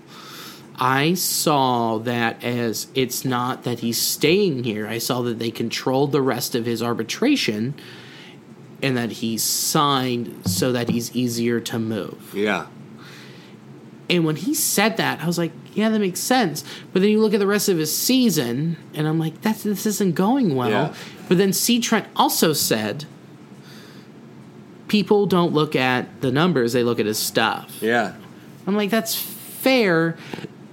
Speaker 2: I saw that as it's not that he's staying here. I saw that they controlled the rest of his arbitration, and that he's signed so that he's easier to move.
Speaker 3: Yeah.
Speaker 2: And when he said that, I was like, yeah, that makes sense. But then you look at the rest of his season, and I'm like, that's, this isn't going well.
Speaker 3: Yeah.
Speaker 2: But then C. Trent also said, people don't look at the numbers, they look at his stuff.
Speaker 3: Yeah.
Speaker 2: I'm like, that's fair,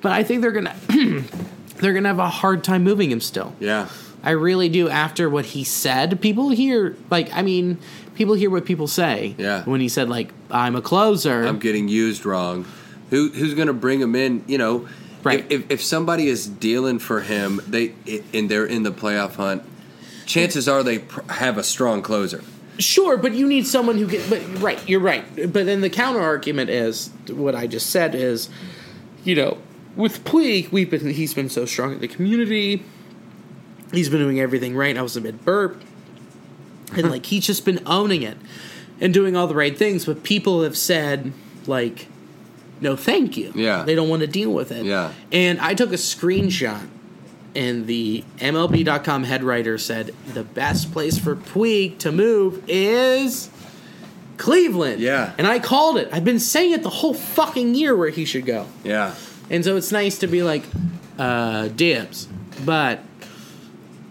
Speaker 2: but I think they're going to. *clears throat* They're gonna have a hard time moving him still.
Speaker 3: Yeah.
Speaker 2: I really do. After what he said, people hear like I mean, people hear what people say.
Speaker 3: Yeah.
Speaker 2: When he said like I'm a closer,
Speaker 3: I'm getting used wrong. Who who's going to bring him in? You know,
Speaker 2: Right.
Speaker 3: If, if, if somebody is dealing for him, they i- and they're in the playoff hunt. Chances are they pr- have a strong closer.
Speaker 2: Sure, but you need someone who can. But right, you're right. But then the counter argument is what I just said is, you know, with Puig, we've been he's been so strong in the community. He's been doing everything right. I was a bit burp, and like he's just been owning it and doing all the right things. But people have said like, no, thank you.
Speaker 3: Yeah.
Speaker 2: they don't want to deal with it.
Speaker 3: Yeah.
Speaker 2: and I took a screenshot and the MLB.com head writer said the best place for Puig to move is Cleveland.
Speaker 3: Yeah.
Speaker 2: And I called it. I've been saying it the whole fucking year where he should go.
Speaker 3: Yeah,
Speaker 2: And so it's nice to be like, uh, dibs. But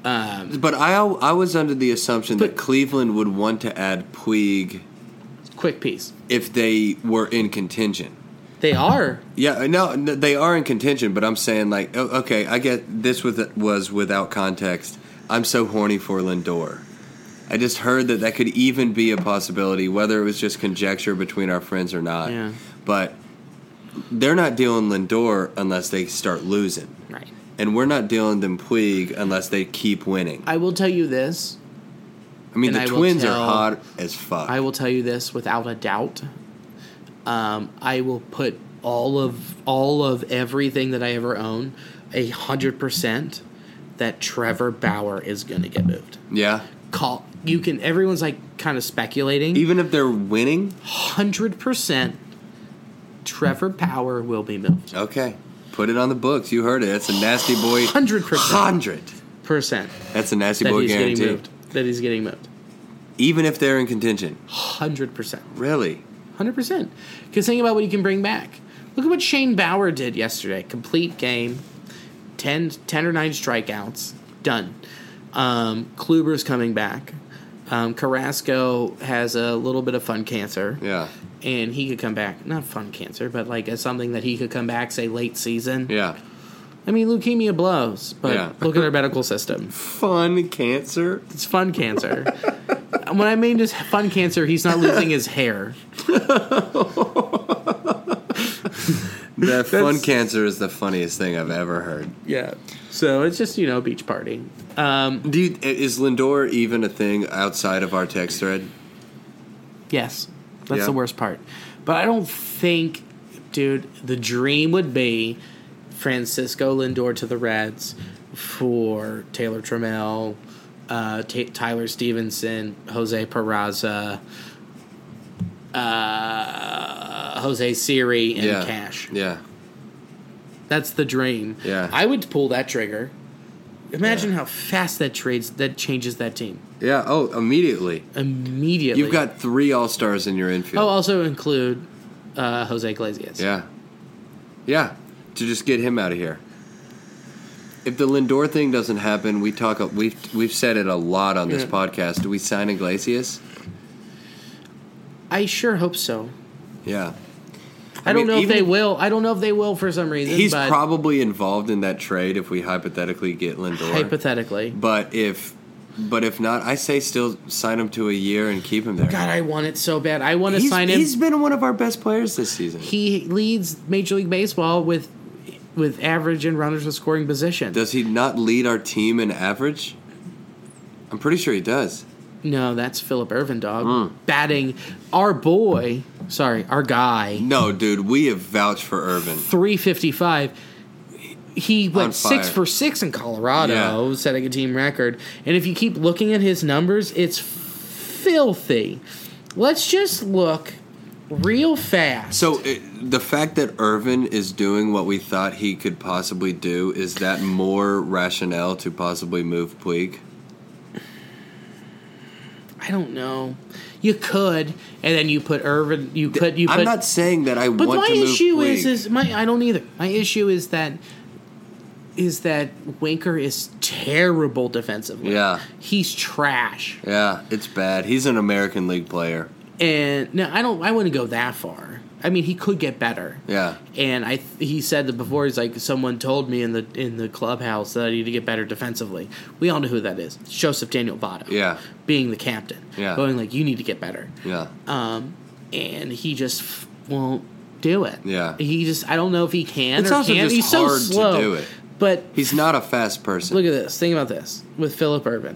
Speaker 3: but I al- I was under the assumption that
Speaker 2: But-
Speaker 3: Cleveland would want to add Puig
Speaker 2: quick piece.
Speaker 3: if they were in contention.
Speaker 2: They are.
Speaker 3: Yeah, uh, no, no, they are in contention, but I'm saying like, oh, okay, I get this with was without context. I'm so horny for Lindor. I just heard that that could even be a possibility, whether it was just conjecture between our friends or not.
Speaker 2: Yeah.
Speaker 3: But they're not dealing Lindor unless they start losing,
Speaker 2: Right.
Speaker 3: and we're not dealing them Puig unless they keep winning. I,
Speaker 2: I will tell you this.
Speaker 3: mean,
Speaker 2: and
Speaker 3: the
Speaker 2: I will
Speaker 3: Twins
Speaker 2: tell-
Speaker 3: are hot as fuck.
Speaker 2: I will tell you this without a doubt. Um, I will put all of all of everything that I ever own, a hundred percent, that Trevor Bauer is going to get moved.
Speaker 3: yeah,
Speaker 2: Call you can. Everyone's like kind of speculating.
Speaker 3: even if they're winning,
Speaker 2: Hundred percent, Trevor Bauer will be moved.
Speaker 3: okay, put it on the books. You heard it. That's a nasty boy.
Speaker 2: Hundred percent
Speaker 3: Hundred.
Speaker 2: percent
Speaker 3: That's a nasty
Speaker 2: that
Speaker 3: boy
Speaker 2: he's
Speaker 3: guarantee.
Speaker 2: getting moved. That he's getting moved.
Speaker 3: Even if they're in contention.
Speaker 2: Hundred percent.
Speaker 3: Really?
Speaker 2: Hundred percent. Because think about what you can bring back. Look at what Shane Bauer did yesterday. Complete game, 10, 10 or nine strikeouts. Done. Um, Kluber's coming back. Um, Carrasco has a little bit of fun cancer,
Speaker 3: Yeah.
Speaker 2: and he could come back. Not fun cancer, but like as something that he could come back, say late season.
Speaker 3: Yeah.
Speaker 2: I mean, leukemia blows, but
Speaker 3: Yeah.
Speaker 2: look at our medical system.
Speaker 3: Fun cancer.
Speaker 2: It's fun cancer. *laughs* when I mean just fun cancer, he's not losing his hair.
Speaker 3: That fun cancer is the funniest thing I've ever heard.
Speaker 2: Yeah. So it's just, you know, beach party. Um,
Speaker 3: Do you, is Lindor even a thing outside of our text thread?
Speaker 2: yes. That's
Speaker 3: Yeah.
Speaker 2: the worst part. But I don't think, dude, the dream would be Francisco Lindor to the Reds for Taylor Trammell, uh, Ta Tyler Stevenson, Jose Peraza, uh, Jose Siri, and
Speaker 3: yeah.
Speaker 2: Cash.
Speaker 3: Yeah.
Speaker 2: That's the dream.
Speaker 3: Yeah.
Speaker 2: I would pull that trigger. Imagine how fast that trades that changes that team
Speaker 3: Yeah. Oh, immediately.
Speaker 2: immediately.
Speaker 3: You've got three all stars in your infield.
Speaker 2: Oh, also include uh, Jose Iglesias.
Speaker 3: yeah. Yeah. To just get him out of here. If the Lindor thing doesn't happen, we talk. We've we've said it a lot on this
Speaker 2: Yeah.
Speaker 3: podcast. Do we sign Iglesias?
Speaker 2: I sure hope so.
Speaker 3: Yeah,
Speaker 2: I, don't
Speaker 3: mean,
Speaker 2: know if
Speaker 3: even
Speaker 2: they
Speaker 3: if-
Speaker 2: will. I don't know if they will for some reason.
Speaker 3: he's
Speaker 2: but
Speaker 3: probably involved in that trade if we hypothetically get Lindor.
Speaker 2: hypothetically.
Speaker 3: but if but if not, I say still sign him to a year and keep him there.
Speaker 2: God, I want it so bad. I want to
Speaker 3: he's,
Speaker 2: sign him.
Speaker 3: he's been one of our best players this season.
Speaker 2: He leads Major League Baseball with with average and runners in scoring position.
Speaker 3: Does he not lead our team in average? I'm pretty sure he does.
Speaker 2: no, that's Philip Irvin, dog.
Speaker 3: Hmm.
Speaker 2: Batting our boy, sorry, our guy.
Speaker 3: No, dude, we have vouched for Urban.
Speaker 2: 355. He went
Speaker 3: On
Speaker 2: six
Speaker 3: fire.
Speaker 2: for six in Colorado,
Speaker 3: Yeah.
Speaker 2: setting a team record. And if you keep looking at his numbers, it's filthy. Let's just look real fast.
Speaker 3: So it, the fact that Irvin is doing what we thought he could possibly do is that more rationale to possibly move Puig?
Speaker 2: I don't know. You could, and then you put Irvin. You could. You put.
Speaker 3: I'm not saying that I
Speaker 2: but
Speaker 3: want
Speaker 2: my
Speaker 3: to move
Speaker 2: issue is,
Speaker 3: Puig.
Speaker 2: is my. I don't either. My issue is that, is that Winker is terrible defensively.
Speaker 3: Yeah.
Speaker 2: he's trash.
Speaker 3: yeah, it's bad. He's an American League player.
Speaker 2: And no, I don't. I wouldn't go that far. I mean, he could get better.
Speaker 3: Yeah,
Speaker 2: And I, he said that before. He's like, someone told me in the in the clubhouse that I need to get better defensively. We all know who that is. It's Joseph Daniel Votto.
Speaker 3: Yeah.
Speaker 2: being the captain.
Speaker 3: Yeah.
Speaker 2: going like, you need to get better.
Speaker 3: yeah.
Speaker 2: um, and he just f- won't do it.
Speaker 3: Yeah.
Speaker 2: he just I don't know if he can.
Speaker 3: It's
Speaker 2: or
Speaker 3: also
Speaker 2: can't.
Speaker 3: just
Speaker 2: He's
Speaker 3: hard to
Speaker 2: so slow,
Speaker 3: do it.
Speaker 2: But
Speaker 3: He's not a fast person.
Speaker 2: look at this. Think about this with Philip Irvin.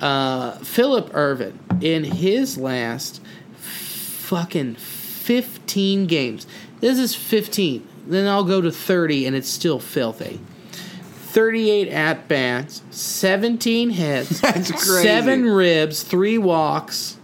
Speaker 2: Uh, Philip Irvin in his last fucking fifteen games. This is fifteen. Then I'll go to thirty, and it's still filthy. Thirty-eight at bats, seventeen hits,
Speaker 3: *laughs* That's crazy.
Speaker 2: seven ribs, three walks,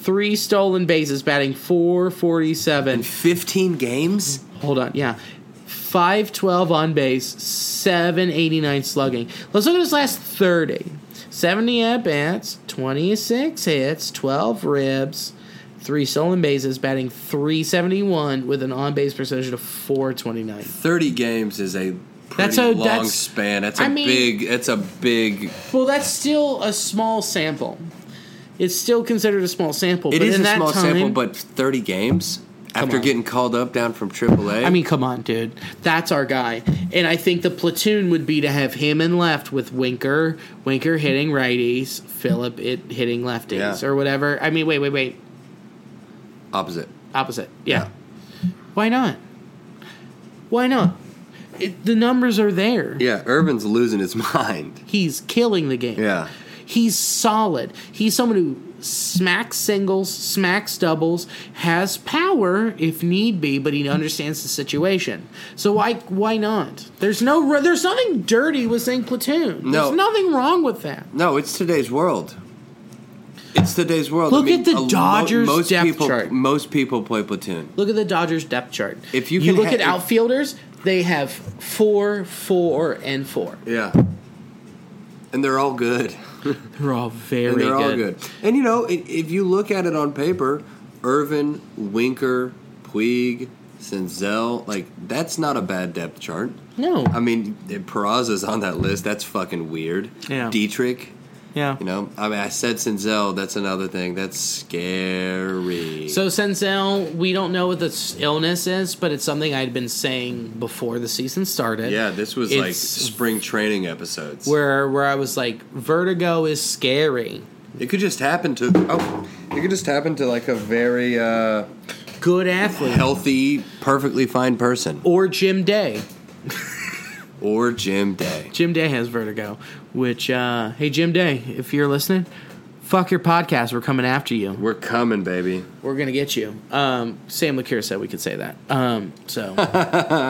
Speaker 2: three stolen bases, batting four forty-seven.
Speaker 3: 15 games?
Speaker 2: Hold on, yeah. 512 on base, 789 slugging. Let's look at his last 30. 70 at bats, 26 hits, 12 ribs, 3 stolen bases, batting 371 with an on base percentage of 429.
Speaker 3: 30 games is a pretty
Speaker 2: That's a-
Speaker 3: long
Speaker 2: that's-
Speaker 3: span. That's a
Speaker 2: I mean-
Speaker 3: big that's a big
Speaker 2: Well, that's still a small sample. It's still considered a small sample.
Speaker 3: It
Speaker 2: but
Speaker 3: is
Speaker 2: in
Speaker 3: a
Speaker 2: that
Speaker 3: small
Speaker 2: time,
Speaker 3: sample, but 30 games after
Speaker 2: on.
Speaker 3: getting called up down from AAA.
Speaker 2: I mean, come on, dude. That's our guy. And I think the platoon would be to have him in left with Winker, Winker hitting righties, Phillip it hitting lefties
Speaker 3: Yeah.
Speaker 2: or whatever. I mean, wait, wait, wait.
Speaker 3: opposite.
Speaker 2: Opposite. Yeah. Why not? Why not? It, the numbers are there.
Speaker 3: Yeah, Urban's losing his *laughs* mind.
Speaker 2: He's killing the game.
Speaker 3: Yeah.
Speaker 2: He's solid. He's someone who smacks singles, smacks doubles, has power if need be, but he understands the situation. So why why not? There's no there's nothing dirty with saying platoon.
Speaker 3: No.
Speaker 2: There's nothing wrong with that.
Speaker 3: No, it's today's world. It's today's world. I
Speaker 2: Look
Speaker 3: mean,
Speaker 2: at the
Speaker 3: a lo-
Speaker 2: Dodgers
Speaker 3: most
Speaker 2: depth
Speaker 3: people,
Speaker 2: chart.
Speaker 3: Most people play platoon.
Speaker 2: Look at the Dodgers depth chart.
Speaker 3: If you
Speaker 2: you
Speaker 3: can
Speaker 2: look
Speaker 3: ha-
Speaker 2: at outfielders, they have four, four, and four.
Speaker 3: Yeah. And they're all good.
Speaker 2: They're all very
Speaker 3: And they're
Speaker 2: good.
Speaker 3: all good. And you know, i if you look at it on paper, Irvin, Winker, Puig, Senzel, like that's not a bad depth chart.
Speaker 2: No.
Speaker 3: I mean, Peraza's on that list. That's fucking weird.
Speaker 2: Yeah.
Speaker 3: Dietrich.
Speaker 2: yeah.
Speaker 3: You know, I mean, I said Senzel. That's another thing. That's scary.
Speaker 2: So Senzel, we don't know what this illness is, but it's something I'd been saying before the season started.
Speaker 3: yeah, this was like
Speaker 2: It's
Speaker 3: spring training episodes.
Speaker 2: where where I was like, vertigo is scary.
Speaker 3: it could just happen to. Oh, it could just happen to like a very uh,
Speaker 2: Good athlete
Speaker 3: healthy, perfectly fine person
Speaker 2: or Jim Day.
Speaker 3: or Jim Day.
Speaker 2: Jim Day has vertigo. Which uh, hey Jim Day, if you're listening, fuck your podcast. We're coming after you.
Speaker 3: We're coming, baby.
Speaker 2: We're gonna get you. Um, Sam LaCure said we could say that. Um,
Speaker 3: *laughs*
Speaker 2: so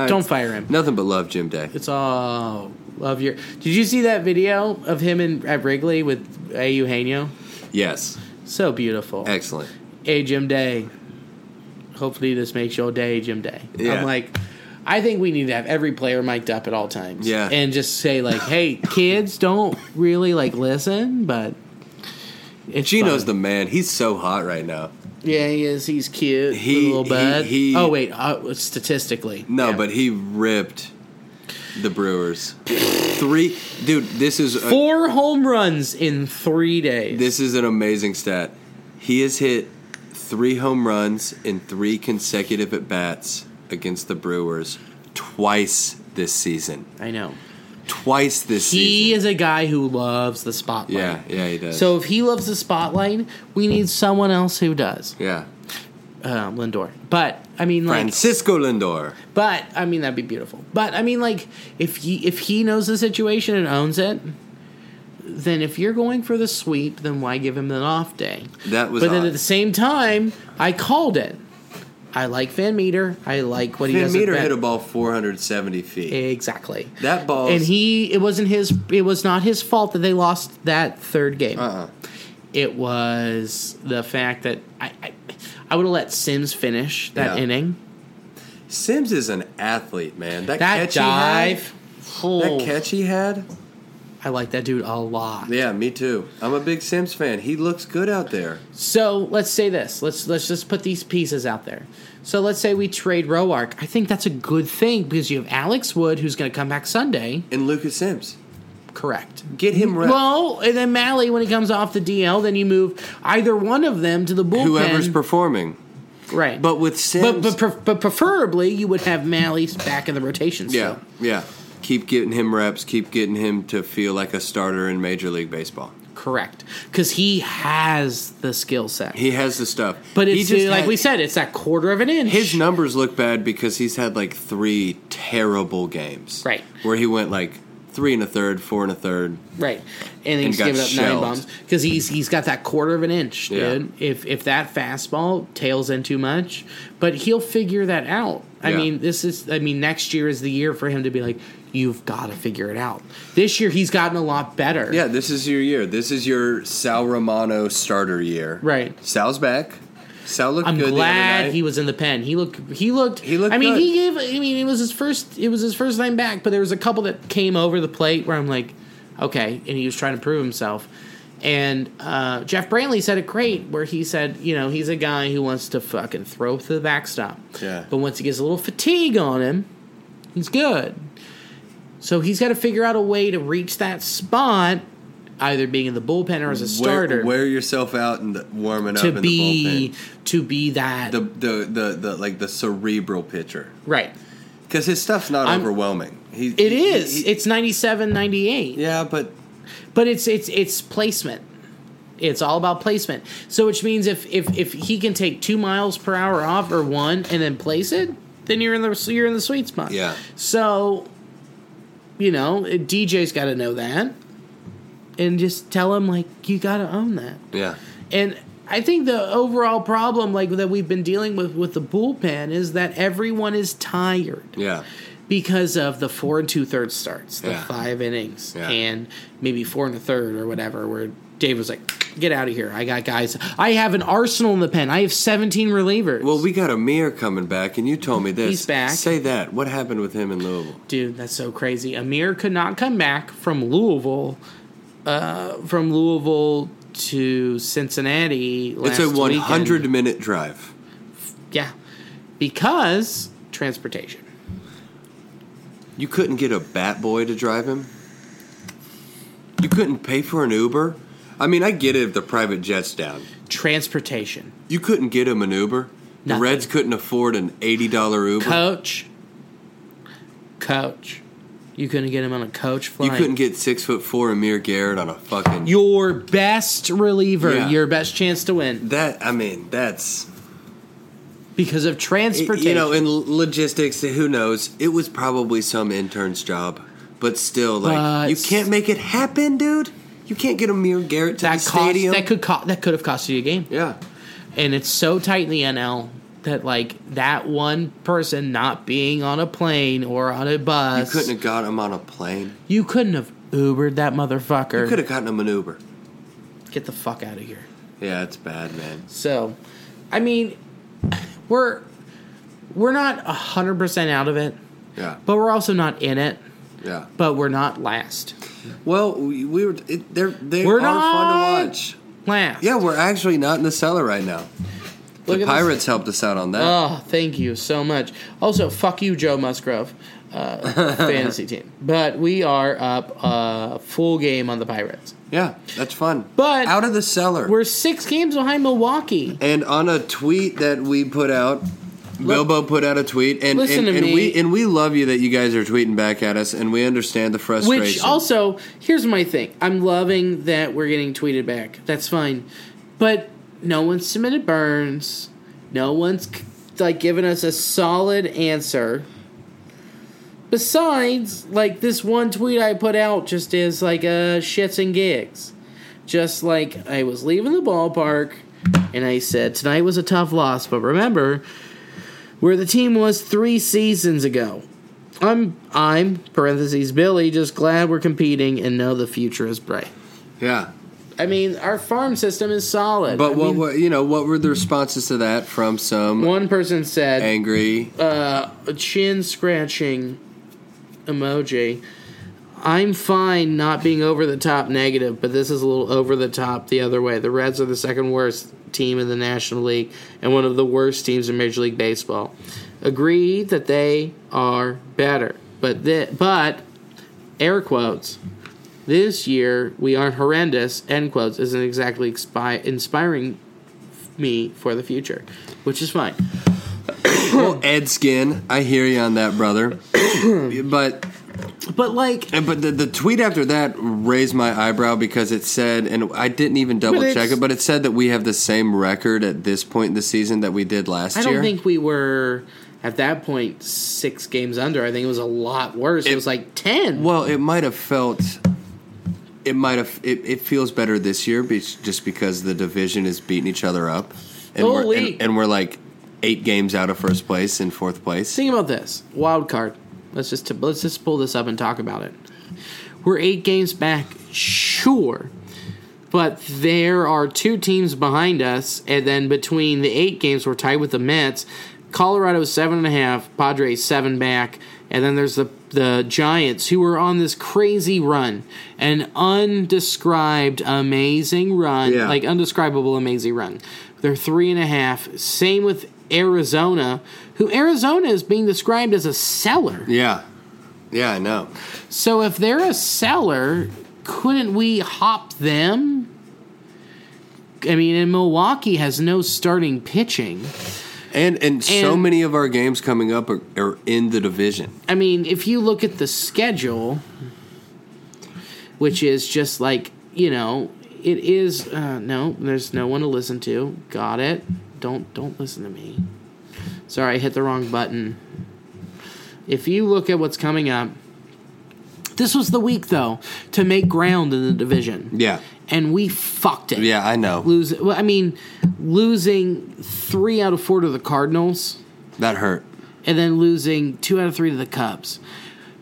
Speaker 2: don't fire him.
Speaker 3: Nothing but love, Jim Day.
Speaker 2: It's all love your. Did you see that video of him in at Wrigley with A. Eugenio?
Speaker 3: Yes,
Speaker 2: So beautiful.
Speaker 3: excellent.
Speaker 2: hey Jim Day. Hopefully this makes your day, Jim Day.
Speaker 3: Yeah.
Speaker 2: I'm like, I think we need to have every player mic'd up at all times.
Speaker 3: Yeah.
Speaker 2: And just say like, hey, kids don't really like listen, but it's
Speaker 3: Gino's the
Speaker 2: fun.
Speaker 3: man. He's so hot right now.
Speaker 2: Yeah, he is. He's cute.
Speaker 3: He-
Speaker 2: little
Speaker 3: he-
Speaker 2: bud.
Speaker 3: he-
Speaker 2: oh wait, uh, statistically.
Speaker 3: No,
Speaker 2: Yeah.
Speaker 3: but he ripped the Brewers. Three, dude. This is a,
Speaker 2: Four home runs in three days.
Speaker 3: this is an amazing stat. He has hit three home runs in three consecutive at bats against the Brewers twice this season.
Speaker 2: I know.
Speaker 3: Twice this
Speaker 2: He
Speaker 3: season.
Speaker 2: is a guy who loves the spotlight.
Speaker 3: Yeah, yeah, he does.
Speaker 2: So if he loves the spotlight, we need someone else who does.
Speaker 3: yeah,
Speaker 2: Uh, Lindor. But I mean, like,
Speaker 3: Francisco Lindor.
Speaker 2: but I mean that'd be beautiful. But I mean, like, if he if he knows the situation and owns it, then if you're going for the sweep, then why give him an off day?
Speaker 3: That was
Speaker 2: But then
Speaker 3: odd.
Speaker 2: at the same time, I called it. I like Van Meter. I like what he
Speaker 3: Van
Speaker 2: does. with
Speaker 3: Meter
Speaker 2: Van-
Speaker 3: hit a ball 470 feet.
Speaker 2: Exactly.
Speaker 3: That ball.
Speaker 2: and he it wasn't his it was not his fault that they lost that third game.
Speaker 3: Uh-uh.
Speaker 2: It was the fact that I I, I would have let Sims finish that
Speaker 3: Yeah.
Speaker 2: inning.
Speaker 3: Sims is an athlete, man. That,
Speaker 2: That
Speaker 3: catch
Speaker 2: dive.
Speaker 3: He
Speaker 2: oh,
Speaker 3: had, that catch he had.
Speaker 2: I like that dude a lot.
Speaker 3: Yeah, me too. I'm a big Sims fan. He looks good out there.
Speaker 2: So let's say this. Let's let's just put these pieces out there. So let's say we trade Roark. I think that's a good thing because you have Alex Wood who's going to come back Sunday.
Speaker 3: And Lucas Sims,
Speaker 2: Correct.
Speaker 3: get him reps.
Speaker 2: Well, and then Mally when he comes off the DL, then you move either one of them to the bullpen.
Speaker 3: whoever's performing.
Speaker 2: right,
Speaker 3: But with Sims,
Speaker 2: But but, pre- but preferably you would have Mally back in the rotation.
Speaker 3: yeah,
Speaker 2: Still.
Speaker 3: yeah. Keep getting him reps. Keep getting him to feel like a starter in Major League Baseball.
Speaker 2: correct, because he has the skill set.
Speaker 3: He has the stuff.
Speaker 2: but
Speaker 3: He
Speaker 2: it's
Speaker 3: just
Speaker 2: like
Speaker 3: had-
Speaker 2: we said, it's that quarter of an inch.
Speaker 3: his numbers look bad because he's had like three terrible games.
Speaker 2: Right.
Speaker 3: Where he went like three and a third, four and a third.
Speaker 2: right, and he's
Speaker 3: got
Speaker 2: giving up nine
Speaker 3: shelled.
Speaker 2: bombs because he's he's got that quarter of an inch,
Speaker 3: Yeah.
Speaker 2: dude. If if that fastball tails in too much, but he'll figure that out. I
Speaker 3: Yeah.
Speaker 2: mean, this is I mean, next year is the year for him to be like, you've got to figure it out. This year he's gotten a lot better.
Speaker 3: Yeah, this is your year. This is your Sal Romano starter year.
Speaker 2: Right.
Speaker 3: Sal's back. Sal looked
Speaker 2: I'm
Speaker 3: good. the other
Speaker 2: glad
Speaker 3: night.
Speaker 2: he was in the pen. He looked. He looked.
Speaker 3: He looked
Speaker 2: I mean,
Speaker 3: good.
Speaker 2: he gave. I mean, it was his first. It was his first time back. But there was a couple that came over the plate where I'm like, okay, and he was trying to prove himself. And uh, Jeff Brantley said it great, where he said, you know, he's a guy who wants to fucking throw to the backstop.
Speaker 3: Yeah.
Speaker 2: But once he gets a little fatigue on him, he's good. So he's got to figure out a way to reach that spot, either being in the bullpen or as a starter,
Speaker 3: Wear, wear yourself out and the- warming up
Speaker 2: to
Speaker 3: in
Speaker 2: be
Speaker 3: the bullpen.
Speaker 2: to be that
Speaker 3: The, the the the like the cerebral pitcher
Speaker 2: right.
Speaker 3: because his stuff's not
Speaker 2: I'm-
Speaker 3: overwhelming. He,
Speaker 2: It
Speaker 3: he-
Speaker 2: is.
Speaker 3: he-
Speaker 2: it's 97, 98.
Speaker 3: yeah, but
Speaker 2: But it's it's it's placement. It's all about placement. So which means if if if he can take 2 miles per hour off or 1 and then place it, then you're in the you're in the sweet spot.
Speaker 3: Yeah.
Speaker 2: So you know, DJ's got to know that. And just tell him like you got to own that.
Speaker 3: yeah,
Speaker 2: And I think the overall problem like that we've been dealing with with the bullpen is that everyone is tired
Speaker 3: yeah,
Speaker 2: because of the four and two thirds starts, the
Speaker 3: Yeah.
Speaker 2: five innings,
Speaker 3: Yeah.
Speaker 2: and maybe four and a third or whatever, where Dave was like, "Get out of here! I got guys. I have an arsenal in the pen. I have seventeen relievers."
Speaker 3: Well, we got Amir coming back, and you told me this.
Speaker 2: He's back.
Speaker 3: Say that. What happened with him in Louisville?
Speaker 2: dude, that's so crazy. Amir could not come back from Louisville, uh, from Louisville to Cincinnati. Last
Speaker 3: it's a
Speaker 2: weekend.
Speaker 3: 100 minute drive.
Speaker 2: yeah, because transportation.
Speaker 3: You couldn't get a bat boy to drive him. You couldn't pay for an Uber. I mean, I get it if the private jet's down.
Speaker 2: Transportation.
Speaker 3: You couldn't get him an Uber. The
Speaker 2: Nothing.
Speaker 3: Reds couldn't afford an eighty dollar Uber.
Speaker 2: Coach. Coach. You couldn't get him on a coach
Speaker 3: you
Speaker 2: flight.
Speaker 3: couldn't get six foot four Amir Garrett on a fucking.
Speaker 2: your best reliever,
Speaker 3: Yeah.
Speaker 2: your best chance to win
Speaker 3: that I mean, that's
Speaker 2: because of transportation.
Speaker 3: you know, in logistics, who knows? It was probably some intern's job, but still, like
Speaker 2: But-
Speaker 3: you can't make it happen, dude. You can't get Amir Garrett to
Speaker 2: that
Speaker 3: the
Speaker 2: cost
Speaker 3: stadium.
Speaker 2: that could cost that could have cost you a game.
Speaker 3: yeah,
Speaker 2: And it's so tight in the NL that like that one person not being on a plane or on a
Speaker 3: you
Speaker 2: bus,
Speaker 3: couldn't have got him on a plane.
Speaker 2: you couldn't have Ubered that
Speaker 3: You could
Speaker 2: motherfucker.
Speaker 3: have gotten him an Uber.
Speaker 2: Get the fuck out of here.
Speaker 3: Yeah, it's bad, man.
Speaker 2: So, I mean, we're we're not hundred percent out of it,
Speaker 3: Yeah,
Speaker 2: but we're also not in it.
Speaker 3: yeah.
Speaker 2: But we're not last.
Speaker 3: Well, we, we were. It, they're they
Speaker 2: We're
Speaker 3: are fun
Speaker 2: not-
Speaker 3: to watch.
Speaker 2: Last.
Speaker 3: Yeah, we're actually not in the cellar right now.
Speaker 2: Look
Speaker 3: the
Speaker 2: at this. Uh,
Speaker 3: Pirates helped us out on that.
Speaker 2: Oh, thank you so much. Also, fuck you, Joe Musgrove. uh, fantasy team. But we are up uh, full game on the Pirates.
Speaker 3: Yeah, that's fun.
Speaker 2: But-
Speaker 3: out of the cellar.
Speaker 2: We're six games behind Milwaukee.
Speaker 3: and on a tweet that we put out Bilbo put out a tweet and
Speaker 2: Listen to
Speaker 3: and, and
Speaker 2: me.
Speaker 3: we and we love you that you guys are tweeting back at us and we understand the frustration.
Speaker 2: Which also, here's my thing. I'm loving that we're getting tweeted back. That's fine. But no one submitted burns. No one's like given us a solid answer. Besides, like this one tweet I put out just is like uh shits and gigs. Just like I was leaving the ballpark and I said tonight was a tough loss, but remember where the team was 3 seasons ago. I'm I'm parentheses Billy just glad we're competing and know the future is bright.
Speaker 3: yeah.
Speaker 2: I mean, our farm system is solid.
Speaker 3: But
Speaker 2: I
Speaker 3: what
Speaker 2: mean,
Speaker 3: were you know what were the responses to that from some
Speaker 2: one person said
Speaker 3: angry?
Speaker 2: uh, a chin scratching emoji. I'm fine not being over the top negative, but this is a little over the top the other way. The Reds are the second worst team in the National League and one of the worst teams in Major League Baseball. Agree that they are better, but thi- but air quotes this year we aren't horrendous end quotes isn't exactly expi- inspiring me for the future, which is fine.
Speaker 3: well, Ed Skin, I hear you on
Speaker 2: *coughs*
Speaker 3: that, brother. but
Speaker 2: But like
Speaker 3: And- But the, the tweet after that raised my eyebrow because it said, and I didn't even double
Speaker 2: But
Speaker 3: check
Speaker 2: it's-
Speaker 3: it, but it said that we have the same record at this point in the season that we did last
Speaker 2: I
Speaker 3: year.
Speaker 2: don't think we were at that point six games under. I think it was a lot worse. It,
Speaker 3: It-
Speaker 2: was like ten.
Speaker 3: Well, it might have felt. It might have. It, it feels better this year be, just because the division is beating each other up, and we're
Speaker 2: Holy.
Speaker 3: and, and we're like eight games out of first place and fourth place.
Speaker 2: Think about this wild card. Let's just let's just pull this up and talk about it. We're eight games back, sure, but there are two teams behind us, and then between the eight games, we're tied with the Mets. Colorado seven and a half, Padres seven back, and then there's the the Giants who were on this crazy run, an undescribed amazing run,
Speaker 3: Yeah.
Speaker 2: like undescribable amazing run. They're three and a half. Same with Arizona, who Arizona is being described as a seller.
Speaker 3: Yeah, yeah, I know.
Speaker 2: So if they're a seller, couldn't we hop them? I mean, and Milwaukee has no starting pitching.
Speaker 3: And, and so
Speaker 2: And-
Speaker 3: many of our games coming up are, are in the division.
Speaker 2: I mean, if you look at the schedule, which is just like, you know, it is uh, no, there's no one to listen to. Got it. Don't don't listen to me. Sorry, I hit the wrong button. If you look at what's coming up, this was the week though to make ground in the division.
Speaker 3: Yeah,
Speaker 2: and we fucked it.
Speaker 3: yeah, I know.
Speaker 2: lose. Well, I mean, losing three out of four to the Cardinals,
Speaker 3: That hurt.
Speaker 2: and then losing two out of three to the Cubs.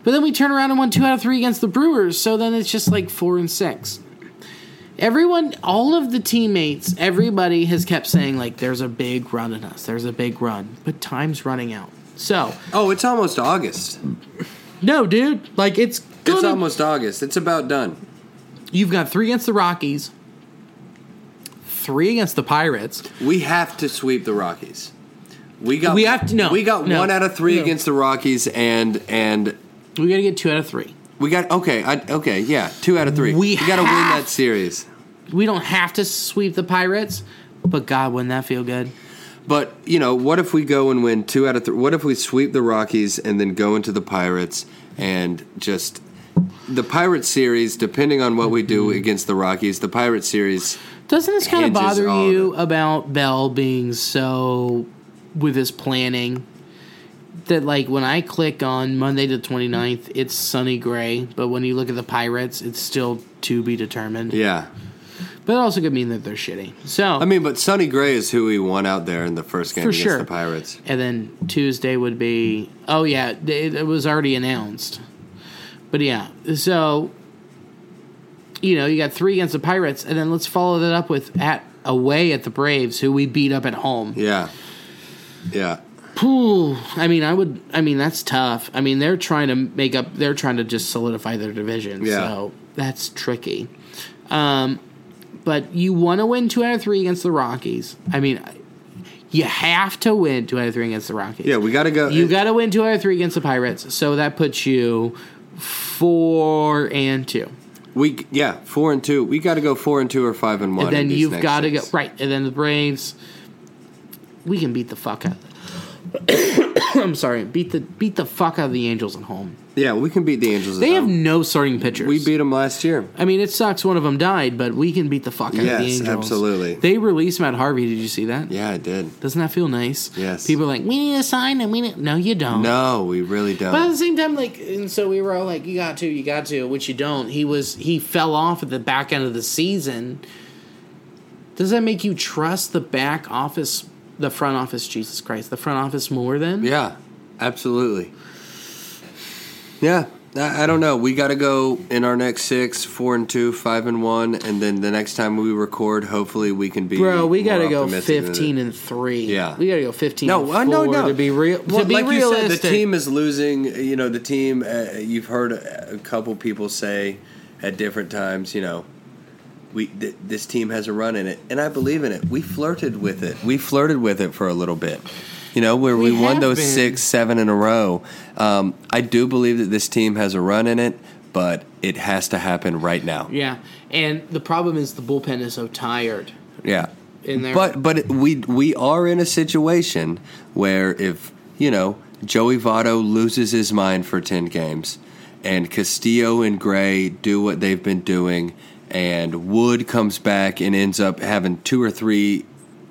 Speaker 2: But then we turn around and won two out of three against the Brewers. So then it's just like four and six. Everyone, all of the teammates, everybody has kept saying like, "There's a big run in us. There's a big run," but time's running out. So
Speaker 3: Oh, it's almost August.
Speaker 2: no, dude, like it's gonna.
Speaker 3: It's almost August. It's about done.
Speaker 2: you've got three against the Rockies, three against the Pirates.
Speaker 3: We have to sweep the Rockies. We got
Speaker 2: We have to- no,
Speaker 3: We got
Speaker 2: no,
Speaker 3: one out of three
Speaker 2: no.
Speaker 3: against the Rockies, and and
Speaker 2: We gotta get two out of three.
Speaker 3: we got okay. I, okay, yeah, two out of three.
Speaker 2: We
Speaker 3: got to win
Speaker 2: have-
Speaker 3: that series.
Speaker 2: we don't have to sweep the Pirates, but God, wouldn't that feel good?
Speaker 3: But you know, what if we go and win two out of three? What if we sweep the Rockies and then go into the Pirates and just the Pirates series? Depending on what we do against the Rockies, the Pirates series.
Speaker 2: Doesn't this kind of
Speaker 3: Hinges
Speaker 2: bother
Speaker 3: on
Speaker 2: you about Bell being so with his planning? That like when I click on Monday the 29th, it's sunny gray, but when you look at the Pirates, it's still to be determined.
Speaker 3: Yeah,
Speaker 2: But it also could mean that they're shitty. So
Speaker 3: I mean, but Sonny Gray is who we won out there in the first game
Speaker 2: For
Speaker 3: against
Speaker 2: sure.
Speaker 3: the Pirates.
Speaker 2: and then Tuesday would be oh yeah, it, it was already announced. But yeah, so you know you got three against the Pirates, and then let's follow that up with at away at the Braves, who we beat up at home.
Speaker 3: Yeah, yeah.
Speaker 2: Phew. I mean, I would. I mean, that's tough. I mean, they're trying to make up. They're trying to just solidify their division.
Speaker 3: Yeah.
Speaker 2: So that's tricky. Um, but you want to win two out of three against the Rockies. I mean, You have to win two out of three against the Rockies.
Speaker 3: Yeah, we got to go. uh,
Speaker 2: You got to win two out of three against the Pirates, so that puts you four and two.
Speaker 3: we yeah four and two. We got to go four and two or five and one.
Speaker 2: And then
Speaker 3: in these
Speaker 2: you've
Speaker 3: next
Speaker 2: got to go
Speaker 3: six.
Speaker 2: right, and then the Braves. We can beat the fuck out. *coughs* I'm sorry, beat the beat the fuck out of the Angels at home.
Speaker 3: Yeah, we can beat the Angels. at
Speaker 2: They have
Speaker 3: home.
Speaker 2: no starting pitchers.
Speaker 3: Um, We beat them last year.
Speaker 2: I mean, it sucks one of them died, but we can beat the fuck out of the
Speaker 3: Yes,
Speaker 2: Angels.
Speaker 3: absolutely.
Speaker 2: They released Matt Harvey. Did you see that?
Speaker 3: Yeah, I did.
Speaker 2: Doesn't that feel nice?
Speaker 3: Yes.
Speaker 2: People are like, we need a sign, and we need. No, you don't.
Speaker 3: No, we really don't.
Speaker 2: But at the same time, like, and so we were all like, "You got to, you got to," which you don't. He was he fell off at the back end of the season. Does that make you trust the back office, the front office? Jesus Christ, the front office more than
Speaker 3: Yeah, absolutely. Yeah, I, I don't know. We got to go in our next six, four and two, five and one, and then the next time we record, hopefully we can be.
Speaker 2: Bro, we
Speaker 3: more
Speaker 2: gotta go
Speaker 3: optimistic than
Speaker 2: fifteen
Speaker 3: that.
Speaker 2: and three.
Speaker 3: Yeah.
Speaker 2: we gotta go fifteen.
Speaker 3: No,
Speaker 2: and
Speaker 3: uh, no,
Speaker 2: four
Speaker 3: no.
Speaker 2: To be real,
Speaker 3: Well,
Speaker 2: to be
Speaker 3: like
Speaker 2: realistic,
Speaker 3: you said, the team is losing. You know, the team. Uh, you've heard a couple people say at different times. You know, we th- this team has a run in it, and I believe in it. We flirted with it. We flirted with it for a little bit. You know, where we,
Speaker 2: We
Speaker 3: won
Speaker 2: have
Speaker 3: those
Speaker 2: been.
Speaker 3: six, seven in a row. Um, I do believe that this team has a run in it, but it has to happen right now.
Speaker 2: yeah. And the problem is the bullpen is so tired.
Speaker 3: Yeah.
Speaker 2: in there.
Speaker 3: But but we we are in a situation where if you know Joey Votto loses his mind for ten games, and Castillo and Gray do what they've been doing, and Wood comes back and ends up having two or three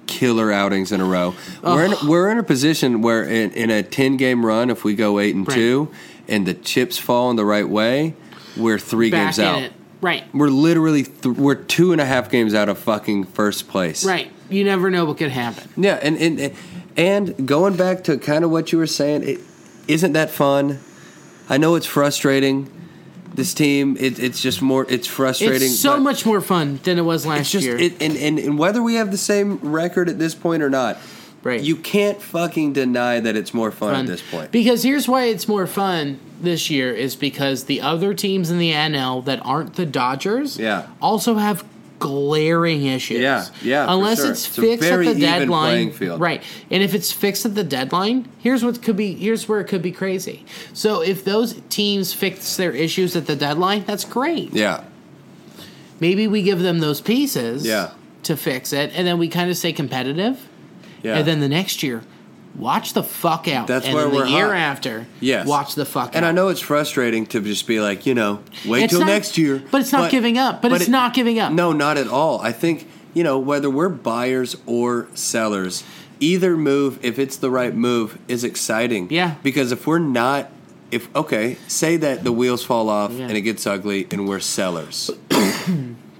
Speaker 3: killer outings in a row. We're in, we're in a position where in, in a ten game run, if we go eight and
Speaker 2: Right.
Speaker 3: two, and the chips fall in the right way, we're three
Speaker 2: Back
Speaker 3: games
Speaker 2: in
Speaker 3: out.
Speaker 2: it, right?
Speaker 3: We're literally th- we're two and a half games out of fucking first place.
Speaker 2: Right. You never know what could happen.
Speaker 3: Yeah, and and and going back to kind of what you were saying, it isn't that fun. I know it's frustrating. This team, it, it's just more. It's frustrating.
Speaker 2: It's so
Speaker 3: but
Speaker 2: much more fun than it was last
Speaker 3: It's just
Speaker 2: year.
Speaker 3: it, and, and and whether we have the same record at this point or not,
Speaker 2: Right.
Speaker 3: You can't fucking deny that it's more fun,
Speaker 2: fun.
Speaker 3: at this point.
Speaker 2: Because here's why it's more fun this year is because the other teams in the NL that aren't the Dodgers
Speaker 3: Yeah.
Speaker 2: also have glaring issues.
Speaker 3: Yeah, yeah, for
Speaker 2: Unless
Speaker 3: sure.
Speaker 2: it's
Speaker 3: It's a
Speaker 2: fixed at
Speaker 3: very
Speaker 2: the
Speaker 3: even playing
Speaker 2: deadline.
Speaker 3: field.
Speaker 2: Right. And if it's fixed at the deadline, here's what could be here's where it could be crazy. So if those teams fix their issues at the deadline, that's great.
Speaker 3: yeah,
Speaker 2: Maybe we give them those pieces
Speaker 3: Yeah.
Speaker 2: to fix it and then we kind of stay competitive.
Speaker 3: yeah.
Speaker 2: And then the next year, watch the fuck out.
Speaker 3: That's
Speaker 2: and
Speaker 3: where
Speaker 2: then
Speaker 3: we're
Speaker 2: the year
Speaker 3: hot.
Speaker 2: after,
Speaker 3: Yes.
Speaker 2: watch the fuck
Speaker 3: and
Speaker 2: out.
Speaker 3: I know it's frustrating to just be like, you know, wait
Speaker 2: It's
Speaker 3: till
Speaker 2: not-
Speaker 3: next year.
Speaker 2: but it's not giving up. But it's
Speaker 3: it-
Speaker 2: not giving up.
Speaker 3: No, not at all. I think you know whether we're buyers or sellers, either move, if it's the right move, is exciting.
Speaker 2: Yeah.
Speaker 3: Because if we're not, if okay, say that the wheels fall off
Speaker 2: Yeah.
Speaker 3: and it gets ugly, and
Speaker 2: *coughs*
Speaker 3: we're sellers.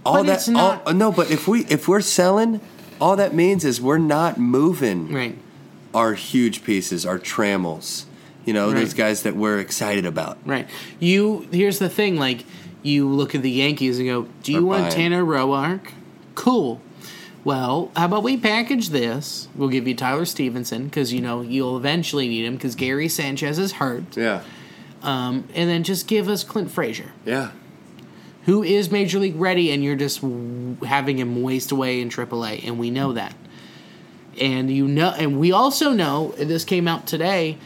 Speaker 3: all
Speaker 2: But
Speaker 3: that,
Speaker 2: it's not-
Speaker 3: all, no. But if we if we're selling, all that means is we're not moving
Speaker 2: Right.
Speaker 3: our huge pieces, our trammels. You know, those
Speaker 2: Right.
Speaker 3: guys that we're excited about.
Speaker 2: Right. You here's the thing, like you look at the Yankees and go, Do you
Speaker 3: We're
Speaker 2: want
Speaker 3: buying.
Speaker 2: Tanner Roark? Cool. Well, how about we package this? We'll give you Tyler Stevenson because you know you'll eventually need him because Gary Sanchez is hurt,
Speaker 3: Yeah.
Speaker 2: um, and then just give us Clint Frazier,
Speaker 3: Yeah.
Speaker 2: who is major league ready, and you're just w- having him waste away in AAA, and we know that. And you know, and we also know and this came out today.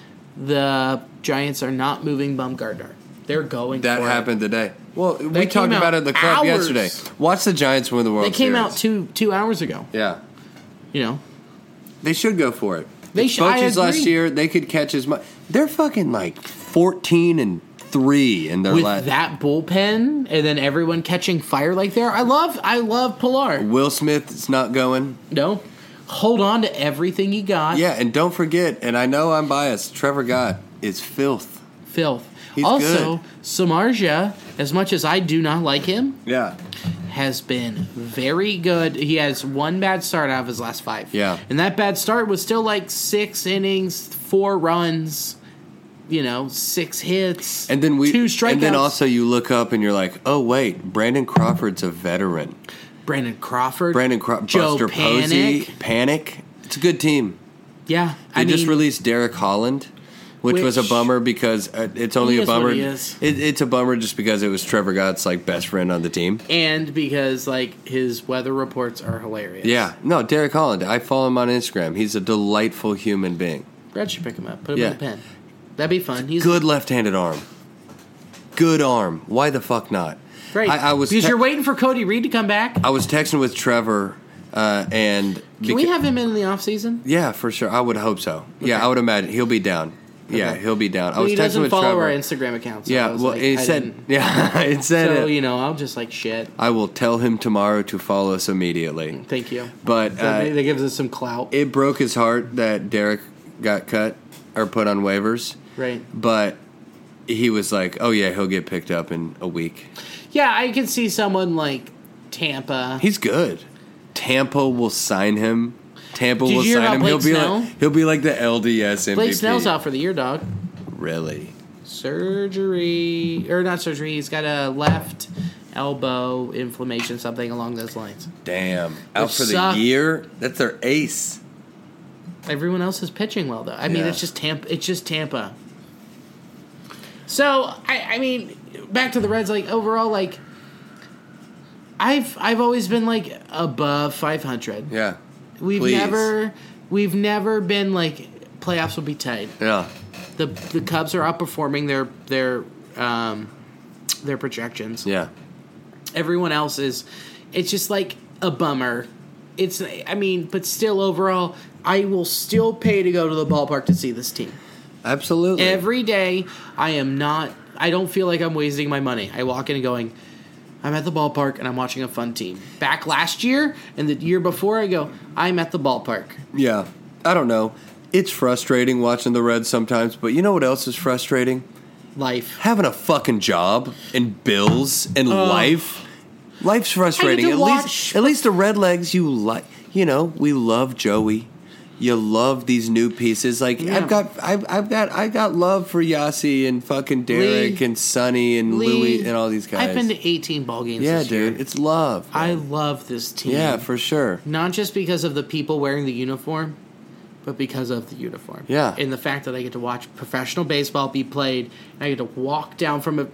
Speaker 2: The Giants are not moving Bumgarner. They're going.
Speaker 3: That
Speaker 2: for it.
Speaker 3: happened today. Well, we
Speaker 2: came
Speaker 3: talked
Speaker 2: out
Speaker 3: about it at the club
Speaker 2: hours.
Speaker 3: yesterday. Watch the Giants win the World
Speaker 2: They came
Speaker 3: Series.
Speaker 2: out two two hours ago.
Speaker 3: Yeah,
Speaker 2: You know,
Speaker 3: they should go for it.
Speaker 2: They
Speaker 3: It's
Speaker 2: should- I
Speaker 3: Bochy's last
Speaker 2: agree.
Speaker 3: year, they could catch as much. They're fucking like fourteen and three in their
Speaker 2: with
Speaker 3: last.
Speaker 2: that bullpen and then everyone catching fire like there. I love I love Pilar.
Speaker 3: Will Smith is not going.
Speaker 2: No, hold on to everything you got.
Speaker 3: Yeah, and don't forget. And I know I'm biased. Trevor Gott is filth.
Speaker 2: filth.
Speaker 3: He's
Speaker 2: also,
Speaker 3: good.
Speaker 2: Samarja, as much as I do not like him,
Speaker 3: Yeah,
Speaker 2: has been very good. He has one bad start out of his last five.
Speaker 3: Yeah.
Speaker 2: And that bad start was still like six innings, four runs, you know, six hits,
Speaker 3: and then we
Speaker 2: two strikeouts.
Speaker 3: And then also you look up and you're like, oh wait, Brandon Crawford's a veteran.
Speaker 2: Brandon Crawford,
Speaker 3: Brandon Crawford, Buster Posey, Panic. It's a good team.
Speaker 2: Yeah,
Speaker 3: They
Speaker 2: I
Speaker 3: just
Speaker 2: mean,
Speaker 3: released Derek Holland. which, was a
Speaker 2: Which-
Speaker 3: bummer because uh, it's only
Speaker 2: He
Speaker 3: a
Speaker 2: is what
Speaker 3: bummer.
Speaker 2: he is.
Speaker 3: It, it's a bummer just because it was Trevor Gott's like best friend on the team.
Speaker 2: and because like his weather reports are hilarious.
Speaker 3: Yeah, no, Derek Holland. I follow him on Instagram. He's a delightful human being.
Speaker 2: Brad should pick him up. Put him
Speaker 3: Yeah.
Speaker 2: in the pen. That'd be fun. He's
Speaker 3: Good left-handed arm. Good arm. Why the fuck not?
Speaker 2: Great.
Speaker 3: I, I was
Speaker 2: because
Speaker 3: te- Uh,
Speaker 2: you're waiting for Cody Reed to come back.
Speaker 3: I was texting with Trevor, uh, and
Speaker 2: Can we have him in the off season?
Speaker 3: Yeah, for sure. I would hope so. Yeah,
Speaker 2: Okay.
Speaker 3: I would imagine he'll be down. Yeah,
Speaker 2: Okay.
Speaker 3: he'll be down. I was
Speaker 2: he
Speaker 3: texting
Speaker 2: doesn't
Speaker 3: with
Speaker 2: follow
Speaker 3: Trevor.
Speaker 2: our Instagram accounts.
Speaker 3: yeah, well, it said. *laughs* Yeah, it said.
Speaker 2: So
Speaker 3: it.
Speaker 2: you know, I'm just like shit.
Speaker 3: I will tell him tomorrow to follow us immediately.
Speaker 2: Thank you.
Speaker 3: But
Speaker 2: That,
Speaker 3: uh,
Speaker 2: that gives us some clout,
Speaker 3: it broke his heart that Derek got cut or put on waivers.
Speaker 2: right?
Speaker 3: But he was like, "Oh yeah, he'll get picked up in a week."
Speaker 2: Yeah, I can see someone like Tampa.
Speaker 3: He's good. Tampa will sign him. Tampa
Speaker 2: Did
Speaker 3: will
Speaker 2: you hear
Speaker 3: sign
Speaker 2: about
Speaker 3: him. he'll
Speaker 2: Blake
Speaker 3: be
Speaker 2: Snell?
Speaker 3: like he'll be like the LDS MVP.
Speaker 2: Blake Snell's out for the year, dog.
Speaker 3: Really?
Speaker 2: Surgery or not surgery? He's got a left elbow inflammation, something along those lines.
Speaker 3: Damn. Out for
Speaker 2: suck.
Speaker 3: the year? That's their ace.
Speaker 2: Everyone else is pitching well, though. I mean,
Speaker 3: Yeah.
Speaker 2: it's just Tampa. It's just Tampa. So I, I mean, back to the Reds. Like overall, like I've I've always been like above five hundred.
Speaker 3: Yeah.
Speaker 2: We've
Speaker 3: Please.
Speaker 2: never we've never been like playoffs will be tight.
Speaker 3: Yeah.
Speaker 2: The the Cubs are outperforming their their um their projections.
Speaker 3: Yeah.
Speaker 2: Everyone else is it's just like a bummer. It's I mean, but still overall, I will still pay to go to the ballpark to see this team.
Speaker 3: Absolutely.
Speaker 2: Every day I am not I don't feel like I'm wasting my money. I walk in and going I'm at the ballpark and I'm watching a fun team. Back last year and the year before I go, I'm at the ballpark.
Speaker 3: yeah. I don't know. It's frustrating watching the Reds sometimes, but you know what else is frustrating?
Speaker 2: Life.
Speaker 3: Having a fucking job and bills and life. Life's frustrating.
Speaker 2: to
Speaker 3: At
Speaker 2: watch-
Speaker 3: least at least the Redlegs you like, you know, we love Joey. You love these new pieces. Like
Speaker 2: Yeah.
Speaker 3: I've got I've, I've got I got love for Yasi and fucking Derek and Sonny and Louie and all these guys.
Speaker 2: I've been to 18 ball games.
Speaker 3: Yeah,
Speaker 2: this
Speaker 3: dude,
Speaker 2: year.
Speaker 3: it's love.
Speaker 2: I love this team.
Speaker 3: yeah, for sure.
Speaker 2: not just because of the people wearing the uniform, but because of the uniform.
Speaker 3: Yeah.
Speaker 2: and the fact that I get to watch professional baseball be played, and I get to walk down from a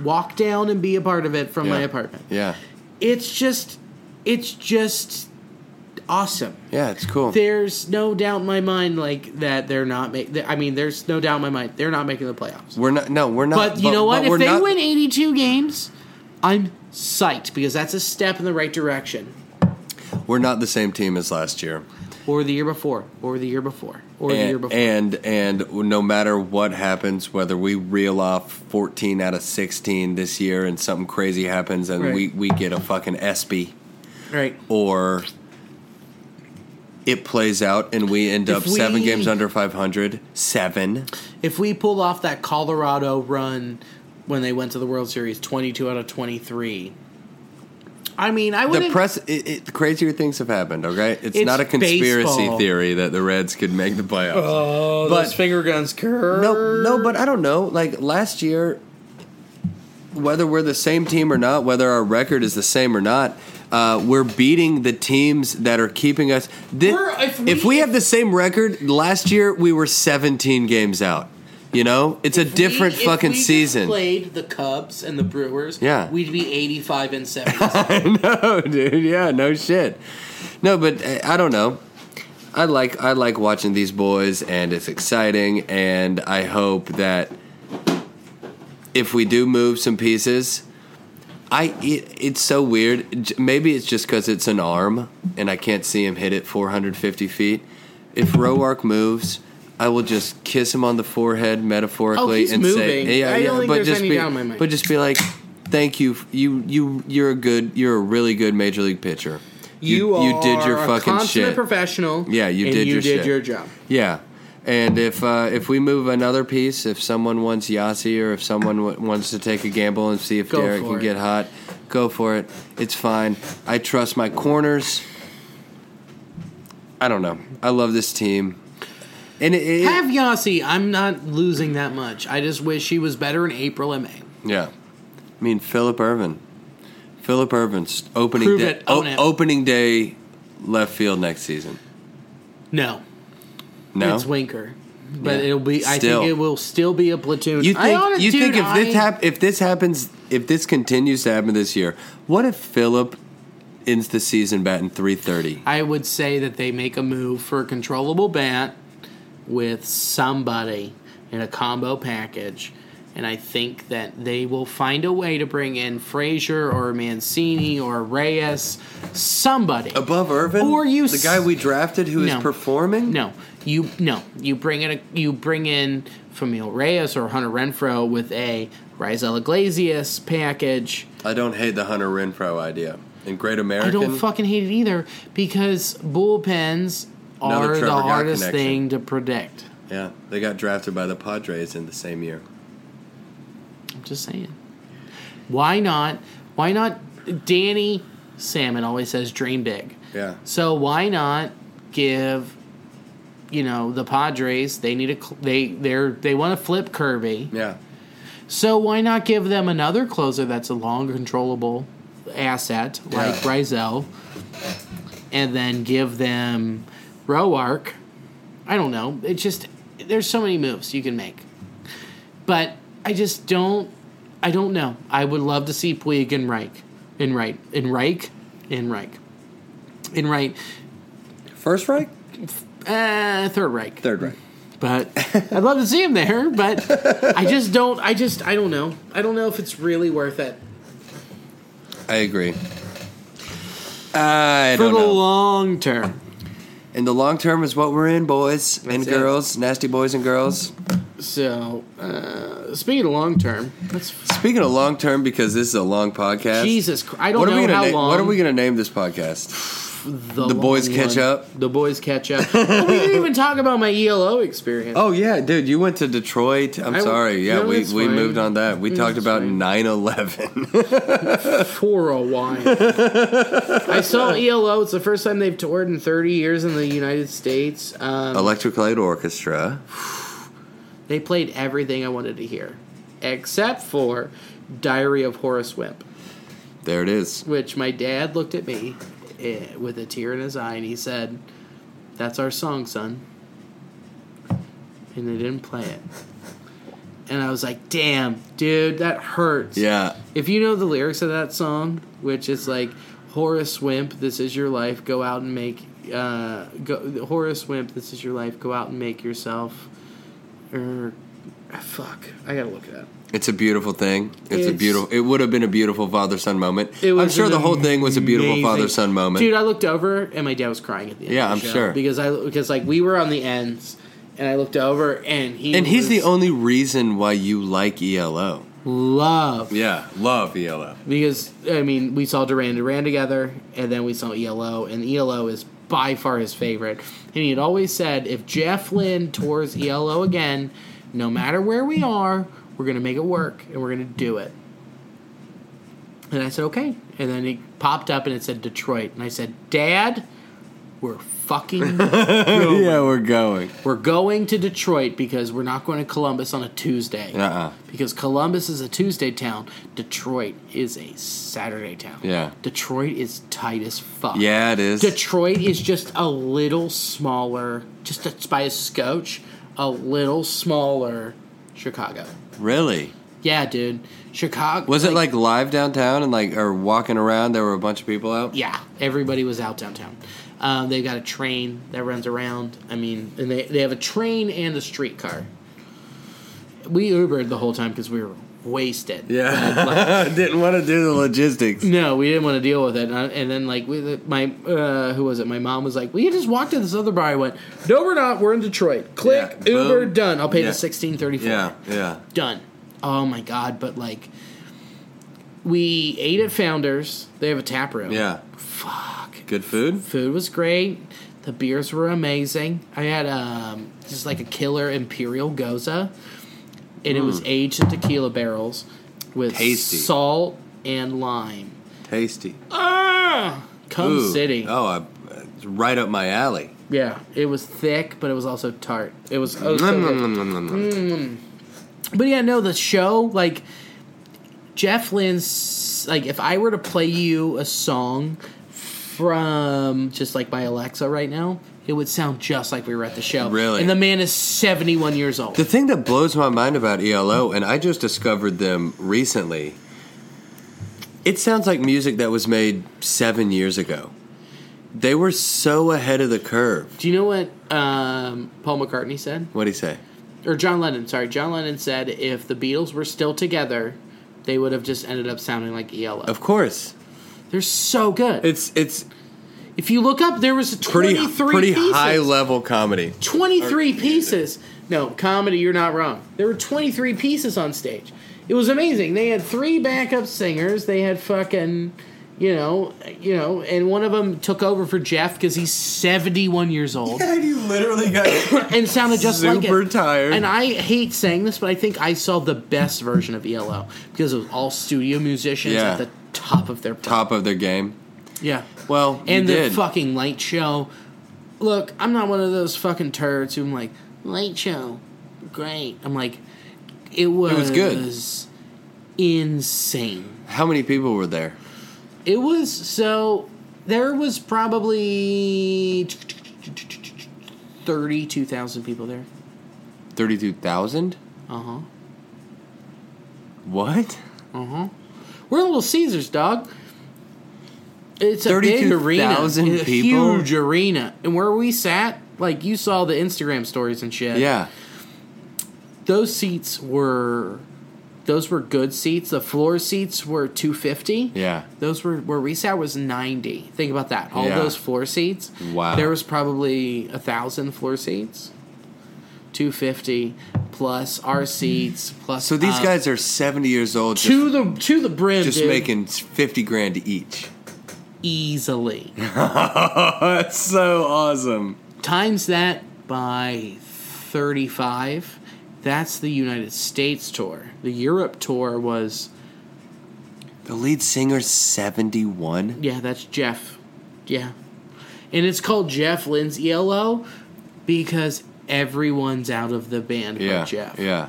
Speaker 2: walk down and be a part of it from my
Speaker 3: Yeah.
Speaker 2: apartment.
Speaker 3: Yeah,
Speaker 2: It's just, it's just awesome.
Speaker 3: yeah, it's cool.
Speaker 2: There's no doubt in my mind, like that they're not making. I mean, there's no doubt in my mind they're not making the playoffs.
Speaker 3: we're not. No, we're not.
Speaker 2: But you know what?
Speaker 3: we're
Speaker 2: if they
Speaker 3: not-
Speaker 2: win 82 games, I'm psyched because that's a step in the right direction.
Speaker 3: we're not the same team as last year.
Speaker 2: Or the year before, or the year before, or the year
Speaker 3: And,
Speaker 2: before.
Speaker 3: and and no matter what happens, whether we reel off 14 out of 16 this year, and something crazy happens, and
Speaker 2: Right.
Speaker 3: we we get a fucking ESPY,
Speaker 2: right.
Speaker 3: or it plays out and we end
Speaker 2: If
Speaker 3: up seven
Speaker 2: we-
Speaker 3: games under 500, seven.
Speaker 2: If we pull off that Colorado run when they went to the World Series, 22 out of 23. I mean, I
Speaker 3: The
Speaker 2: wouldn't.
Speaker 3: press, it, it, crazier things have happened. Okay, it's,
Speaker 2: It's
Speaker 3: not a conspiracy
Speaker 2: baseball.
Speaker 3: theory that the Reds could make the playoffs.
Speaker 2: oh,
Speaker 3: but-
Speaker 2: those finger guns curve.
Speaker 3: No, no, but I don't know. Like last year, whether we're the same team or not, whether our record is the same or not, uh, we're beating the teams that are keeping us. Thi-
Speaker 2: We're- if
Speaker 3: if,
Speaker 2: we-
Speaker 3: we, have the same record, last year we were 17 games out. You know, it's a different
Speaker 2: We- if
Speaker 3: fucking
Speaker 2: we just
Speaker 3: season.
Speaker 2: played the Cubs and the Brewers,
Speaker 3: Yeah.
Speaker 2: we'd be 85 and 70.
Speaker 3: no, dude. Yeah, no shit. No, but uh, I don't know. I like I like watching these boys, and it's exciting. And I hope that if we do move some pieces, I it, it's so weird. J- Maybe it's just because it's an arm, and I can't see him hit it 450 feet. If Roark moves. I will just kiss him on the forehead metaphorically
Speaker 2: Oh, he's
Speaker 3: and
Speaker 2: moving.
Speaker 3: say,
Speaker 2: I don't think there's
Speaker 3: just
Speaker 2: any
Speaker 3: be,
Speaker 2: doubt in my mind.
Speaker 3: but just be like, thank you, you, you, you're a good, you're a really good major league pitcher.
Speaker 2: You,
Speaker 3: *laughs* you did your
Speaker 2: are a
Speaker 3: fucking
Speaker 2: consummate
Speaker 3: shit.
Speaker 2: professional.
Speaker 3: Yeah, you
Speaker 2: and
Speaker 3: did
Speaker 2: you
Speaker 3: your
Speaker 2: did
Speaker 3: shit.
Speaker 2: your job.
Speaker 3: Yeah, and if uh, if we move another piece, if someone wants Yasi or if someone w- wants to take a gamble and see if
Speaker 2: Go
Speaker 3: Derek
Speaker 2: for
Speaker 3: can
Speaker 2: it.
Speaker 3: get hot, go for it. It's fine. I trust my corners. I don't know. I love this team, and it, it-
Speaker 2: Have Yasi. I'm not losing that much. I just wish he was better in April and May.
Speaker 3: Yeah, I mean Philip Irvin. Philip Irvin's opening
Speaker 2: Prove
Speaker 3: day,
Speaker 2: it. Own
Speaker 3: o-
Speaker 2: it.
Speaker 3: opening day left field next season.
Speaker 2: No,
Speaker 3: No,
Speaker 2: it's Winker. but it'll be. I
Speaker 3: Still.
Speaker 2: think it will still be a platoon.
Speaker 3: You think?
Speaker 2: I honest-
Speaker 3: you
Speaker 2: dude,
Speaker 3: think if this
Speaker 2: I-
Speaker 3: hap- if this happens, if this continues to happen this year, what if Philip ends the season batting three thirty?
Speaker 2: I would say that they make a move for a controllable bat with somebody in a combo package. And I think that they will find a way to bring in Frazier or Mancini or Reyes, somebody.
Speaker 3: Above Irvin,
Speaker 2: Or you
Speaker 3: the
Speaker 2: s-
Speaker 3: guy we drafted who is
Speaker 2: No.
Speaker 3: performing?
Speaker 2: No, you no, you bring in a, you bring in Famil Reyes or Hunter Renfro with a Rizal Iglesias package.
Speaker 3: I don't hate the Hunter Renfro idea. In Great
Speaker 2: I
Speaker 3: American,
Speaker 2: don't fucking hate it either because bullpens
Speaker 3: Another
Speaker 2: are the
Speaker 3: Trevor Dodd
Speaker 2: hardest
Speaker 3: connection.
Speaker 2: thing to predict.
Speaker 3: yeah, they got drafted by the Padres in the same year.
Speaker 2: I'm just saying. Why not? Why not? Danny Salmon always says dream big.
Speaker 3: Yeah.
Speaker 2: So why not give, you know, the Padres? They need a cl- they they're they want to flip Kirby.
Speaker 3: Yeah,
Speaker 2: So why not give them another closer that's a long controllable asset like
Speaker 3: Yeah.
Speaker 2: Rizel, and then give them Roark. I don't know. It's just there's so many moves you can make, but I just don't. I don't know. I would love to see Puig and Reich, and Reich, and Reich, and Reich, and Reich.
Speaker 3: first right,
Speaker 2: Uh, third Reich
Speaker 3: third right.
Speaker 2: but I'd love to see him there. But I just don't. I just I don't know. I don't know if it's really worth it
Speaker 3: I agree. I
Speaker 2: for the
Speaker 3: don't know.
Speaker 2: long term.
Speaker 3: and the long term is what we're in, boys and
Speaker 2: That's it.
Speaker 3: girls, nasty boys and girls.
Speaker 2: So uh, speaking of long term, let's
Speaker 3: Speaking of long term, because this is a long podcast.
Speaker 2: Jesus. Christ, I don't
Speaker 3: what are
Speaker 2: know
Speaker 3: we gonna
Speaker 2: how
Speaker 3: name,
Speaker 2: long.
Speaker 3: What are we gonna name this podcast?
Speaker 2: the,
Speaker 3: boys
Speaker 2: long
Speaker 3: catch up?
Speaker 2: The boys catch
Speaker 3: *laughs*
Speaker 2: up. oh, we didn't even talk about my ELO experience.
Speaker 3: Oh yeah, dude, you went to Detroit. I'm
Speaker 2: I-
Speaker 3: sorry. Yeah,
Speaker 2: no,
Speaker 3: we,
Speaker 2: it's
Speaker 3: we
Speaker 2: fine.
Speaker 3: moved on that. We talked
Speaker 2: it's
Speaker 3: about
Speaker 2: fine.
Speaker 3: 9/11.
Speaker 2: for a while. I saw ELO. It's the first time they've toured in 30 years in the United States. Um,
Speaker 3: *laughs* Electric Light Orchestra.
Speaker 2: They played everything I wanted to hear, except for Diary of Horace Wimp,
Speaker 3: There it is.
Speaker 2: which my dad looked at me eh, with a tear in his eye and he said, That's our song, son. And they didn't play it. And I was like, Damn, dude, that hurts.
Speaker 3: Yeah.
Speaker 2: If you know the lyrics of that song, which is like Horace Wimp, this is your life. Go out and make uh, go, Horace Wimp, this is your life. Go out and make yourself. Or fuck, I gotta look it up.
Speaker 3: It's a beautiful thing. It's, a
Speaker 2: It's-
Speaker 3: beautiful. It would have been a beautiful father son moment. I'm sure
Speaker 2: an
Speaker 3: the whole thing was a beautiful
Speaker 2: amazing-
Speaker 3: father son moment.
Speaker 2: Dude, I looked over and my dad was crying at the end.
Speaker 3: Yeah,
Speaker 2: of the show
Speaker 3: I'm sure.
Speaker 2: because I because like we were on the ends, and I looked over and he
Speaker 3: and he's the
Speaker 2: was
Speaker 3: only reason why you like E ELO.
Speaker 2: love
Speaker 3: Yeah, love E ELO.
Speaker 2: because I mean we saw Duran Duran together, and then we saw ELO, and ELO is by far his favorite. And he had always said, if Jeff Lynne tours ELO again, no matter where we are, we're gonna make it work, and we're gonna do it. And I said, okay. And then it popped up and it said Detroit, and I said, Dad, we're fucking
Speaker 3: yeah, we're going.
Speaker 2: we're going to Detroit because we're not going to Columbus on a Tuesday.
Speaker 3: Uh-uh.
Speaker 2: Because Columbus is a Tuesday town. Detroit is a Saturday town.
Speaker 3: Yeah.
Speaker 2: Detroit is tight as fuck.
Speaker 3: Yeah, it is.
Speaker 2: Detroit is just a little smaller, just a, by a scotch, a little smaller Chicago.
Speaker 3: Really?
Speaker 2: Yeah, dude. Chicago.
Speaker 3: Was it like live downtown and like or walking around? There were a bunch of people out.
Speaker 2: yeah, everybody was out downtown. Um, they've got a train that runs around. I mean, and they, they have a train and a streetcar. We Ubered the whole time because we were wasted.
Speaker 3: *laughs* Yeah, didn't want to do the
Speaker 2: *laughs*
Speaker 3: logistics.
Speaker 2: No, we didn't want to deal with it. And, I, and then, like, we, the- my, uh, who was it? My mom was like, we just walked to this other bar. I went, no, we're not. We're in Detroit. Click,
Speaker 3: Yeah,
Speaker 2: Uber,
Speaker 3: boom.
Speaker 2: done. I'll pay
Speaker 3: Yeah.
Speaker 2: the sixteen thirty four.
Speaker 3: Yeah, yeah.
Speaker 2: done. Oh my god! But like, we ate at Founders. They have a tap room.
Speaker 3: Yeah. Fuck. Good food?
Speaker 2: food was great. The beers were amazing. I had um, just like a killer imperial goza, and it was aged in tequila barrels with
Speaker 3: Mm. Tasty.
Speaker 2: salt and lime.
Speaker 3: Tasty.
Speaker 2: Ah, Cum
Speaker 3: Ooh.
Speaker 2: City.
Speaker 3: Oh, I, it's right up my alley.
Speaker 2: Yeah, it was thick, but it was also tart. It was oh, so good. Mm.
Speaker 3: Mm-mm-mm-mm-mm.
Speaker 2: But yeah, no, the show like Jeff Lynne's like if I were to play you a song from just like by Alexa right now, it would sound just like we were at the show.
Speaker 3: Really?
Speaker 2: And the man is 71 years old.
Speaker 3: The thing that blows my mind about ELO, and I just discovered them recently, it sounds like music that was made seven years ago. They were so ahead of the curve.
Speaker 2: Do you know what um, Paul McCartney said?
Speaker 3: What'd he say?
Speaker 2: Or John Lennon, sorry. John Lennon said if the Beatles were still together, they would have just ended up sounding like ELO.
Speaker 3: Of course.
Speaker 2: They're so good.
Speaker 3: It's it's
Speaker 2: if you look up, there was
Speaker 3: pretty
Speaker 2: 23
Speaker 3: pretty
Speaker 2: pieces.
Speaker 3: high level comedy.
Speaker 2: 23 pieces. No, comedy, you're not wrong. There were 23 pieces on stage. It was amazing. They had three backup singers. They had fucking, you know, you know, and one of them took over for Jeff cuz he's 71 years
Speaker 3: *laughs*
Speaker 2: old
Speaker 3: And you literally got
Speaker 2: and sounded just like it.
Speaker 3: Super tired.
Speaker 2: And I hate saying this, but I think I saw the best version of E ELO because it was all studio musicians
Speaker 3: Yeah.
Speaker 2: at the top of their
Speaker 3: *coughs* top of their game.
Speaker 2: Yeah.
Speaker 3: Well, you
Speaker 2: and the
Speaker 3: did.
Speaker 2: fucking light show. Look, I'm not one of those fucking turds who I'm like, light show, great. I'm like, it was,
Speaker 3: was good.
Speaker 2: insane.
Speaker 3: How many people were there?
Speaker 2: It was so there was probably thirty two thousand people there.
Speaker 3: Thirty two thousand?
Speaker 2: Uh huh.
Speaker 3: What?
Speaker 2: We're Little Caesars, dog. It's a big arena,
Speaker 3: 32,000
Speaker 2: a
Speaker 3: people?
Speaker 2: huge arena, and where we sat, like you saw the Instagram stories and shit.
Speaker 3: Yeah.
Speaker 2: those seats were those were good seats. The floor seats were 250.
Speaker 3: Yeah.
Speaker 2: Those were where we sat was 90. Think about that. All
Speaker 3: Yeah.
Speaker 2: those floor seats.
Speaker 3: Wow.
Speaker 2: There was probably a thousand floor seats. 250 plus our seats plus
Speaker 3: So these
Speaker 2: up.
Speaker 3: guys are seventy years old just,
Speaker 2: to the to the brim
Speaker 3: just
Speaker 2: dude,
Speaker 3: making fifty grand each.
Speaker 2: easily
Speaker 3: *laughs* That's so awesome.
Speaker 2: times that by 35 that's the united states tour the europe tour was
Speaker 3: The lead singer's 71.
Speaker 2: Yeah, that's Jeff. Yeah. And it's called Jeff Lynn's ELO because everyone's out of the band
Speaker 3: Yeah.
Speaker 2: but Jeff.
Speaker 3: Yeah.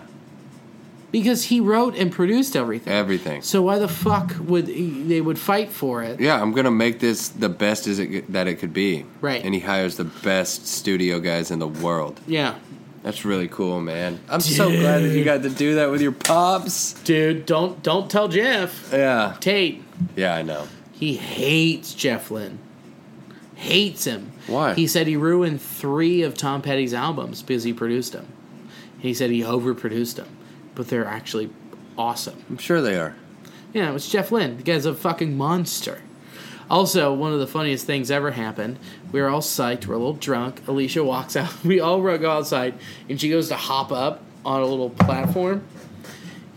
Speaker 2: Because he wrote and produced everything.
Speaker 3: Everything.
Speaker 2: So why the fuck would they would fight for it?
Speaker 3: Yeah, I'm going to make this the best as it, that it could be.
Speaker 2: Right.
Speaker 3: And he hires the best studio guys in the world.
Speaker 2: Yeah.
Speaker 3: That's really cool, man. I'm so glad that you got to do that with your pops.
Speaker 2: Dude, don't don't tell Jeff.
Speaker 3: Yeah.
Speaker 2: Tate,
Speaker 3: Yeah, I know.
Speaker 2: he hates Jeff Lynn. Hates him.
Speaker 3: Why?
Speaker 2: He said he ruined 3 of Tom Petty's albums because he produced them. He said he overproduced them, but they're actually awesome.
Speaker 3: I'm sure they are.
Speaker 2: Yeah, it was Jeff Lynne. The guy's a fucking monster. Also, one of the funniest things ever happened. We were all psyched. We're a little drunk. Alicia walks out. *laughs* We all go outside, and she goes to hop up on a little platform,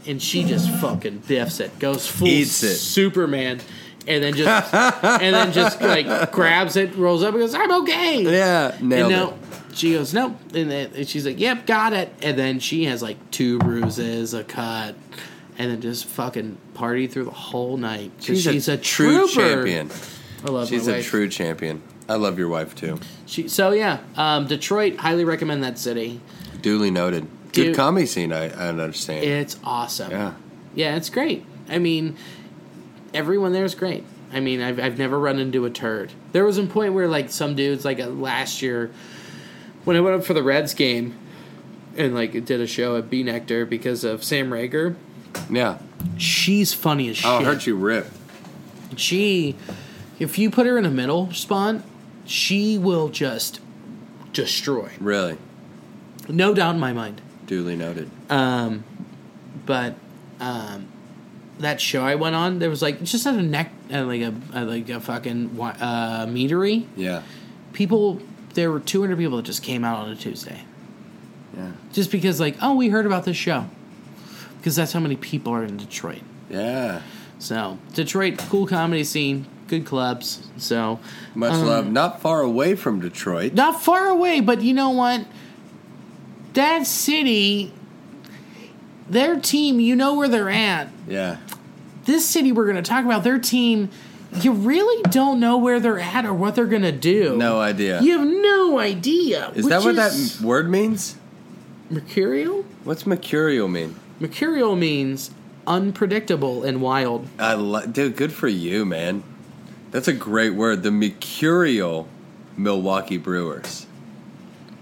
Speaker 2: and she just fucking biffs it. Goes full
Speaker 3: Eats it.
Speaker 2: Superman, and then just and then just
Speaker 3: *laughs*
Speaker 2: like grabs it, rolls up, and goes, "I'm okay."
Speaker 3: Yeah,
Speaker 2: and
Speaker 3: nailed it.
Speaker 2: no, she goes, nope. And, then, and she's like, yep, got it. And then she has like two bruises, a cut, and then just fucking party through the whole night. 'Cause She's, a, true
Speaker 3: champion.
Speaker 2: I love
Speaker 3: She's
Speaker 2: my
Speaker 3: a
Speaker 2: wife.
Speaker 3: true champion. I love your wife too.
Speaker 2: She, so yeah, um, Detroit, highly recommend that city.
Speaker 3: Duly noted.
Speaker 2: Dude.
Speaker 3: Good comedy scene, I, I understand.
Speaker 2: It's awesome.
Speaker 3: yeah.
Speaker 2: Yeah, it's great. I mean, everyone there is great. I mean, I've, I've never run into a turd. There was a point where, like, some dudes, like, uh, last year, when I went up for the Reds game and, like, did a show at B Nectar because of Sam Rager,
Speaker 3: Yeah.
Speaker 2: she's funny as shit.
Speaker 3: Oh, I heard you rip.
Speaker 2: She, if you put her in a middle spot, she will just destroy.
Speaker 3: Really.
Speaker 2: No doubt in my mind.
Speaker 3: Duly noted.
Speaker 2: but um, that show I went on, there was like it's just at a neck, at like a at like a fucking wi- uh, meadery.
Speaker 3: Yeah.
Speaker 2: People, there were 200 people that just came out on a Tuesday,
Speaker 3: Yeah.
Speaker 2: just because like oh we heard about this show, because that's how many people are in Detroit.
Speaker 3: Yeah.
Speaker 2: So Detroit, cool comedy scene, good clubs. So
Speaker 3: Much love. Not far away from Detroit.
Speaker 2: not far away, but you know what? That city, their team, you know where they're at.
Speaker 3: Yeah.
Speaker 2: this city we're going to talk about, their team, you really don't know where they're at or what they're going to do.
Speaker 3: No idea.
Speaker 2: You have no idea.
Speaker 3: is that
Speaker 2: which
Speaker 3: what that
Speaker 2: is-
Speaker 3: m- word means?
Speaker 2: mercurial?
Speaker 3: What's mercurial mean?
Speaker 2: Mercurial means unpredictable and wild.
Speaker 3: I lo- dude, good for you, man. That's a great word. The mercurial Milwaukee Brewers.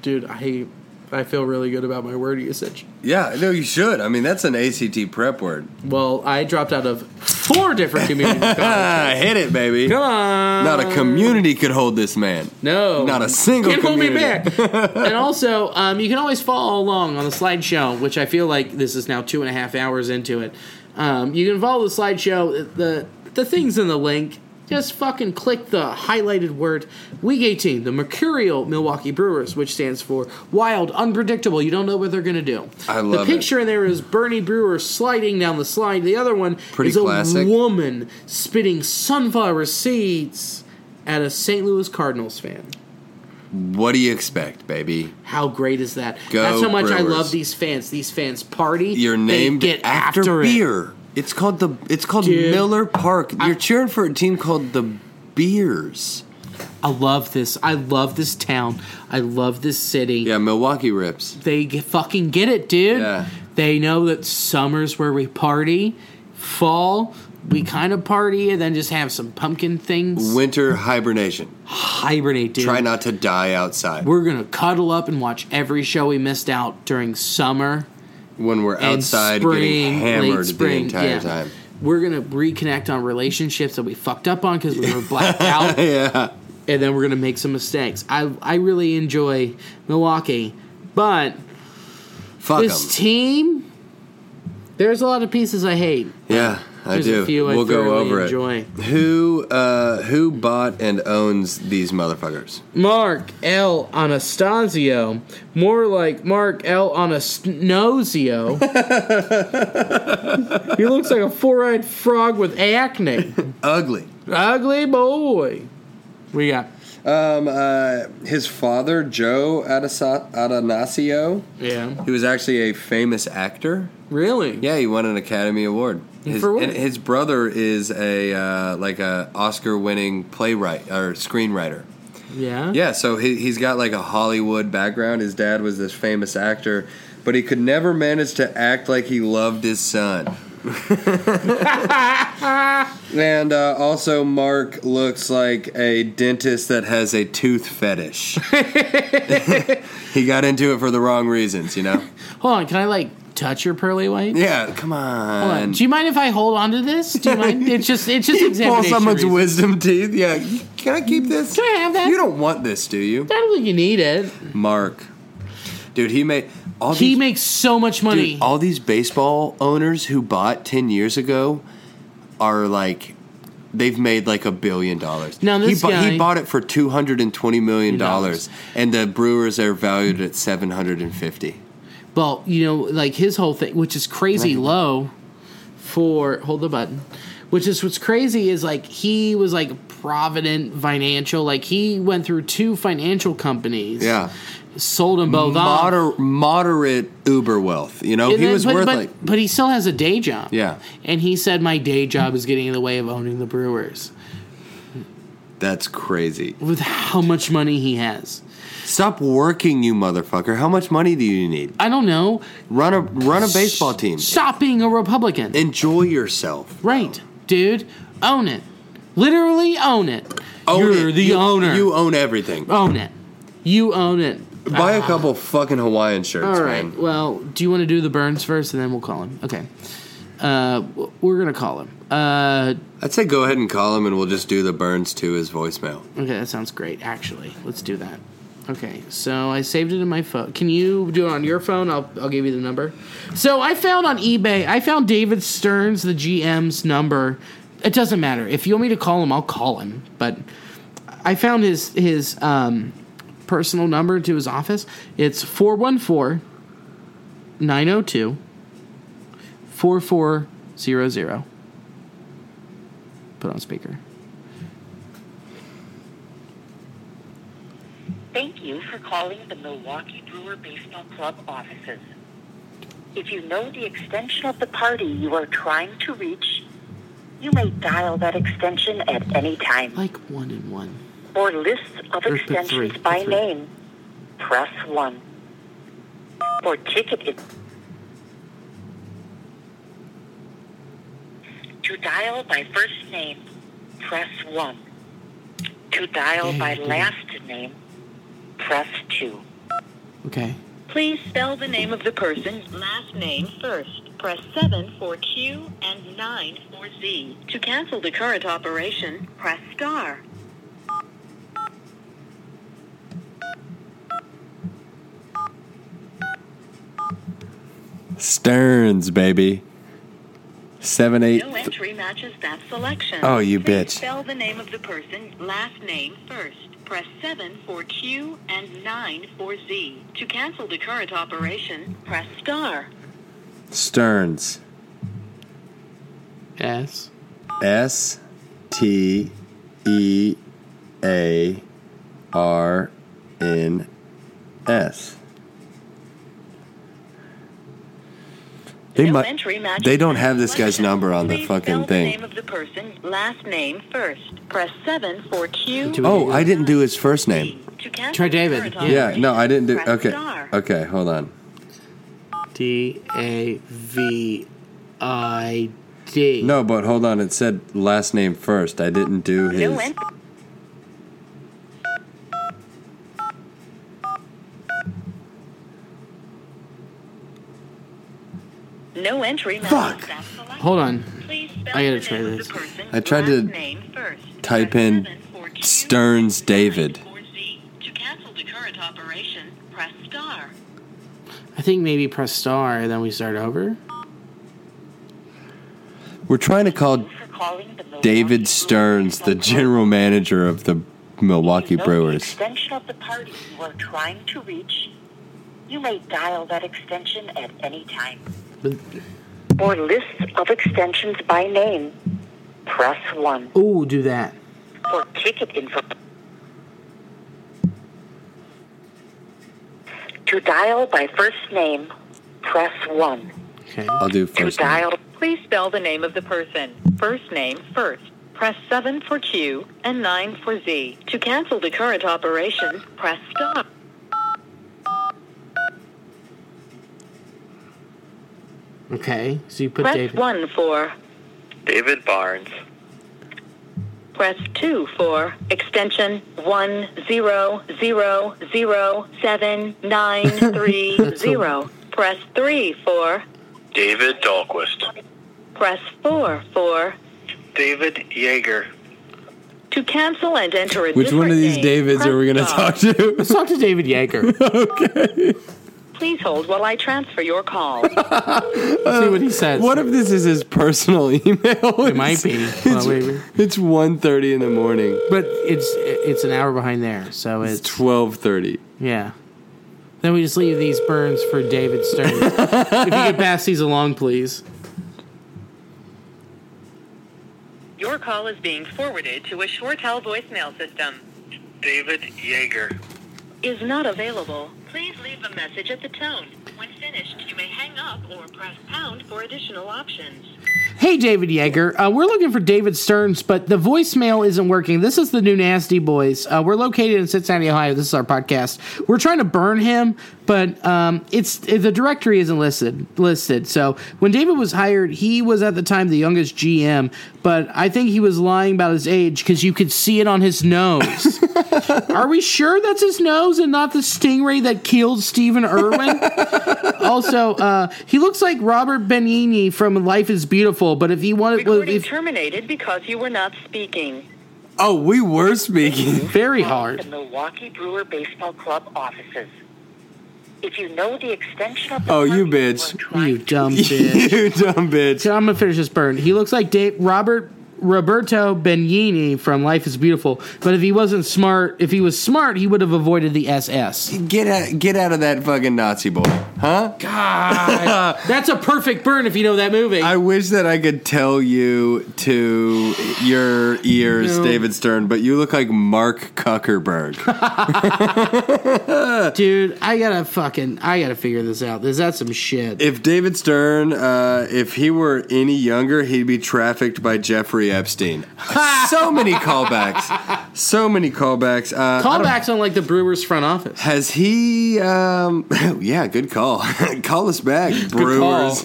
Speaker 2: Dude, I I feel really good about my word usage.
Speaker 3: Yeah, no, you should. I mean, that's an ACT prep word.
Speaker 2: Well, I dropped out of four different community
Speaker 3: *laughs*
Speaker 2: colleges.
Speaker 3: Ah, hit it, baby.
Speaker 2: Come on.
Speaker 3: Not a community could hold this man.
Speaker 2: No.
Speaker 3: Not a single
Speaker 2: Can't hold me back.
Speaker 3: community. *laughs*
Speaker 2: and also, um, you can always follow along on the slideshow, which I feel like this is now two and a half hours into it. Um, you can follow the slideshow. The the things in the link. Just fucking click the highlighted word Week 18, the Mercurial Milwaukee Brewers, which stands for wild, unpredictable. You don't know what they're going to do.
Speaker 3: I love
Speaker 2: The
Speaker 3: it.
Speaker 2: picture in there is Bernie Brewer sliding down the slide. The other one
Speaker 3: Pretty
Speaker 2: is a
Speaker 3: classic.
Speaker 2: woman spitting sunflower seeds at a St. Louis Cardinals fan.
Speaker 3: What do you expect, baby?
Speaker 2: How great is that?
Speaker 3: Go
Speaker 2: That's how much I
Speaker 3: Brewers.
Speaker 2: love these fans. These fans party.
Speaker 3: You're named
Speaker 2: they get
Speaker 3: after,
Speaker 2: after it.
Speaker 3: beer. It's called the. It's called
Speaker 2: Dude.
Speaker 3: Miller Park. You're cheering for a team called the Beers.
Speaker 2: I love this. I love this town. I love this city.
Speaker 3: Yeah, Milwaukee rips.
Speaker 2: They get, fucking get it, dude.
Speaker 3: Yeah.
Speaker 2: They know that summer's where we party. Fall, we kind of party and then just have some pumpkin things.
Speaker 3: Winter hibernation.
Speaker 2: Hibernate, dude.
Speaker 3: Try not to die outside
Speaker 2: We're gonna cuddle up and watch every show we missed out during summer.
Speaker 3: when we're
Speaker 2: and
Speaker 3: outside
Speaker 2: spring,
Speaker 3: getting
Speaker 2: late
Speaker 3: hammered
Speaker 2: spring,
Speaker 3: the entire
Speaker 2: yeah.
Speaker 3: time. *laughs*
Speaker 2: We're gonna reconnect on relationships that we fucked up on because we were
Speaker 3: *laughs*
Speaker 2: blacked out,
Speaker 3: Yeah.
Speaker 2: and then we're gonna make some mistakes. I I really enjoy Milwaukee, but
Speaker 3: Fuck them.
Speaker 2: this team, there's a lot of pieces I hate.
Speaker 3: yeah, I
Speaker 2: There's
Speaker 3: do.
Speaker 2: a few I
Speaker 3: we'll go
Speaker 2: thoroughly
Speaker 3: over
Speaker 2: enjoy.
Speaker 3: it. Who uh, who bought and owns these motherfuckers?
Speaker 2: Mark L. Anastasio, more like Mark L.
Speaker 3: *laughs*
Speaker 2: Anastasio. he looks like a four-eyed frog with acne.
Speaker 3: Ugly.
Speaker 2: Ugly boy. We got.
Speaker 3: Um, uh, his father, Joe Adasa- Adonasio,
Speaker 2: Yeah.
Speaker 3: he was actually a famous actor.
Speaker 2: Really?
Speaker 3: Yeah, he won an Academy Award. His,
Speaker 2: For what?
Speaker 3: And his brother is a uh, like a Oscar-winning playwright or screenwriter.
Speaker 2: Yeah.
Speaker 3: Yeah, so he, he's got like a Hollywood background. His dad was this famous actor, but he could never manage to act like he loved his son. and uh, also, Mark looks like a dentist that has a tooth fetish. *laughs* he got into it for the wrong reasons, you know?
Speaker 2: Hold on. Can I like touch your pearly white?
Speaker 3: Yeah, come
Speaker 2: Hold on.
Speaker 3: on.
Speaker 2: Do you mind if I hold on to this? Do you mind? It's just it's just
Speaker 3: *laughs* Pull
Speaker 2: examination.
Speaker 3: someone's
Speaker 2: reasons.
Speaker 3: wisdom teeth. Yeah, can I keep this?
Speaker 2: Can I have that?
Speaker 3: You don't want this, do you?
Speaker 2: I don't think you need it.
Speaker 3: Mark. Dude, he made all
Speaker 2: He
Speaker 3: these
Speaker 2: makes so much money.
Speaker 3: Dude, all these baseball owners who bought 10 years ago are like they've made like a billion dollars.
Speaker 2: Now this
Speaker 3: he, bu-
Speaker 2: guy-
Speaker 3: he bought it for 220 million
Speaker 2: Dollars.
Speaker 3: dollars and the Brewers are valued at 750.
Speaker 2: well, you know, like his whole thing, which is crazy low for hold the button. Which is what's crazy is like he was like provident financial, like he went through two financial companies.
Speaker 3: Yeah.
Speaker 2: Sold them both off.
Speaker 3: Moder- moderate Uber wealth, you know?
Speaker 2: And
Speaker 3: he
Speaker 2: then-
Speaker 3: was
Speaker 2: but,
Speaker 3: worth
Speaker 2: but,
Speaker 3: like
Speaker 2: but he still has a day job.
Speaker 3: Yeah.
Speaker 2: and he said my day job is getting in the way of owning the Brewers
Speaker 3: that's crazy.
Speaker 2: with how much money he has.
Speaker 3: Stop working, you motherfucker. How much money do you need?
Speaker 2: I don't know.
Speaker 3: Run a run a baseball team.
Speaker 2: Stop being a Republican.
Speaker 3: Enjoy yourself.
Speaker 2: right, dude. Own it. Literally own it.
Speaker 3: Own
Speaker 2: You're
Speaker 3: it.
Speaker 2: the
Speaker 3: You-
Speaker 2: owner. Oh.
Speaker 3: You own everything.
Speaker 2: own it. You own it. Ah,
Speaker 3: Buy a couple fucking Hawaiian shirts,
Speaker 2: All right.
Speaker 3: man.
Speaker 2: Well, do you want to do the Burns first, and then we'll call him? Okay. Uh, w- we're gonna call him. Uh,
Speaker 3: I'd say go ahead and call him, and we'll just do the Burns to his voicemail.
Speaker 2: okay, that sounds great. Actually, let's do that. Okay, so I saved it in my phone. Can you do it on your phone? I'll I'll give you the number. So I found on eBay. I found David Stearns, the GM's number. It doesn't matter if you want me to call him. I'll call him. But I found his his um, personal number to his office. It's 414 902 4400. Put on speaker.
Speaker 4: Thank you for calling the Milwaukee Brewer Baseball Club offices. If you know the extension of the party you are trying to reach, you may dial that extension at any time.
Speaker 2: Like one in one.
Speaker 4: For lists of
Speaker 2: Or put three,
Speaker 4: extensions
Speaker 2: put
Speaker 4: by
Speaker 2: three.
Speaker 4: name, press 1. For ticket in- to dial by first name, press 1.
Speaker 5: To dial
Speaker 2: Yeah,
Speaker 5: by
Speaker 2: you do.
Speaker 5: last name, press 2.
Speaker 2: Okay.
Speaker 6: Please spell the name of the person, last name first. Press 7 for Q and 9 for Z. To cancel the current operation, press star.
Speaker 3: Stearns, baby. Seven eight.
Speaker 6: No entry matches that selection.
Speaker 3: Oh, you
Speaker 6: Please
Speaker 3: bitch.
Speaker 6: Spell the name of the person, last name first. Press 7 for Q and 9 for Z. To cancel the current operation, press star.
Speaker 3: Stearns.
Speaker 2: S.
Speaker 3: S T E A R N S. They
Speaker 6: No
Speaker 3: might.
Speaker 6: entry matches
Speaker 7: they don't
Speaker 6: that
Speaker 7: have this guy's
Speaker 6: selection.
Speaker 7: number on the
Speaker 6: Please
Speaker 7: fucking
Speaker 6: spell
Speaker 7: thing.
Speaker 6: The name of the person, last name first. Press 7 for Q.
Speaker 2: Do we-
Speaker 7: Oh, I didn't do his first name.
Speaker 6: To cancel
Speaker 2: Try
Speaker 6: the
Speaker 2: David.
Speaker 6: current
Speaker 2: Yeah.
Speaker 3: Yeah, no, I didn't do.
Speaker 6: Press
Speaker 3: Okay,
Speaker 6: star.
Speaker 3: okay, hold on.
Speaker 2: D A V I D.
Speaker 3: No, but hold on. It said last name first. I didn't do his.
Speaker 6: No entry. No entry.
Speaker 7: Fuck.
Speaker 2: Hold on.
Speaker 6: Please spell
Speaker 2: I gotta
Speaker 6: the
Speaker 2: try
Speaker 6: name of
Speaker 2: this.
Speaker 6: the person,
Speaker 3: I tried to
Speaker 6: last name first.
Speaker 3: type
Speaker 6: Press
Speaker 3: in
Speaker 6: seven for Q,
Speaker 3: Stearns
Speaker 6: nine
Speaker 3: David.
Speaker 6: for Z. To cancel the current operation, press star.
Speaker 2: I think maybe press star and then we start over.
Speaker 3: We're trying to call
Speaker 5: For calling the Milwaukee
Speaker 3: David
Speaker 5: Brewers
Speaker 3: Stearns, the
Speaker 5: baseball
Speaker 3: general manager of the
Speaker 5: club. If you
Speaker 3: Milwaukee
Speaker 5: know the
Speaker 3: Brewers.
Speaker 5: Extension of the party you are trying to reach. You may dial that extension at any time.
Speaker 2: But-
Speaker 5: Or lists of extensions by name. Press 1.
Speaker 2: Oh, do that.
Speaker 5: For ticket info. To dial by first name, press 1.
Speaker 2: Okay.
Speaker 3: I'll do
Speaker 5: To
Speaker 3: first. name.
Speaker 5: dial
Speaker 6: Please spell the name of the person. First name first. Press 7 for Q and 9 for Z. To cancel the current operation, press star.
Speaker 2: Okay. So you put
Speaker 6: Press
Speaker 2: David.
Speaker 6: 1 for.
Speaker 8: David Barnes.
Speaker 6: Press 2 for extension
Speaker 3: *laughs*
Speaker 6: 10007930. Press 3 for.
Speaker 8: David Dahlquist.
Speaker 6: Press 4 for.
Speaker 8: David Yeager.
Speaker 6: To cancel and enter a
Speaker 3: Which one of
Speaker 6: different
Speaker 3: these
Speaker 6: name,
Speaker 3: Davids
Speaker 6: press
Speaker 3: are we going to
Speaker 6: star.
Speaker 3: talk to?
Speaker 2: Let's talk to David Yeager.
Speaker 6: Please hold while I transfer your call.
Speaker 2: Let's see what he says.
Speaker 3: What if this is his personal *laughs* email? It
Speaker 2: it might be. Well, wait,
Speaker 3: It's 1.30 in the morning.
Speaker 2: but it's it's an hour behind there, so
Speaker 3: It's
Speaker 2: it's
Speaker 3: 12.30.
Speaker 2: yeah. Then we just leave these burns for David
Speaker 3: *laughs*
Speaker 2: Stern. if you could pass these along, please.
Speaker 6: Your call is being forwarded to a Shortel voicemail system.
Speaker 8: David Yeager.
Speaker 6: Is not available. Please leave a message at the tone. When finished, you may hang up or press pound for additional options.
Speaker 2: Hey, David Yeager. Uh, we're looking for David Stearns, but the voicemail isn't working. This is the new Nasty Boys. Uh, we're located in Cincinnati, Ohio. This is our podcast. We're trying to burn him, but um, it's it- the directory isn't listed. Listed. So when David was hired, he was at the time the youngest GM, but I think he was lying about his age because you could see it on his nose. Are we sure that's his nose and not the stingray that killed Stephen
Speaker 3: *laughs*
Speaker 2: Irwin? also, uh, he looks like Robert Benigni from Life is Beautiful, but if he wanted, well,
Speaker 6: Recording
Speaker 2: if,
Speaker 6: terminated because you were not speaking.
Speaker 3: Oh, we were speaking.
Speaker 2: very
Speaker 5: the
Speaker 2: hard.
Speaker 5: Milwaukee Brewer Baseball Club offices. If you know the extension of the
Speaker 3: Oh, you
Speaker 5: party
Speaker 3: bitch.
Speaker 5: are trying
Speaker 2: You dumb
Speaker 3: *laughs*
Speaker 2: bitch.
Speaker 3: *laughs* you dumb bitch.
Speaker 2: So I'm gonna finish this burn. He looks like Dave Robert Roberto Benigni from Life is Beautiful, but if he wasn't smart, if he was smart, he would have avoided the SS.
Speaker 3: Get out, get out of that fucking Nazi boy. Huh?
Speaker 2: That's a perfect burn if you know that movie.
Speaker 3: I wish that I could tell you to your ears,
Speaker 2: No.
Speaker 3: David Stern, but you look like Mark
Speaker 2: *laughs*
Speaker 3: Zuckerberg.
Speaker 2: Dude, I gotta fucking, I gotta figure this out. Is that some shit?
Speaker 3: if David Stern, uh, if he were any younger, he'd be trafficked by Jeffrey Jeffrey
Speaker 2: *laughs*
Speaker 3: Epstein. so many callbacks. So many callbacks. Uh, I don't-
Speaker 2: Callbacks on like the Brewers front office.
Speaker 3: Has he? Um, *laughs* yeah, good call. *laughs* call us back,
Speaker 2: Good call.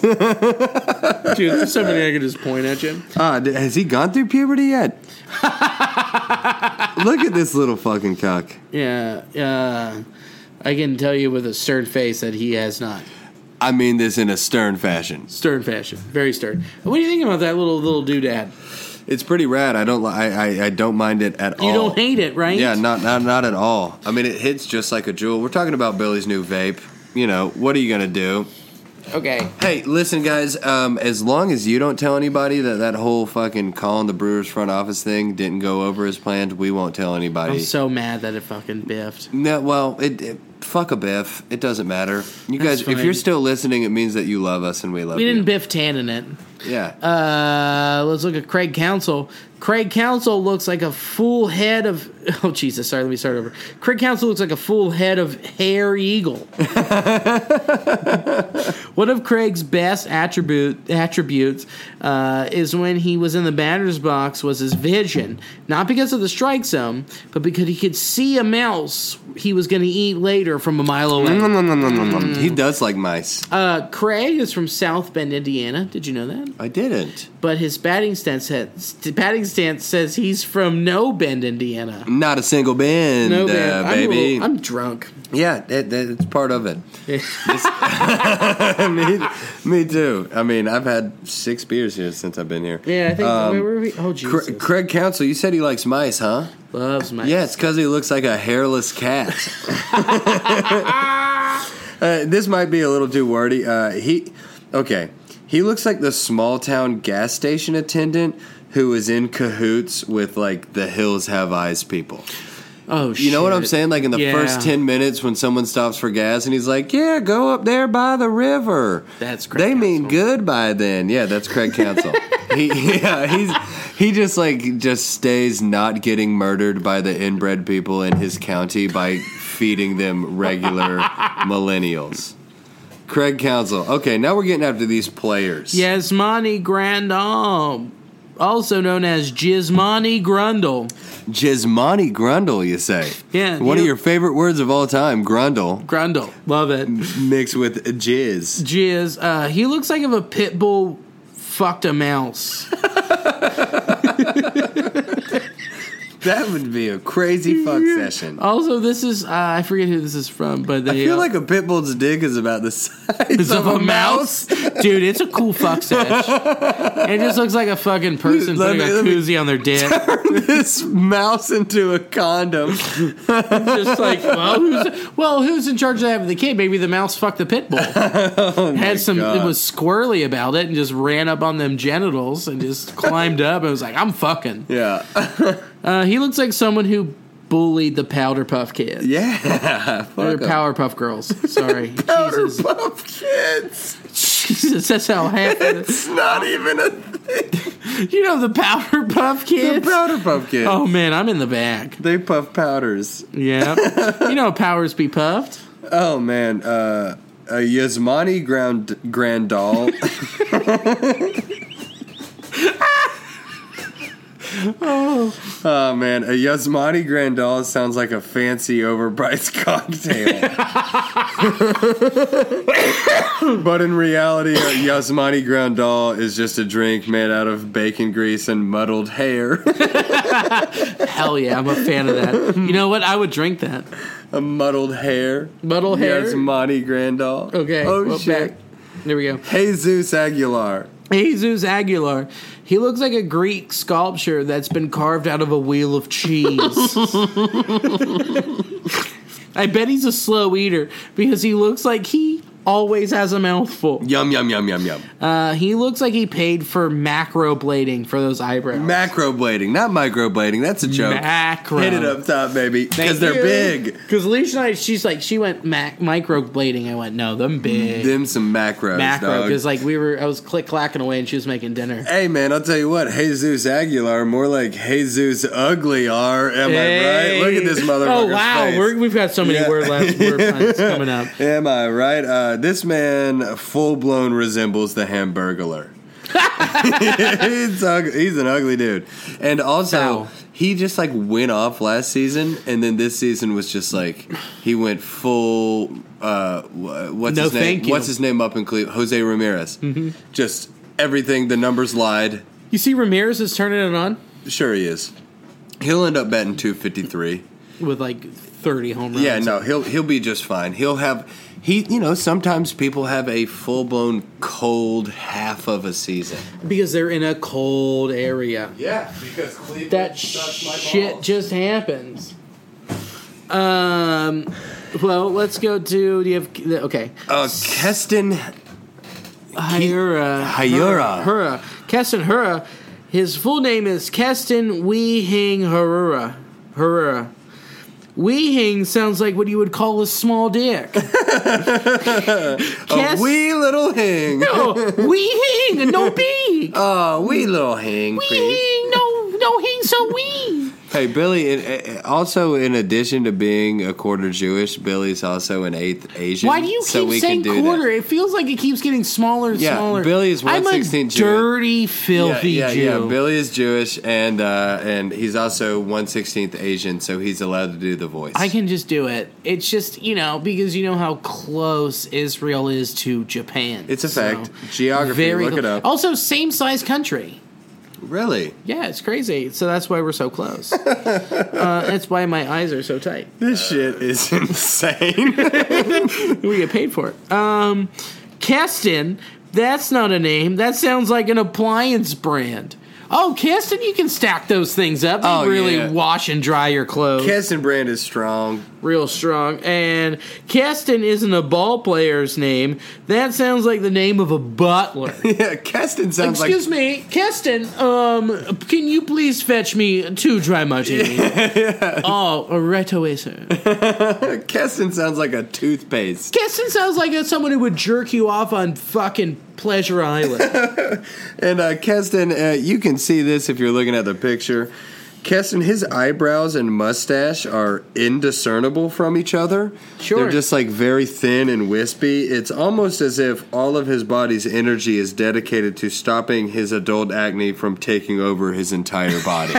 Speaker 2: *laughs*
Speaker 3: Brewers. *laughs*
Speaker 2: Dude, there's so many I could just point at you.
Speaker 3: Uh, d- has he gone through
Speaker 2: *laughs*
Speaker 3: puberty yet? Look at this little fucking cock.
Speaker 2: Yeah, uh, I can tell you with a stern face that he has not.
Speaker 3: I mean this in a stern fashion.
Speaker 2: Stern fashion, very stern. What do you think about that little little doodad?
Speaker 3: It's pretty rad. I don't. Li- I, I I don't mind it at all.
Speaker 2: You don't hate it, right?
Speaker 3: Yeah, not not not at all. I mean, it hits just like a jewel. We're talking about Billy's new vape. You know, what are you gonna do?
Speaker 2: Okay.
Speaker 3: Hey, listen, guys. Um, as long as you don't tell anybody that that whole fucking calling the Brewers front office thing didn't go over as planned, we won't tell anybody.
Speaker 2: I'm so mad that it fucking biffed.
Speaker 3: No, well, it, it fuck a biff. It doesn't matter. You
Speaker 2: That's
Speaker 3: guys, if
Speaker 2: fine.
Speaker 3: you're still listening, it means that you love us and we love
Speaker 2: We
Speaker 3: you.
Speaker 2: didn't biff tan in it.
Speaker 3: yeah.
Speaker 2: Uh, let's look at Craig Council. Craig Council looks like a full head of. *laughs* Oh Jesus! Sorry, let me start over. Craig Council looks like a full head of hair eagle. One of Craig's best attribute attributes uh, is when he was in the batter's box was his vision, not because of the strike zone, but because he could see a mouse he was going to eat later from a mile
Speaker 3: Mm,
Speaker 2: away. Mm.
Speaker 3: he does like mice.
Speaker 2: Uh, Craig is from South Bend, Indiana. Did you know that?
Speaker 3: I didn't.
Speaker 2: but his batting stance has, batting stance says he's from No Bend, Indiana.
Speaker 3: Not a single bend,
Speaker 2: No
Speaker 3: uh,
Speaker 2: Bend, I'm a
Speaker 3: baby.
Speaker 2: little- I'm drunk.
Speaker 3: yeah, that, that, it's part of it. *laughs* me, me too. I mean, I've had six beers here since I've been here.
Speaker 2: Yeah, I think.
Speaker 3: Um,
Speaker 2: wait, where are we? Oh
Speaker 3: Cra-
Speaker 2: Jesus,
Speaker 3: Craig Council, you said he likes mice, huh?
Speaker 2: loves my.
Speaker 3: Yeah, it's because he looks like a hairless cat. uh, this might be a little too wordy. Uh, he, okay, he looks like the small town gas station attendant who is in cahoots with like the Hills Have Eyes people.
Speaker 2: Oh,
Speaker 3: You know what I'm saying? Like in the first ten minutes, when someone stops for gas, and he's like, "Yeah, go up there by the river."
Speaker 2: That's Craig
Speaker 3: They mean
Speaker 2: Counsell.
Speaker 3: good by then. Yeah, that's Craig Council. he, yeah, he's he just like just stays not getting murdered by the inbred people in his county by feeding them regular millennials. Craig Council. Okay, now we're getting after these players.
Speaker 2: Yasmani Grandal, also known as Jismani Grundle.
Speaker 3: Jismani Grundle, you say?
Speaker 2: Yeah,
Speaker 3: One of
Speaker 2: you-
Speaker 3: your favorite words of all time, Grundle,
Speaker 2: Grundle, love it.
Speaker 3: mixed with jizz.
Speaker 2: Jiz, uh, he looks like if a pit bull fucked a
Speaker 3: *laughs*
Speaker 2: mouse.
Speaker 3: That would be a crazy fuck session.
Speaker 2: Also, this is uh, I forget who this is from, but they,
Speaker 3: I feel
Speaker 2: uh,
Speaker 3: like a pit bull's dick is about the size
Speaker 2: It's
Speaker 3: of, a mouse.
Speaker 2: Dude, it's a cool fuck
Speaker 3: *laughs*
Speaker 2: sesh. it just looks like a fucking person
Speaker 3: Let
Speaker 2: putting
Speaker 3: me-
Speaker 2: a
Speaker 3: let me-
Speaker 2: koozie on their
Speaker 3: *laughs*
Speaker 2: dick.
Speaker 3: this mouse into a condom.
Speaker 2: just like, well who's, well, who's in charge of having the kid? Maybe the mouse fucked the
Speaker 3: *laughs*
Speaker 2: pit bull.
Speaker 3: Oh
Speaker 2: Had some, it was squirrely about it and just ran up on them genitals and
Speaker 3: *laughs*
Speaker 2: just climbed up and was like, I'm fucking.
Speaker 3: Yeah. *laughs*
Speaker 2: Uh, he looks like someone who bullied the Powder Puff kids.
Speaker 3: Yeah.
Speaker 2: Or
Speaker 3: Fuck 'em.
Speaker 2: Powerpuff Girls.
Speaker 3: *laughs*
Speaker 2: Sorry. Jesus.
Speaker 3: Puff kids.
Speaker 2: *laughs* Jesus, that's how half
Speaker 3: *laughs*
Speaker 2: of
Speaker 3: It's not even a thing.
Speaker 2: the, You know the Powerpuff
Speaker 3: They're
Speaker 2: kids?
Speaker 3: powder puff kids.
Speaker 2: Oh man, I'm in the back.
Speaker 3: They puff powders.
Speaker 2: Yeah. you know, powers be puffed.
Speaker 3: Oh man. Uh, a Yasmani Grand
Speaker 2: *laughs*
Speaker 3: Grandal. oh. man, a Yasmani Grandal sounds like a fancy overpriced
Speaker 2: *laughs*
Speaker 3: *laughs* cocktail. but in reality, a Yasmani Grandal is just a drink made out of bacon grease and muddled hair. *laughs*
Speaker 2: Hell yeah, I'm a fan of that. You know what? I would drink that.
Speaker 3: a muddled hair.
Speaker 2: Muddled hair?
Speaker 3: Yasmani Grandal.
Speaker 2: Okay.
Speaker 3: Oh
Speaker 2: well,
Speaker 3: shit.
Speaker 2: back. There we go.
Speaker 3: Jesus Aguilar.
Speaker 2: Jesus Aguilar. He looks like a Greek sculpture that's been carved out of a wheel of cheese. *laughs* I bet he's a slow eater because he looks like he always has a mouthful.
Speaker 3: Yum yum yum yum yum.
Speaker 2: Uh, he looks like he paid for macro blading for those eyebrows.
Speaker 3: Macro blading, not micro blading. That's a joke.
Speaker 2: Macro.
Speaker 3: Hit it up top, baby, because they're big.
Speaker 2: Because Alicia and I, she's like, she went mac- microblading. I went, no, them big.
Speaker 3: Them some macros,
Speaker 2: macro.
Speaker 3: dog.
Speaker 2: Because like we were, I was click clacking away, and she was making dinner.
Speaker 3: Hey man, I'll tell you what, Jesus Aguilar, more like Jesus Ugly R, am I right? Look at this motherfucker.
Speaker 2: Oh wow, We're, we've got so many
Speaker 3: Yeah.
Speaker 2: word last
Speaker 3: *laughs*
Speaker 2: word puns coming up.
Speaker 3: Am I right? Uh, this man full blown resembles the Hamburglar. *laughs* he's, ug- he's an ugly dude. And also,
Speaker 2: Ow.
Speaker 3: he just like went off last season, and then this season was just like he went full. Uh, wha- what's
Speaker 2: No,
Speaker 3: his name?
Speaker 2: thank you. Mm-hmm.
Speaker 3: What's his name up in Cleveland? Jose Ramirez. Just everything. The numbers lied.
Speaker 2: You see, Ramirez is turning it on
Speaker 3: Sure, he is. He'll end up batting two fifty three.
Speaker 2: with like 30 home runs.
Speaker 3: Yeah, no, he'll he'll be just fine. He'll have he. You know, sometimes people have a full blown cold half of a season.
Speaker 2: Because they're in a cold area.
Speaker 3: Yeah, because Cleveland
Speaker 2: That shit just happens. Um, well, let's go to. Do you have. Okay.
Speaker 3: Uh, Keston
Speaker 2: Hyura.
Speaker 3: Hyura.
Speaker 2: Hura. Keston Hura. His full name is Keston Weehing Harura. Harura. Weehing sounds like what you would call a small
Speaker 3: *laughs*
Speaker 2: dick. *laughs*
Speaker 3: A
Speaker 2: Kes-
Speaker 3: wee little hang. *laughs*
Speaker 2: No, Weehing, no beak.
Speaker 3: Oh, wee little hang. please.
Speaker 2: Weehing, no, no hing, so wee.
Speaker 3: Hey, Billy, it, it, also in addition to being a quarter Jewish, Billy's also an eighth Asian.
Speaker 2: Why do you keep
Speaker 3: so we
Speaker 2: saying
Speaker 3: can do
Speaker 2: quarter?
Speaker 3: That.
Speaker 2: It feels like it keeps getting smaller and
Speaker 3: Yeah,
Speaker 2: smaller.
Speaker 3: Billy is
Speaker 2: I'm a
Speaker 3: 1/16 Jew.
Speaker 2: dirty,
Speaker 3: Yeah,
Speaker 2: filthy
Speaker 3: yeah,
Speaker 2: Jew.
Speaker 3: yeah. Billy is Jewish, and uh, and he's also one sixteenth Asian, so he's allowed to do the voice.
Speaker 2: I can just do it. It's just you know because you know how close Israel is to Japan.
Speaker 3: It's a fact. Geography, look
Speaker 2: clo-
Speaker 3: it up.
Speaker 2: Also, same size country.
Speaker 3: really.
Speaker 2: Yeah, it's crazy. So that's why we're so
Speaker 3: *laughs*
Speaker 2: close. uh, that's why my eyes are so tight. *laughs*
Speaker 3: This shit is *laughs* insane.
Speaker 2: We get paid for it. Um, Keston, that's not a name. That sounds like an appliance brand. Oh, Keston, you can stack those things up. They
Speaker 3: Oh,
Speaker 2: really
Speaker 3: yeah.
Speaker 2: wash and dry your clothes
Speaker 3: Keston Brand is strong.
Speaker 2: real strong. And Keston isn't a ball player's name. That sounds like the name of a butler.
Speaker 3: Yeah, Keston *laughs* sounds
Speaker 2: Excuse
Speaker 3: like
Speaker 2: me, Keston. Um, can you please fetch me two dry
Speaker 3: *laughs*
Speaker 2: martinis? Oh, right away, sir.
Speaker 3: Keston sounds like a toothpaste.
Speaker 2: Keston sounds like someone who would jerk you off on fucking Pleasure
Speaker 3: *laughs*
Speaker 2: Island.
Speaker 3: And uh, Keston, uh, you can see this if you're looking at the picture. Keston, his eyebrows and mustache are indiscernible from each other.
Speaker 2: Sure.
Speaker 3: They're just like very thin and wispy. It's almost as if all of his body's energy is dedicated to stopping his adult acne from taking over his entire *laughs* body.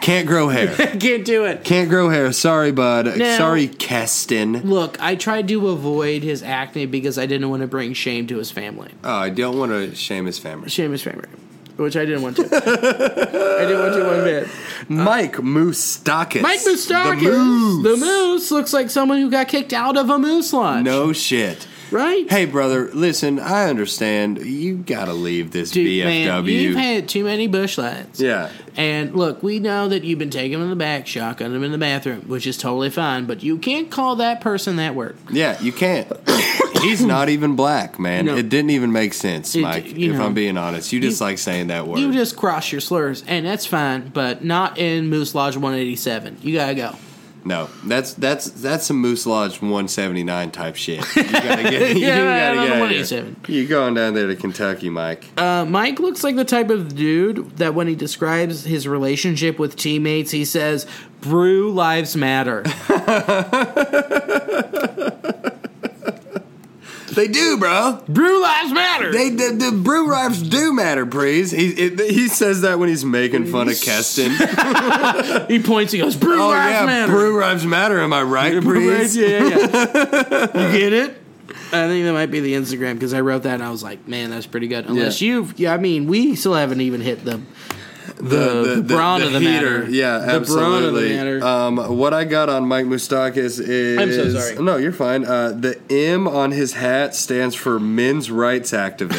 Speaker 3: Can't grow hair.
Speaker 2: Can't do it.
Speaker 3: Can't grow hair. Sorry, bud.
Speaker 2: Now-
Speaker 3: Sorry, Keston.
Speaker 2: Look, I tried to avoid his acne because I didn't want to bring shame to his family.
Speaker 3: Oh, I don't want to shame his family.
Speaker 2: Shame his family, which I didn't want
Speaker 3: *laughs*
Speaker 2: to. I didn't want to one bit.
Speaker 3: Uh, Mike Moustakis.
Speaker 2: Mike Moustakis,
Speaker 3: The Moose.
Speaker 2: the moose, looks like someone who got kicked out of a moose lodge.
Speaker 3: No shit.
Speaker 2: right?
Speaker 3: Hey, brother, listen, I understand. You gotta leave this
Speaker 2: Dude, man,
Speaker 3: BFW.
Speaker 2: you've had too many bush lights.
Speaker 3: yeah.
Speaker 2: And look, we know that you've been taking them in the back, shotgun them in the bathroom, which is totally fine, but you can't call that person that word.
Speaker 3: Yeah, you can't.
Speaker 2: *coughs*
Speaker 3: He's not even black, man.
Speaker 2: No.
Speaker 3: It didn't even make sense,
Speaker 2: It-
Speaker 3: Mike,
Speaker 2: you
Speaker 3: if
Speaker 2: know.
Speaker 3: I'm being honest. You just like saying that word.
Speaker 2: You just cross your slurs, and that's fine, but not in Moose Lodge 187. You gotta go.
Speaker 3: no, that's that's that's some Moose Lodge 179 type shit.
Speaker 2: *laughs*
Speaker 3: You gotta get, you
Speaker 2: Yeah,
Speaker 3: gotta
Speaker 2: I'm on
Speaker 3: get out of
Speaker 2: 187.
Speaker 3: here. You're going down there to Kentucky, Mike.
Speaker 2: Uh, Mike looks like the type of dude that when he describes his relationship with teammates, he says, Brew lives matter.
Speaker 3: they do, bro.
Speaker 2: Brew lives matter!
Speaker 3: They the, the brew rifes do matter, Breeze. He, it, he says that when he's making fun of Keston.
Speaker 2: He points. He goes, *laughs* "Brew
Speaker 3: oh
Speaker 2: lives
Speaker 3: yeah,
Speaker 2: matter." *laughs*
Speaker 3: brew rifes matter. Am I right,
Speaker 2: Right,
Speaker 3: Breeze? *laughs*
Speaker 2: yeah, yeah, yeah. you get it? I think that might be the Instagram because I wrote that and I was like, "Man, that's pretty good." Unless
Speaker 3: Yeah.
Speaker 2: you, yeah, I mean, we still haven't even hit the the, the, brawn of the
Speaker 3: heater.
Speaker 2: matter.
Speaker 3: Yeah,
Speaker 2: the brawn of the
Speaker 3: absolutely.
Speaker 2: matter.
Speaker 3: Um, what I got on Mike Moustakis is
Speaker 2: I'm so sorry.
Speaker 3: No, you're fine. Uh, the M on his hat stands for men's
Speaker 2: *laughs*
Speaker 3: rights activist.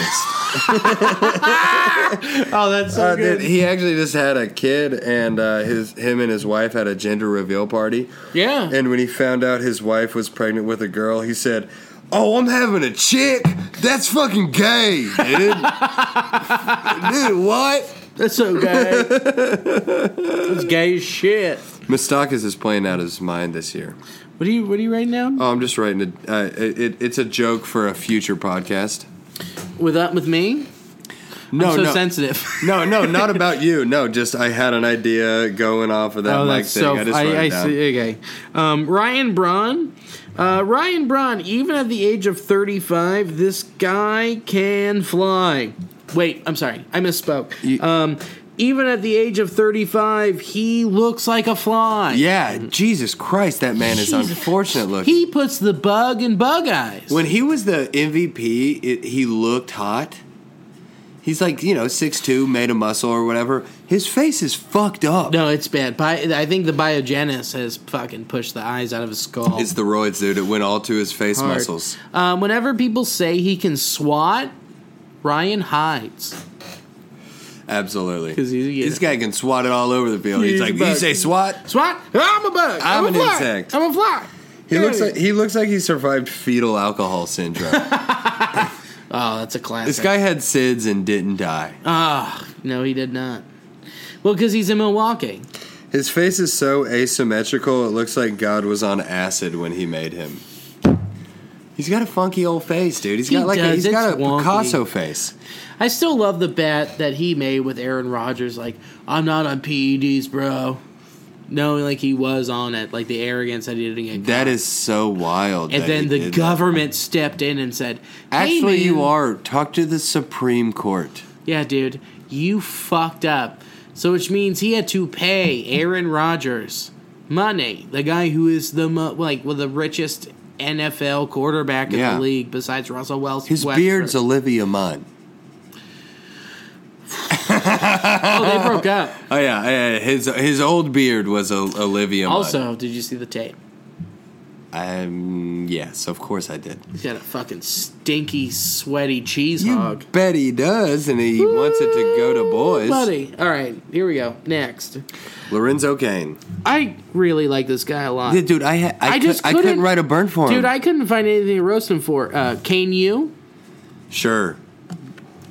Speaker 2: oh, that's so
Speaker 3: uh,
Speaker 2: good.
Speaker 3: that he actually just had a kid, and uh, his him and his wife had a gender reveal party.
Speaker 2: yeah,
Speaker 3: And when he found out his wife was pregnant with a girl, he said. Oh, I'm having a chick. That's fucking gay, dude. *laughs* dude, what?
Speaker 2: that's so gay. *laughs* that's gay as shit.
Speaker 3: Mustakis is playing out of his mind this year.
Speaker 2: What are you? What are you writing down?
Speaker 3: Oh, I'm just writing a. Uh, it, it- it's a joke for a future podcast.
Speaker 2: With up with me?
Speaker 3: No,
Speaker 2: I'm so
Speaker 3: no,
Speaker 2: sensitive.
Speaker 3: no, no, not about you. No, just I had an idea going off of that
Speaker 2: Oh,
Speaker 3: mic
Speaker 2: that's
Speaker 3: thing.
Speaker 2: so.
Speaker 3: I just wrote
Speaker 2: I, I
Speaker 3: it down.
Speaker 2: see. Okay, um, Ryan Braun. Uh, Ryan Braun. Even at the age of thirty-five, this guy can fly. Wait, I'm sorry. I misspoke.
Speaker 3: You-
Speaker 2: um, even at the age of 35, he looks like a fly.
Speaker 3: Yeah, Jesus Christ, that man is
Speaker 2: Jesus.
Speaker 3: unfortunate looking.
Speaker 2: He puts the bug in bug eyes.
Speaker 3: when he was the MVP, it, he looked hot. He's like, you know, 6'2, made a muscle or whatever. His face is fucked up.
Speaker 2: no, it's bad. Bi- I think the biogenesis has fucking pushed the eyes out of his skull.
Speaker 3: It's the roids, dude. It went all to his face
Speaker 2: Hard.
Speaker 3: muscles.
Speaker 2: Um, whenever people say he can swat, Ryan hides.
Speaker 3: Absolutely.
Speaker 2: 'Cause he's- yeah.
Speaker 3: This guy can swat it all over the field. He's
Speaker 2: He's
Speaker 3: like,
Speaker 2: a bug.
Speaker 3: you say swat?
Speaker 2: Swat? I'm a bug.
Speaker 3: I'm
Speaker 2: I'm,
Speaker 3: an
Speaker 2: a fly.
Speaker 3: insect.
Speaker 2: I'm a fly.
Speaker 3: He looks like he looks like he survived fetal alcohol *laughs* syndrome.
Speaker 2: Oh, that's a classic.
Speaker 3: this guy had SIDS and didn't die.
Speaker 2: Ah, no, he did not. Well, because he's in Milwaukee.
Speaker 3: His face is so asymmetrical, it looks like God was on acid when he made him. He's got a funky old face, dude. He's
Speaker 2: He
Speaker 3: got like a,
Speaker 2: does.
Speaker 3: he's got a
Speaker 2: It's wonky.
Speaker 3: Picasso face.
Speaker 2: I still love the bet that he made with Aaron Rodgers. Like, I'm not on PEDs, bro. No, like he was on it. Like the arrogance that he didn't get.
Speaker 3: That
Speaker 2: caught.
Speaker 3: is so wild.
Speaker 2: And
Speaker 3: that
Speaker 2: then
Speaker 3: he
Speaker 2: the
Speaker 3: did that.
Speaker 2: government stepped in and said, "Hey,
Speaker 3: Actually,
Speaker 2: man."
Speaker 3: you are. Talk to the Supreme Court.
Speaker 2: Yeah, dude, you fucked up. So which means he had to pay Aaron Rodgers money, the guy who is the mo- like well, the richest NFL quarterback in
Speaker 3: Yeah.
Speaker 2: the league besides Russell Wells.
Speaker 3: His
Speaker 2: Westbrook.
Speaker 3: beard's Olivia Munn.
Speaker 2: oh, they broke
Speaker 3: *laughs*
Speaker 2: up.
Speaker 3: Oh yeah, yeah, yeah. his his old beard was o- Olivia. Munn.
Speaker 2: Also, did you see the tape?
Speaker 3: um, yes, of course I did.
Speaker 2: He's got a fucking stinky, sweaty cheese
Speaker 3: You
Speaker 2: hog.
Speaker 3: bet he does, and he wants it to go to boys.
Speaker 2: Buddy. All right, here we go. Next.
Speaker 3: Lorenzo Kane.
Speaker 2: I really like this guy a lot.
Speaker 3: Yeah, dude, I ha- I,
Speaker 2: I
Speaker 3: just
Speaker 2: just
Speaker 3: I couldn't
Speaker 2: couldn't-
Speaker 3: write a burn for him.
Speaker 2: Dude, I couldn't find anything to roast him for. Uh, Kane you?
Speaker 3: sure.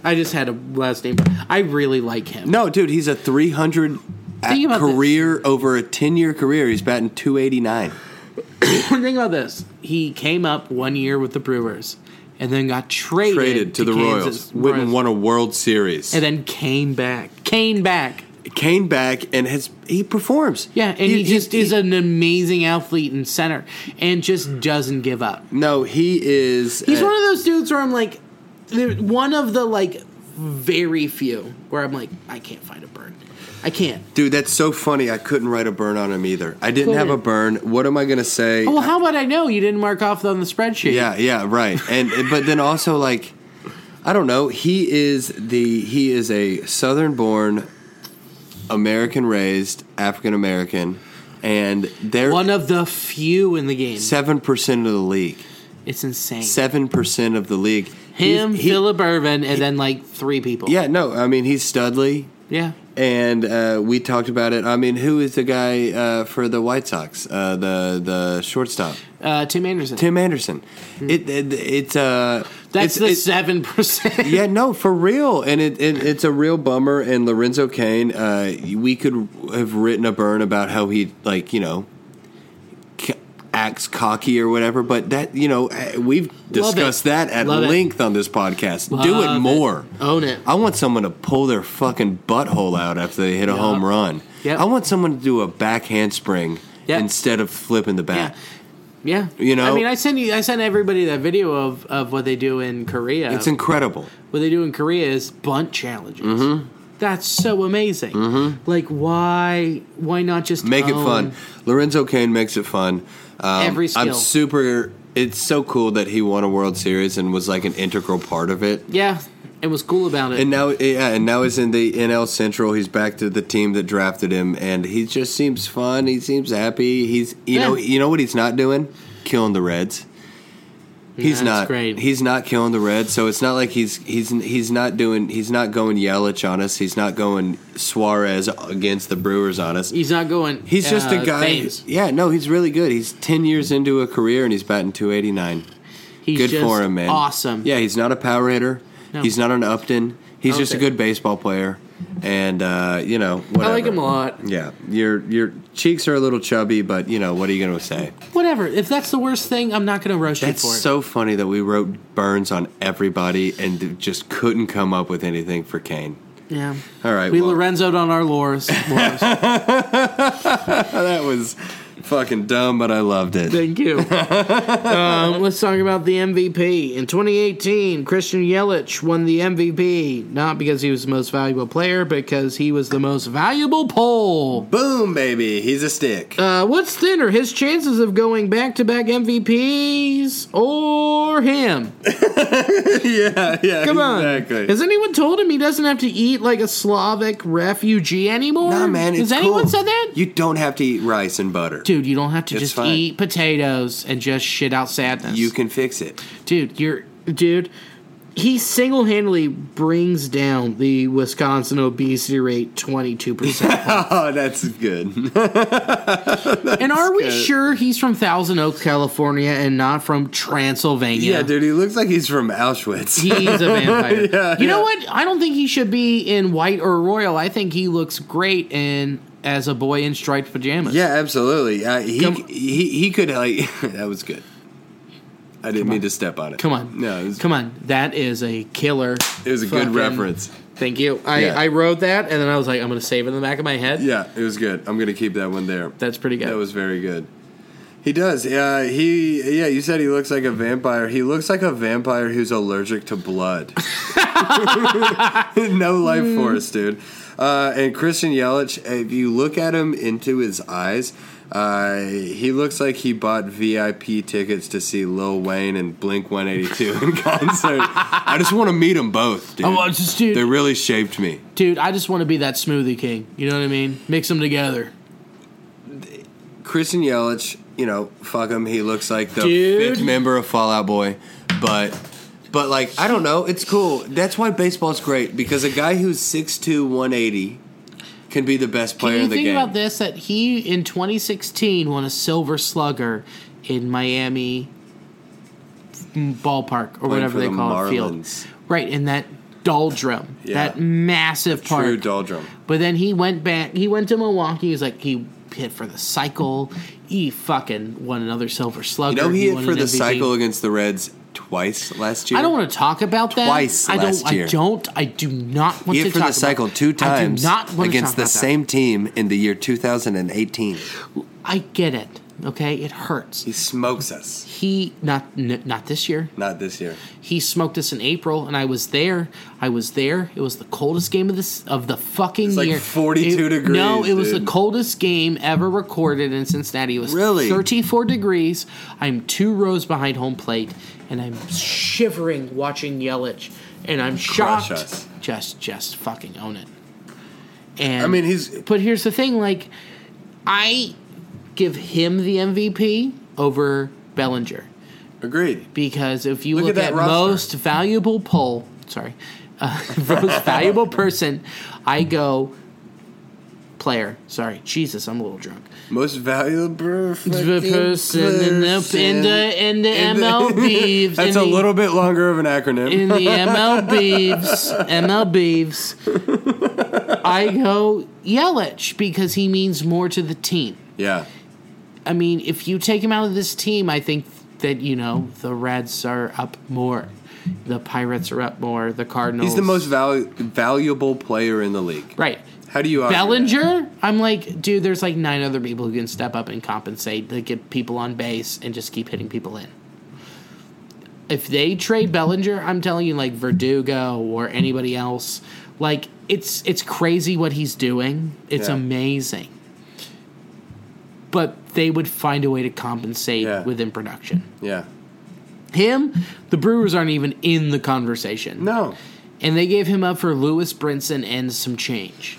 Speaker 2: I just had a last name. I really like him.
Speaker 3: No, dude, he's a 300 at
Speaker 2: Think about
Speaker 3: career over a 10 year career. He's batting 289.
Speaker 2: Think about this. He came up one year with the Brewers and then got traded,
Speaker 3: Traded to, the
Speaker 2: Kansas
Speaker 3: Royals. Went and won a World Series.
Speaker 2: And then came back. Came back.
Speaker 3: Kane back and has he performs.
Speaker 2: Yeah, and he, just is an amazing athlete and center and just doesn't give up.
Speaker 3: No, he is.
Speaker 2: He's
Speaker 3: a-
Speaker 2: one of those dudes where I'm like, they're one of the like very few where I'm like, I can't find a burn. I can't.
Speaker 3: Dude, that's so funny. I couldn't write a burn on him either. I didn't have a
Speaker 2: Couldn't.
Speaker 3: burn. What am I going to say?
Speaker 2: Oh, well, how would I know you didn't mark off on the spreadsheet?
Speaker 3: Yeah, yeah, right. And but then also like I don't know, he is the he is a southern born American raised African American and they're
Speaker 2: One of the few in the game.
Speaker 3: 7% of the league.
Speaker 2: It's insane.
Speaker 3: 7% of the league.
Speaker 2: Him,
Speaker 3: He's- he-
Speaker 2: Philip Irvin, and then like three people.
Speaker 3: Yeah, no. I mean, he's Studley
Speaker 2: Yeah.
Speaker 3: and uh, we talked about it. I mean, who is the guy uh, for the White Sox? Uh, the the shortstop.
Speaker 2: Uh, Tim Anderson.
Speaker 3: Tim Anderson. It, it it's uh
Speaker 2: Hmm. That's
Speaker 3: it's-
Speaker 2: the
Speaker 3: it's-
Speaker 2: seven percent.
Speaker 3: *laughs* yeah, no, for real, and it, it it's a real bummer. And Lorenzo Kane, uh, we could have written a burn about how he like you know c- acts cocky or whatever, but that you know eh, we've discussed
Speaker 2: it.
Speaker 3: that at
Speaker 2: Love it.
Speaker 3: length on this podcast. Do
Speaker 2: Love
Speaker 3: it
Speaker 2: it.
Speaker 3: more.
Speaker 2: Own it.
Speaker 3: I want someone to pull their fucking butthole out after they hit a home run.
Speaker 2: Yep.
Speaker 3: I want someone to do a back handspring
Speaker 2: Yep.
Speaker 3: instead of flipping the bat.
Speaker 2: Yeah.
Speaker 3: You know-
Speaker 2: I mean, I send you. I sent everybody that video of of what they do in Korea.
Speaker 3: It's incredible.
Speaker 2: what they do in Korea is bunt challenges.
Speaker 3: Mm-hmm.
Speaker 2: That's so amazing. Like, why? Why not just
Speaker 3: Make it
Speaker 2: own-
Speaker 3: fun. Lorenzo Kane makes it fun.
Speaker 2: Oh.
Speaker 3: Um,
Speaker 2: Every
Speaker 3: I'm
Speaker 2: skill.
Speaker 3: super. It's so cool that he won a World Series and was like an integral part of it.
Speaker 2: Yeah, and what's cool about it?
Speaker 3: And now, yeah, and now he's in the NL Central. He's back to the team that drafted him, and he just seems fun. He seems happy. He's you know
Speaker 2: Yeah.
Speaker 3: you know what he's not doing, killing the Reds. He's
Speaker 2: That's
Speaker 3: not.
Speaker 2: great.
Speaker 3: He's not killing the Reds. So it's not like he's he's he's not doing. He's not going Yelich on us. He's not going Suarez against the Brewers on us.
Speaker 2: he's not going.
Speaker 3: He's just a
Speaker 2: uh,
Speaker 3: guy.
Speaker 2: Thames.
Speaker 3: Yeah, no, he's really good. He's ten years into a career and he's batting two eighty nine.
Speaker 2: He's
Speaker 3: Good
Speaker 2: just
Speaker 3: for him, man.
Speaker 2: Awesome.
Speaker 3: Yeah, he's not a power hitter.
Speaker 2: No.
Speaker 3: He's not an Upton. He's just a
Speaker 2: Okay.
Speaker 3: good baseball player, and uh, you know whatever.
Speaker 2: I like him a lot.
Speaker 3: Yeah, your your cheeks are a little chubby, but you know what are you going to say?
Speaker 2: Whatever. If that's the worst thing, I'm not going to roast
Speaker 3: That's
Speaker 2: you for it.
Speaker 3: so funny that we wrote burns on everybody and just couldn't come up with anything for Kane.
Speaker 2: Yeah.
Speaker 3: All right,
Speaker 2: We
Speaker 3: well,
Speaker 2: Lorenzo'd on our lores. lores.
Speaker 3: *laughs* that was Fucking dumb, but I loved it.
Speaker 2: Thank
Speaker 3: *laughs*
Speaker 2: you. um, let's talk about the MVP. In 2018, Christian Yelich won the MVP, not because he was the most valuable player, because he was the most valuable pole.
Speaker 3: Boom, baby. He's a stick.
Speaker 2: Uh, what's thinner, his chances of going back to back MVPs or him?
Speaker 3: *laughs* yeah, yeah.
Speaker 2: Come on.
Speaker 3: Exactly.
Speaker 2: Has anyone told him he doesn't have to eat like a Slavic refugee anymore?
Speaker 3: Nah, man. It's
Speaker 2: Has anyone
Speaker 3: cool.
Speaker 2: said that?
Speaker 3: You don't have to eat rice and butter.
Speaker 2: Dude, you don't have to
Speaker 3: It's
Speaker 2: just
Speaker 3: fine.
Speaker 2: eat potatoes and just shit out sadness.
Speaker 3: You can fix it.
Speaker 2: dude you're dude he single-handedly brings down the wisconsin obesity rate 22%
Speaker 3: *laughs* Oh, that's good.
Speaker 2: *laughs*
Speaker 3: *laughs*
Speaker 2: and are we sure he's from thousand oaks california and not from transylvania
Speaker 3: Yeah, dude, he looks like he's from Auschwitz.
Speaker 2: he's a vampire
Speaker 3: Yeah,
Speaker 2: you know
Speaker 3: yeah.
Speaker 2: what i don't think he should be in white or royal i think he looks great in as a boy in striped pajamas
Speaker 3: *laughs* yeah, absolutely. Uh, he,
Speaker 2: Come-
Speaker 3: he he could like *laughs* that was good. I didn't mean to step on it.
Speaker 2: come on
Speaker 3: no, it was,
Speaker 2: come on that is a killer
Speaker 3: It was a
Speaker 2: Fucking-
Speaker 3: good reference.
Speaker 2: thank you I,
Speaker 3: Yeah.
Speaker 2: I wrote that and then i was like i'm gonna save it in the back of my head
Speaker 3: Yeah, it was good. I'm gonna keep that one there.
Speaker 2: that's pretty good
Speaker 3: That was very good. He does. Yeah, he. Yeah, you said he looks like a vampire. He looks like a vampire who's allergic
Speaker 2: *laughs*
Speaker 3: to blood. no life force, dude. Uh, and Christian Yelich, if you look at him into his eyes, uh, he looks like he bought VIP tickets to see Lil Wayne and Blink 182
Speaker 2: *laughs*
Speaker 3: in concert. I just want to meet them both, dude.
Speaker 2: I want to- dude.
Speaker 3: They really shaped me.
Speaker 2: Dude, I just want to be that smoothie king. You know what I mean? Mix them together.
Speaker 3: Christian Yelich, you know, fuck him. He looks like the
Speaker 2: Dude.
Speaker 3: fifth member of Fallout Boy, but but like I don't know, it's cool. That's why baseball's great because a guy who's 6'2", 180 can be the best player
Speaker 2: Can you
Speaker 3: in the
Speaker 2: think
Speaker 3: game.
Speaker 2: about this? That he in 2016 won a Silver Slugger in Miami ballpark or whatever
Speaker 3: for
Speaker 2: they
Speaker 3: the
Speaker 2: call it
Speaker 3: Marlins.
Speaker 2: field. Right in that doldrum,
Speaker 3: Yeah.
Speaker 2: that massive park.
Speaker 3: True doldrum.
Speaker 2: But then he went back. He went to Milwaukee. He was like he hit for the cycle. He fucking won another Silver
Speaker 3: You
Speaker 2: Slugger.
Speaker 3: know he hit
Speaker 2: won
Speaker 3: for
Speaker 2: an
Speaker 3: the
Speaker 2: MVP.
Speaker 3: cycle against the Reds twice last year.
Speaker 2: I don't want to talk about that.
Speaker 3: Twice
Speaker 2: I don't,
Speaker 3: last year.
Speaker 2: I don't. I do not want
Speaker 3: He
Speaker 2: to
Speaker 3: hit for
Speaker 2: talk
Speaker 3: the cycle
Speaker 2: about,
Speaker 3: two times
Speaker 2: I do not want
Speaker 3: against
Speaker 2: to talk
Speaker 3: the
Speaker 2: about that.
Speaker 3: same team in the year 2018.
Speaker 2: I get it. Okay, it hurts.
Speaker 3: He smokes us.
Speaker 2: He not n- not this year.
Speaker 3: Not this year.
Speaker 2: He smoked us in April, and I was there. I was there. It was the coldest game of this of the fucking
Speaker 3: like
Speaker 2: year.
Speaker 3: 42
Speaker 2: It-
Speaker 3: degrees,
Speaker 2: No, it was
Speaker 3: dude.
Speaker 2: the coldest game ever recorded in Cincinnati. It was
Speaker 3: Really?
Speaker 2: 34 degrees. I'm two rows behind home plate, and I'm shivering watching Yelich, and I'm shocked.
Speaker 3: us.
Speaker 2: Just just fucking own it. And
Speaker 3: I mean, he's-
Speaker 2: But here's the thing, like. I give him the MVP over Bellinger
Speaker 3: Agreed.
Speaker 2: because if you
Speaker 3: Look
Speaker 2: look,
Speaker 3: at that
Speaker 2: at,
Speaker 3: roster.
Speaker 2: most valuable poll, sorry, uh, *laughs* most valuable person, I go player. Sorry, Jesus, I'm a little drunk.
Speaker 3: Most valuable
Speaker 2: The person in the in the in the MLBs.
Speaker 3: *laughs* That's
Speaker 2: in
Speaker 3: a
Speaker 2: the-
Speaker 3: little bit longer of an acronym.
Speaker 2: in the MLBs, MLBs, I go Yelich because he means more to the team.
Speaker 3: yeah,
Speaker 2: I mean, if you take him out of this team, I think that you know the Reds are up more, the Pirates are up more, the Cardinals.
Speaker 3: he's the most valu- valuable player in the league.
Speaker 2: right.
Speaker 3: How do you argue
Speaker 2: Bellinger, I'm like, dude. There's like nine other people who can step up and compensate. They get people on base and just keep hitting people in. If they trade Bellinger, I'm telling you, like Verdugo or anybody else, like it's it's crazy what he's doing. It's
Speaker 3: Yeah.
Speaker 2: amazing. But they would find a way to compensate
Speaker 3: Yeah.
Speaker 2: within production.
Speaker 3: that? Yeah,
Speaker 2: Him, the Brewers aren't even in the conversation.
Speaker 3: no,
Speaker 2: And they gave him up for Lewis Brinson and some change.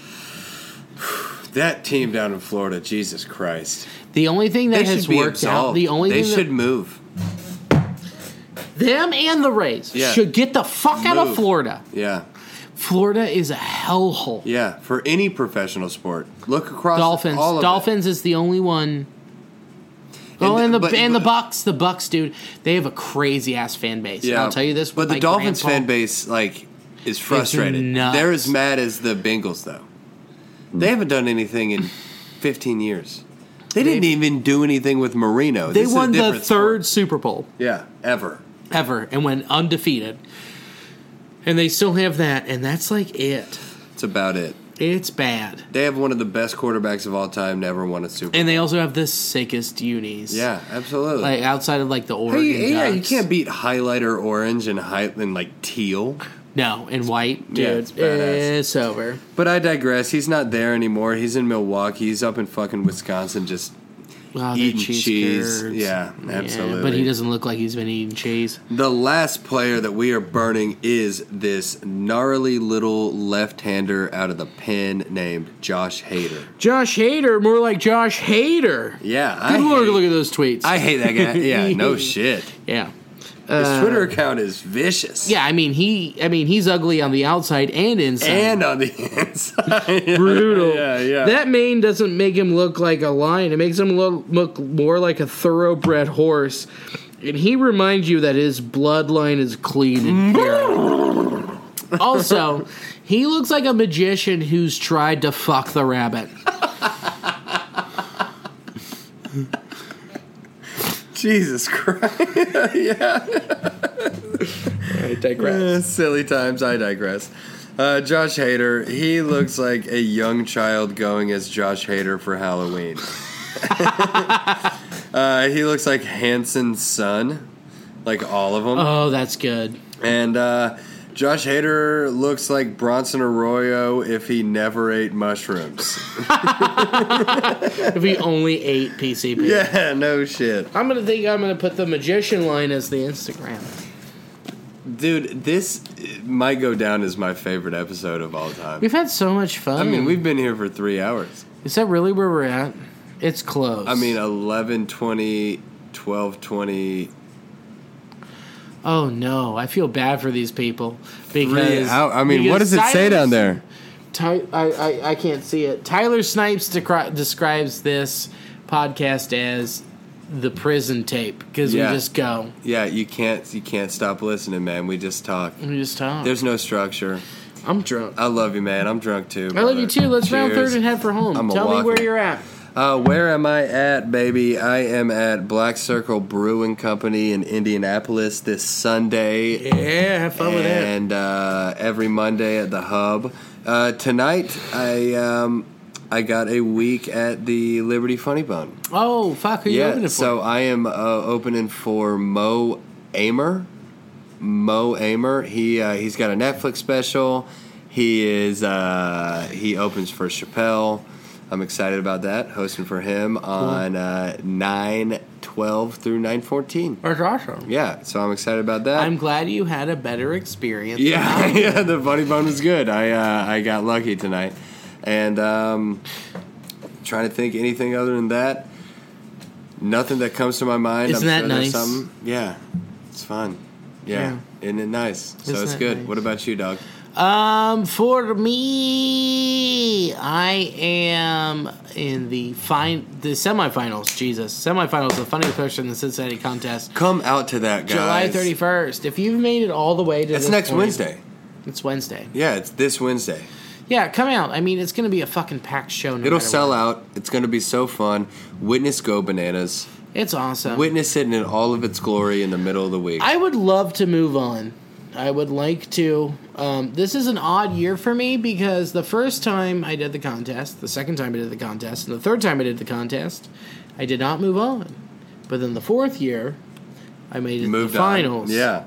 Speaker 3: that team down in Florida, Jesus Christ,
Speaker 2: The only thing
Speaker 3: they
Speaker 2: that
Speaker 3: should
Speaker 2: has
Speaker 3: be
Speaker 2: worked
Speaker 3: absolved.
Speaker 2: out, the only
Speaker 3: they
Speaker 2: thing
Speaker 3: should
Speaker 2: that,
Speaker 3: move.
Speaker 2: them and the Rays
Speaker 3: Yeah.
Speaker 2: should get the fuck out of
Speaker 3: Move.
Speaker 2: Florida.
Speaker 3: Yeah,
Speaker 2: Florida is a hellhole.
Speaker 3: yeah, for any professional sport, look across
Speaker 2: Dolphins,
Speaker 3: all of it.
Speaker 2: Dolphins is the only one. Oh,
Speaker 3: the-
Speaker 2: and, the
Speaker 3: but-
Speaker 2: and the
Speaker 3: but-
Speaker 2: Bucks, the Bucks, dude, they have a crazy ass fan base. And I'll tell you this,
Speaker 3: but the
Speaker 2: my
Speaker 3: Dolphins
Speaker 2: grandpa-
Speaker 3: fan base like is frustrated.
Speaker 2: nuts.
Speaker 3: They're as mad as the Bengals though. They haven't done anything in 15 years. They didn't even do anything with Marino.
Speaker 2: they
Speaker 3: This is a
Speaker 2: won the
Speaker 3: different
Speaker 2: third
Speaker 3: sport.
Speaker 2: Super Bowl.
Speaker 3: Yeah, ever.
Speaker 2: ever and went undefeated. And they still have that, and that's like it.
Speaker 3: It's about it.
Speaker 2: It's bad.
Speaker 3: They have one of the best quarterbacks of all time. Never won a Super. Bowl.
Speaker 2: And they also have the sickest unis.
Speaker 3: yeah, absolutely.
Speaker 2: Like outside of like the Oregon.
Speaker 3: Hey, yeah, you
Speaker 2: Ducks.
Speaker 3: can't beat highlighter orange and high and like teal.
Speaker 2: No, in white, dude.
Speaker 3: Yeah,
Speaker 2: it's,
Speaker 3: it's badass.
Speaker 2: over.
Speaker 3: But I digress. He's not there anymore. He's in Milwaukee. He's up in fucking Wisconsin, just
Speaker 2: Wow, they're
Speaker 3: eating cheese.
Speaker 2: curds.
Speaker 3: Yeah, absolutely.
Speaker 2: but he doesn't look like he's been eating cheese.
Speaker 3: The last player that we are burning is this gnarly little left-hander out of the pen named Josh Hader.
Speaker 2: Josh Hader, more like Josh Hader.
Speaker 3: Yeah, I
Speaker 2: Good lord,
Speaker 3: hate-
Speaker 2: look at those tweets.
Speaker 3: I hate that guy. Yeah, *laughs* no shit.
Speaker 2: yeah.
Speaker 3: His Twitter account is vicious.
Speaker 2: Yeah, I mean he I mean he's ugly on the outside and inside.
Speaker 3: and on the *laughs* inside,
Speaker 2: brutal.
Speaker 3: *laughs* Yeah, yeah.
Speaker 2: That mane doesn't make him look like a lion. It makes him lo- look more like a thoroughbred horse. And he reminds you that his bloodline is clean
Speaker 3: *laughs*
Speaker 2: and pure. also, he looks like a magician who's tried to fuck the rabbit.
Speaker 3: Jesus Christ. *laughs*
Speaker 2: I digress.
Speaker 3: Eh, Silly times. I digress. Uh, Josh Hader. He looks like a young child going as Josh Hader
Speaker 2: *laughs*
Speaker 3: for Halloween. uh, he looks like Hanson's son, like all of them.
Speaker 2: Oh, that's good.
Speaker 3: And uh, Josh Hader looks like Bronson Arroyo if he never ate mushrooms.
Speaker 2: If he only ate PCP.
Speaker 3: yeah, no shit.
Speaker 2: I'm gonna think I'm gonna put the magician line as the Instagram.
Speaker 3: Dude, this might go down as my favorite episode of all time.
Speaker 2: We've had so much fun.
Speaker 3: I mean, we've been here for three hours.
Speaker 2: is that really where we're at? It's close.
Speaker 3: I mean, 11, 20, 12, 20.
Speaker 2: Oh no, I feel bad for these people because
Speaker 9: I mean, what
Speaker 2: because
Speaker 9: does it say
Speaker 2: Tyler-
Speaker 9: down there?
Speaker 2: Ty, I, I I can't see it. Tyler Snipes decri- describes this podcast as the prison tape because
Speaker 3: Yeah.
Speaker 2: we just go,
Speaker 3: Yeah, you can't you can't stop listening, man. We just talk.
Speaker 2: we just talk.
Speaker 3: There's no structure.
Speaker 2: I'm drunk.
Speaker 3: I love you, man. I'm drunk too.
Speaker 2: I love you
Speaker 3: brother.
Speaker 2: too. Let's round
Speaker 3: Cheers.
Speaker 2: third and head for home.
Speaker 3: I'm a
Speaker 2: Tell me where
Speaker 3: walking-
Speaker 2: you're at.
Speaker 3: Uh, where am I at, baby? I am at Black Circle Brewing Company in Indianapolis this Sunday.
Speaker 2: Yeah, have fun with that.
Speaker 3: and uh, every Monday at the Hub. Uh, tonight, I um, I got a week at the Liberty Funny Bone.
Speaker 2: Oh fuck, who you opening
Speaker 3: yeah,
Speaker 2: for?
Speaker 3: so I am uh, opening for Mo Amer. Mo Amer. He uh, he's got a Netflix special. He is uh, he opens for Chappelle. I'm excited about that. Hosting for him on uh, nine twelve through nine fourteen.
Speaker 2: That's awesome.
Speaker 3: Yeah, so I'm excited about that.
Speaker 2: I'm glad you had a better experience.
Speaker 3: yeah, *laughs* yeah. The funny bone was good. I uh, I got lucky tonight, and um, trying to think anything other than that. Nothing that comes to my mind.
Speaker 2: Isn't that nice?
Speaker 3: there's Something. Yeah, it's fun. Yeah. Isn't it nice? so
Speaker 2: Isn't
Speaker 3: it's
Speaker 2: that
Speaker 3: good.
Speaker 2: nice?
Speaker 3: What about you, dog?
Speaker 2: Um, for me, I am in the fine the semifinals. Jesus, semifinals, the funniest person in the Cincinnati contest,
Speaker 3: Come out to that, guys.
Speaker 2: July thirty first. If you've made it all the way to
Speaker 3: That's
Speaker 2: this
Speaker 3: next
Speaker 2: point-
Speaker 3: Wednesday.
Speaker 2: It's Wednesday.
Speaker 3: Yeah, it's this Wednesday.
Speaker 2: Yeah, come out. I mean, it's gonna be a fucking packed show. No
Speaker 3: It'll sell out. It's going to be so fun. Witness go bananas.
Speaker 2: It's awesome.
Speaker 3: Witness it in all of its glory in the middle of the week.
Speaker 2: I would love to move on. I would like to. Um, this is an odd year for me because the first time I did the contest, the second time I did the contest, and the third time I did the contest, I did not move on. But then the fourth year, I made it to
Speaker 3: Moved
Speaker 2: the finals.
Speaker 3: on. Yeah.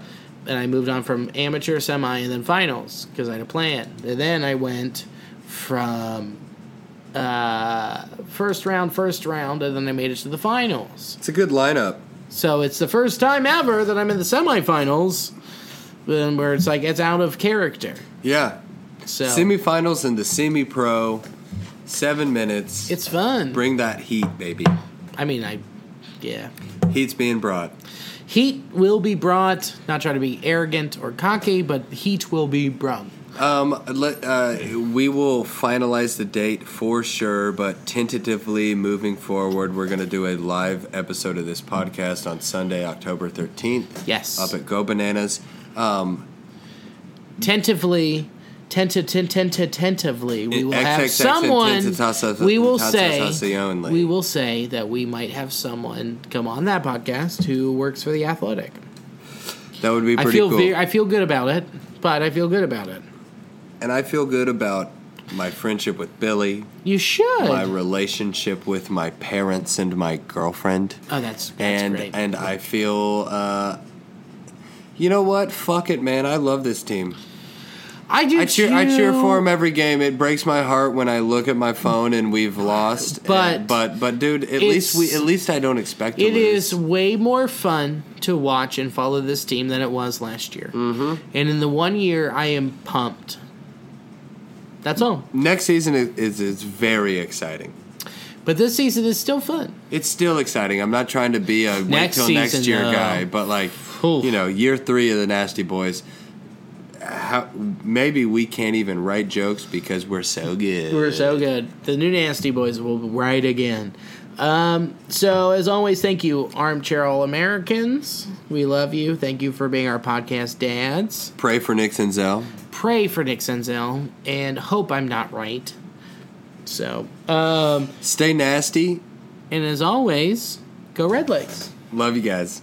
Speaker 2: And I moved on from amateur, semi, and then finals because I had a plan. And then I went from uh, first round, first round, and then I made it to the finals.
Speaker 3: It's a good lineup.
Speaker 2: So it's the first time ever that I'm in the semifinals, then where it's like it's out of character.
Speaker 3: Yeah.
Speaker 2: So
Speaker 3: Semifinals and the semi pro, seven minutes.
Speaker 2: it's fun.
Speaker 3: Bring that heat, baby.
Speaker 2: I mean, I yeah.
Speaker 3: Heat's being brought.
Speaker 2: Heat will be brought. Not trying to be arrogant or cocky, but heat will be brought.
Speaker 3: Um, let, uh, we will finalize the date for sure, but tentatively moving forward, we're going to do a live episode of this podcast on Sunday, October 13th.
Speaker 2: Yes.
Speaker 3: Up at Go Bananas. Um,
Speaker 2: Tentatively, tentative, tentatively, we
Speaker 3: In
Speaker 2: will have
Speaker 3: XXX and
Speaker 2: someone.
Speaker 3: tentatas-
Speaker 2: We will
Speaker 3: tentatas
Speaker 2: say
Speaker 3: only.
Speaker 2: we will say that we might have someone come on that podcast who works for the Athletic.
Speaker 3: that would be
Speaker 2: I
Speaker 3: pretty
Speaker 2: feel
Speaker 3: cool.
Speaker 2: ve- I feel good about it, but I feel good about it.
Speaker 3: and I feel good about my friendship with Billy,
Speaker 2: You should. Oh,
Speaker 3: my relationship with my parents and my girlfriend.
Speaker 2: oh, that's, that's
Speaker 3: and
Speaker 2: great.
Speaker 3: and I feel uh you know what? Fuck it, man. I love this team.
Speaker 2: I do
Speaker 3: I cheer, I cheer
Speaker 2: too.
Speaker 3: for him every game. It breaks my heart when I look at my phone and we've
Speaker 2: *sighs*
Speaker 3: lost.
Speaker 2: But-
Speaker 3: And- but but dude, at
Speaker 2: it's-
Speaker 3: least we at least I don't expect to
Speaker 2: It
Speaker 3: lose.
Speaker 2: is way more fun to watch and follow this team than it was last year. Mm-hmm. And in the one year, I am pumped. That's all.
Speaker 3: next season is, is is very exciting.
Speaker 2: But this season is still fun.
Speaker 3: It's still exciting. I'm not trying to be a
Speaker 2: Next
Speaker 3: wait till
Speaker 2: season,
Speaker 3: next year
Speaker 2: though.
Speaker 3: guy, but like
Speaker 2: Oof.
Speaker 3: you know, year three of the Nasty Boys. How, maybe we can't even write jokes because we're so good.
Speaker 2: We're so good. The new Nasty Boys will be right again. Um, so, as always, thank you, Armchair All Americans. We love you. Thank you for being our podcast dads.
Speaker 3: Pray for Nixon Zell.
Speaker 2: Pray for Nick Senzel and hope I'm not right. So, um,
Speaker 3: Stay nasty.
Speaker 2: and as always, go Red Legs.
Speaker 3: Love you guys.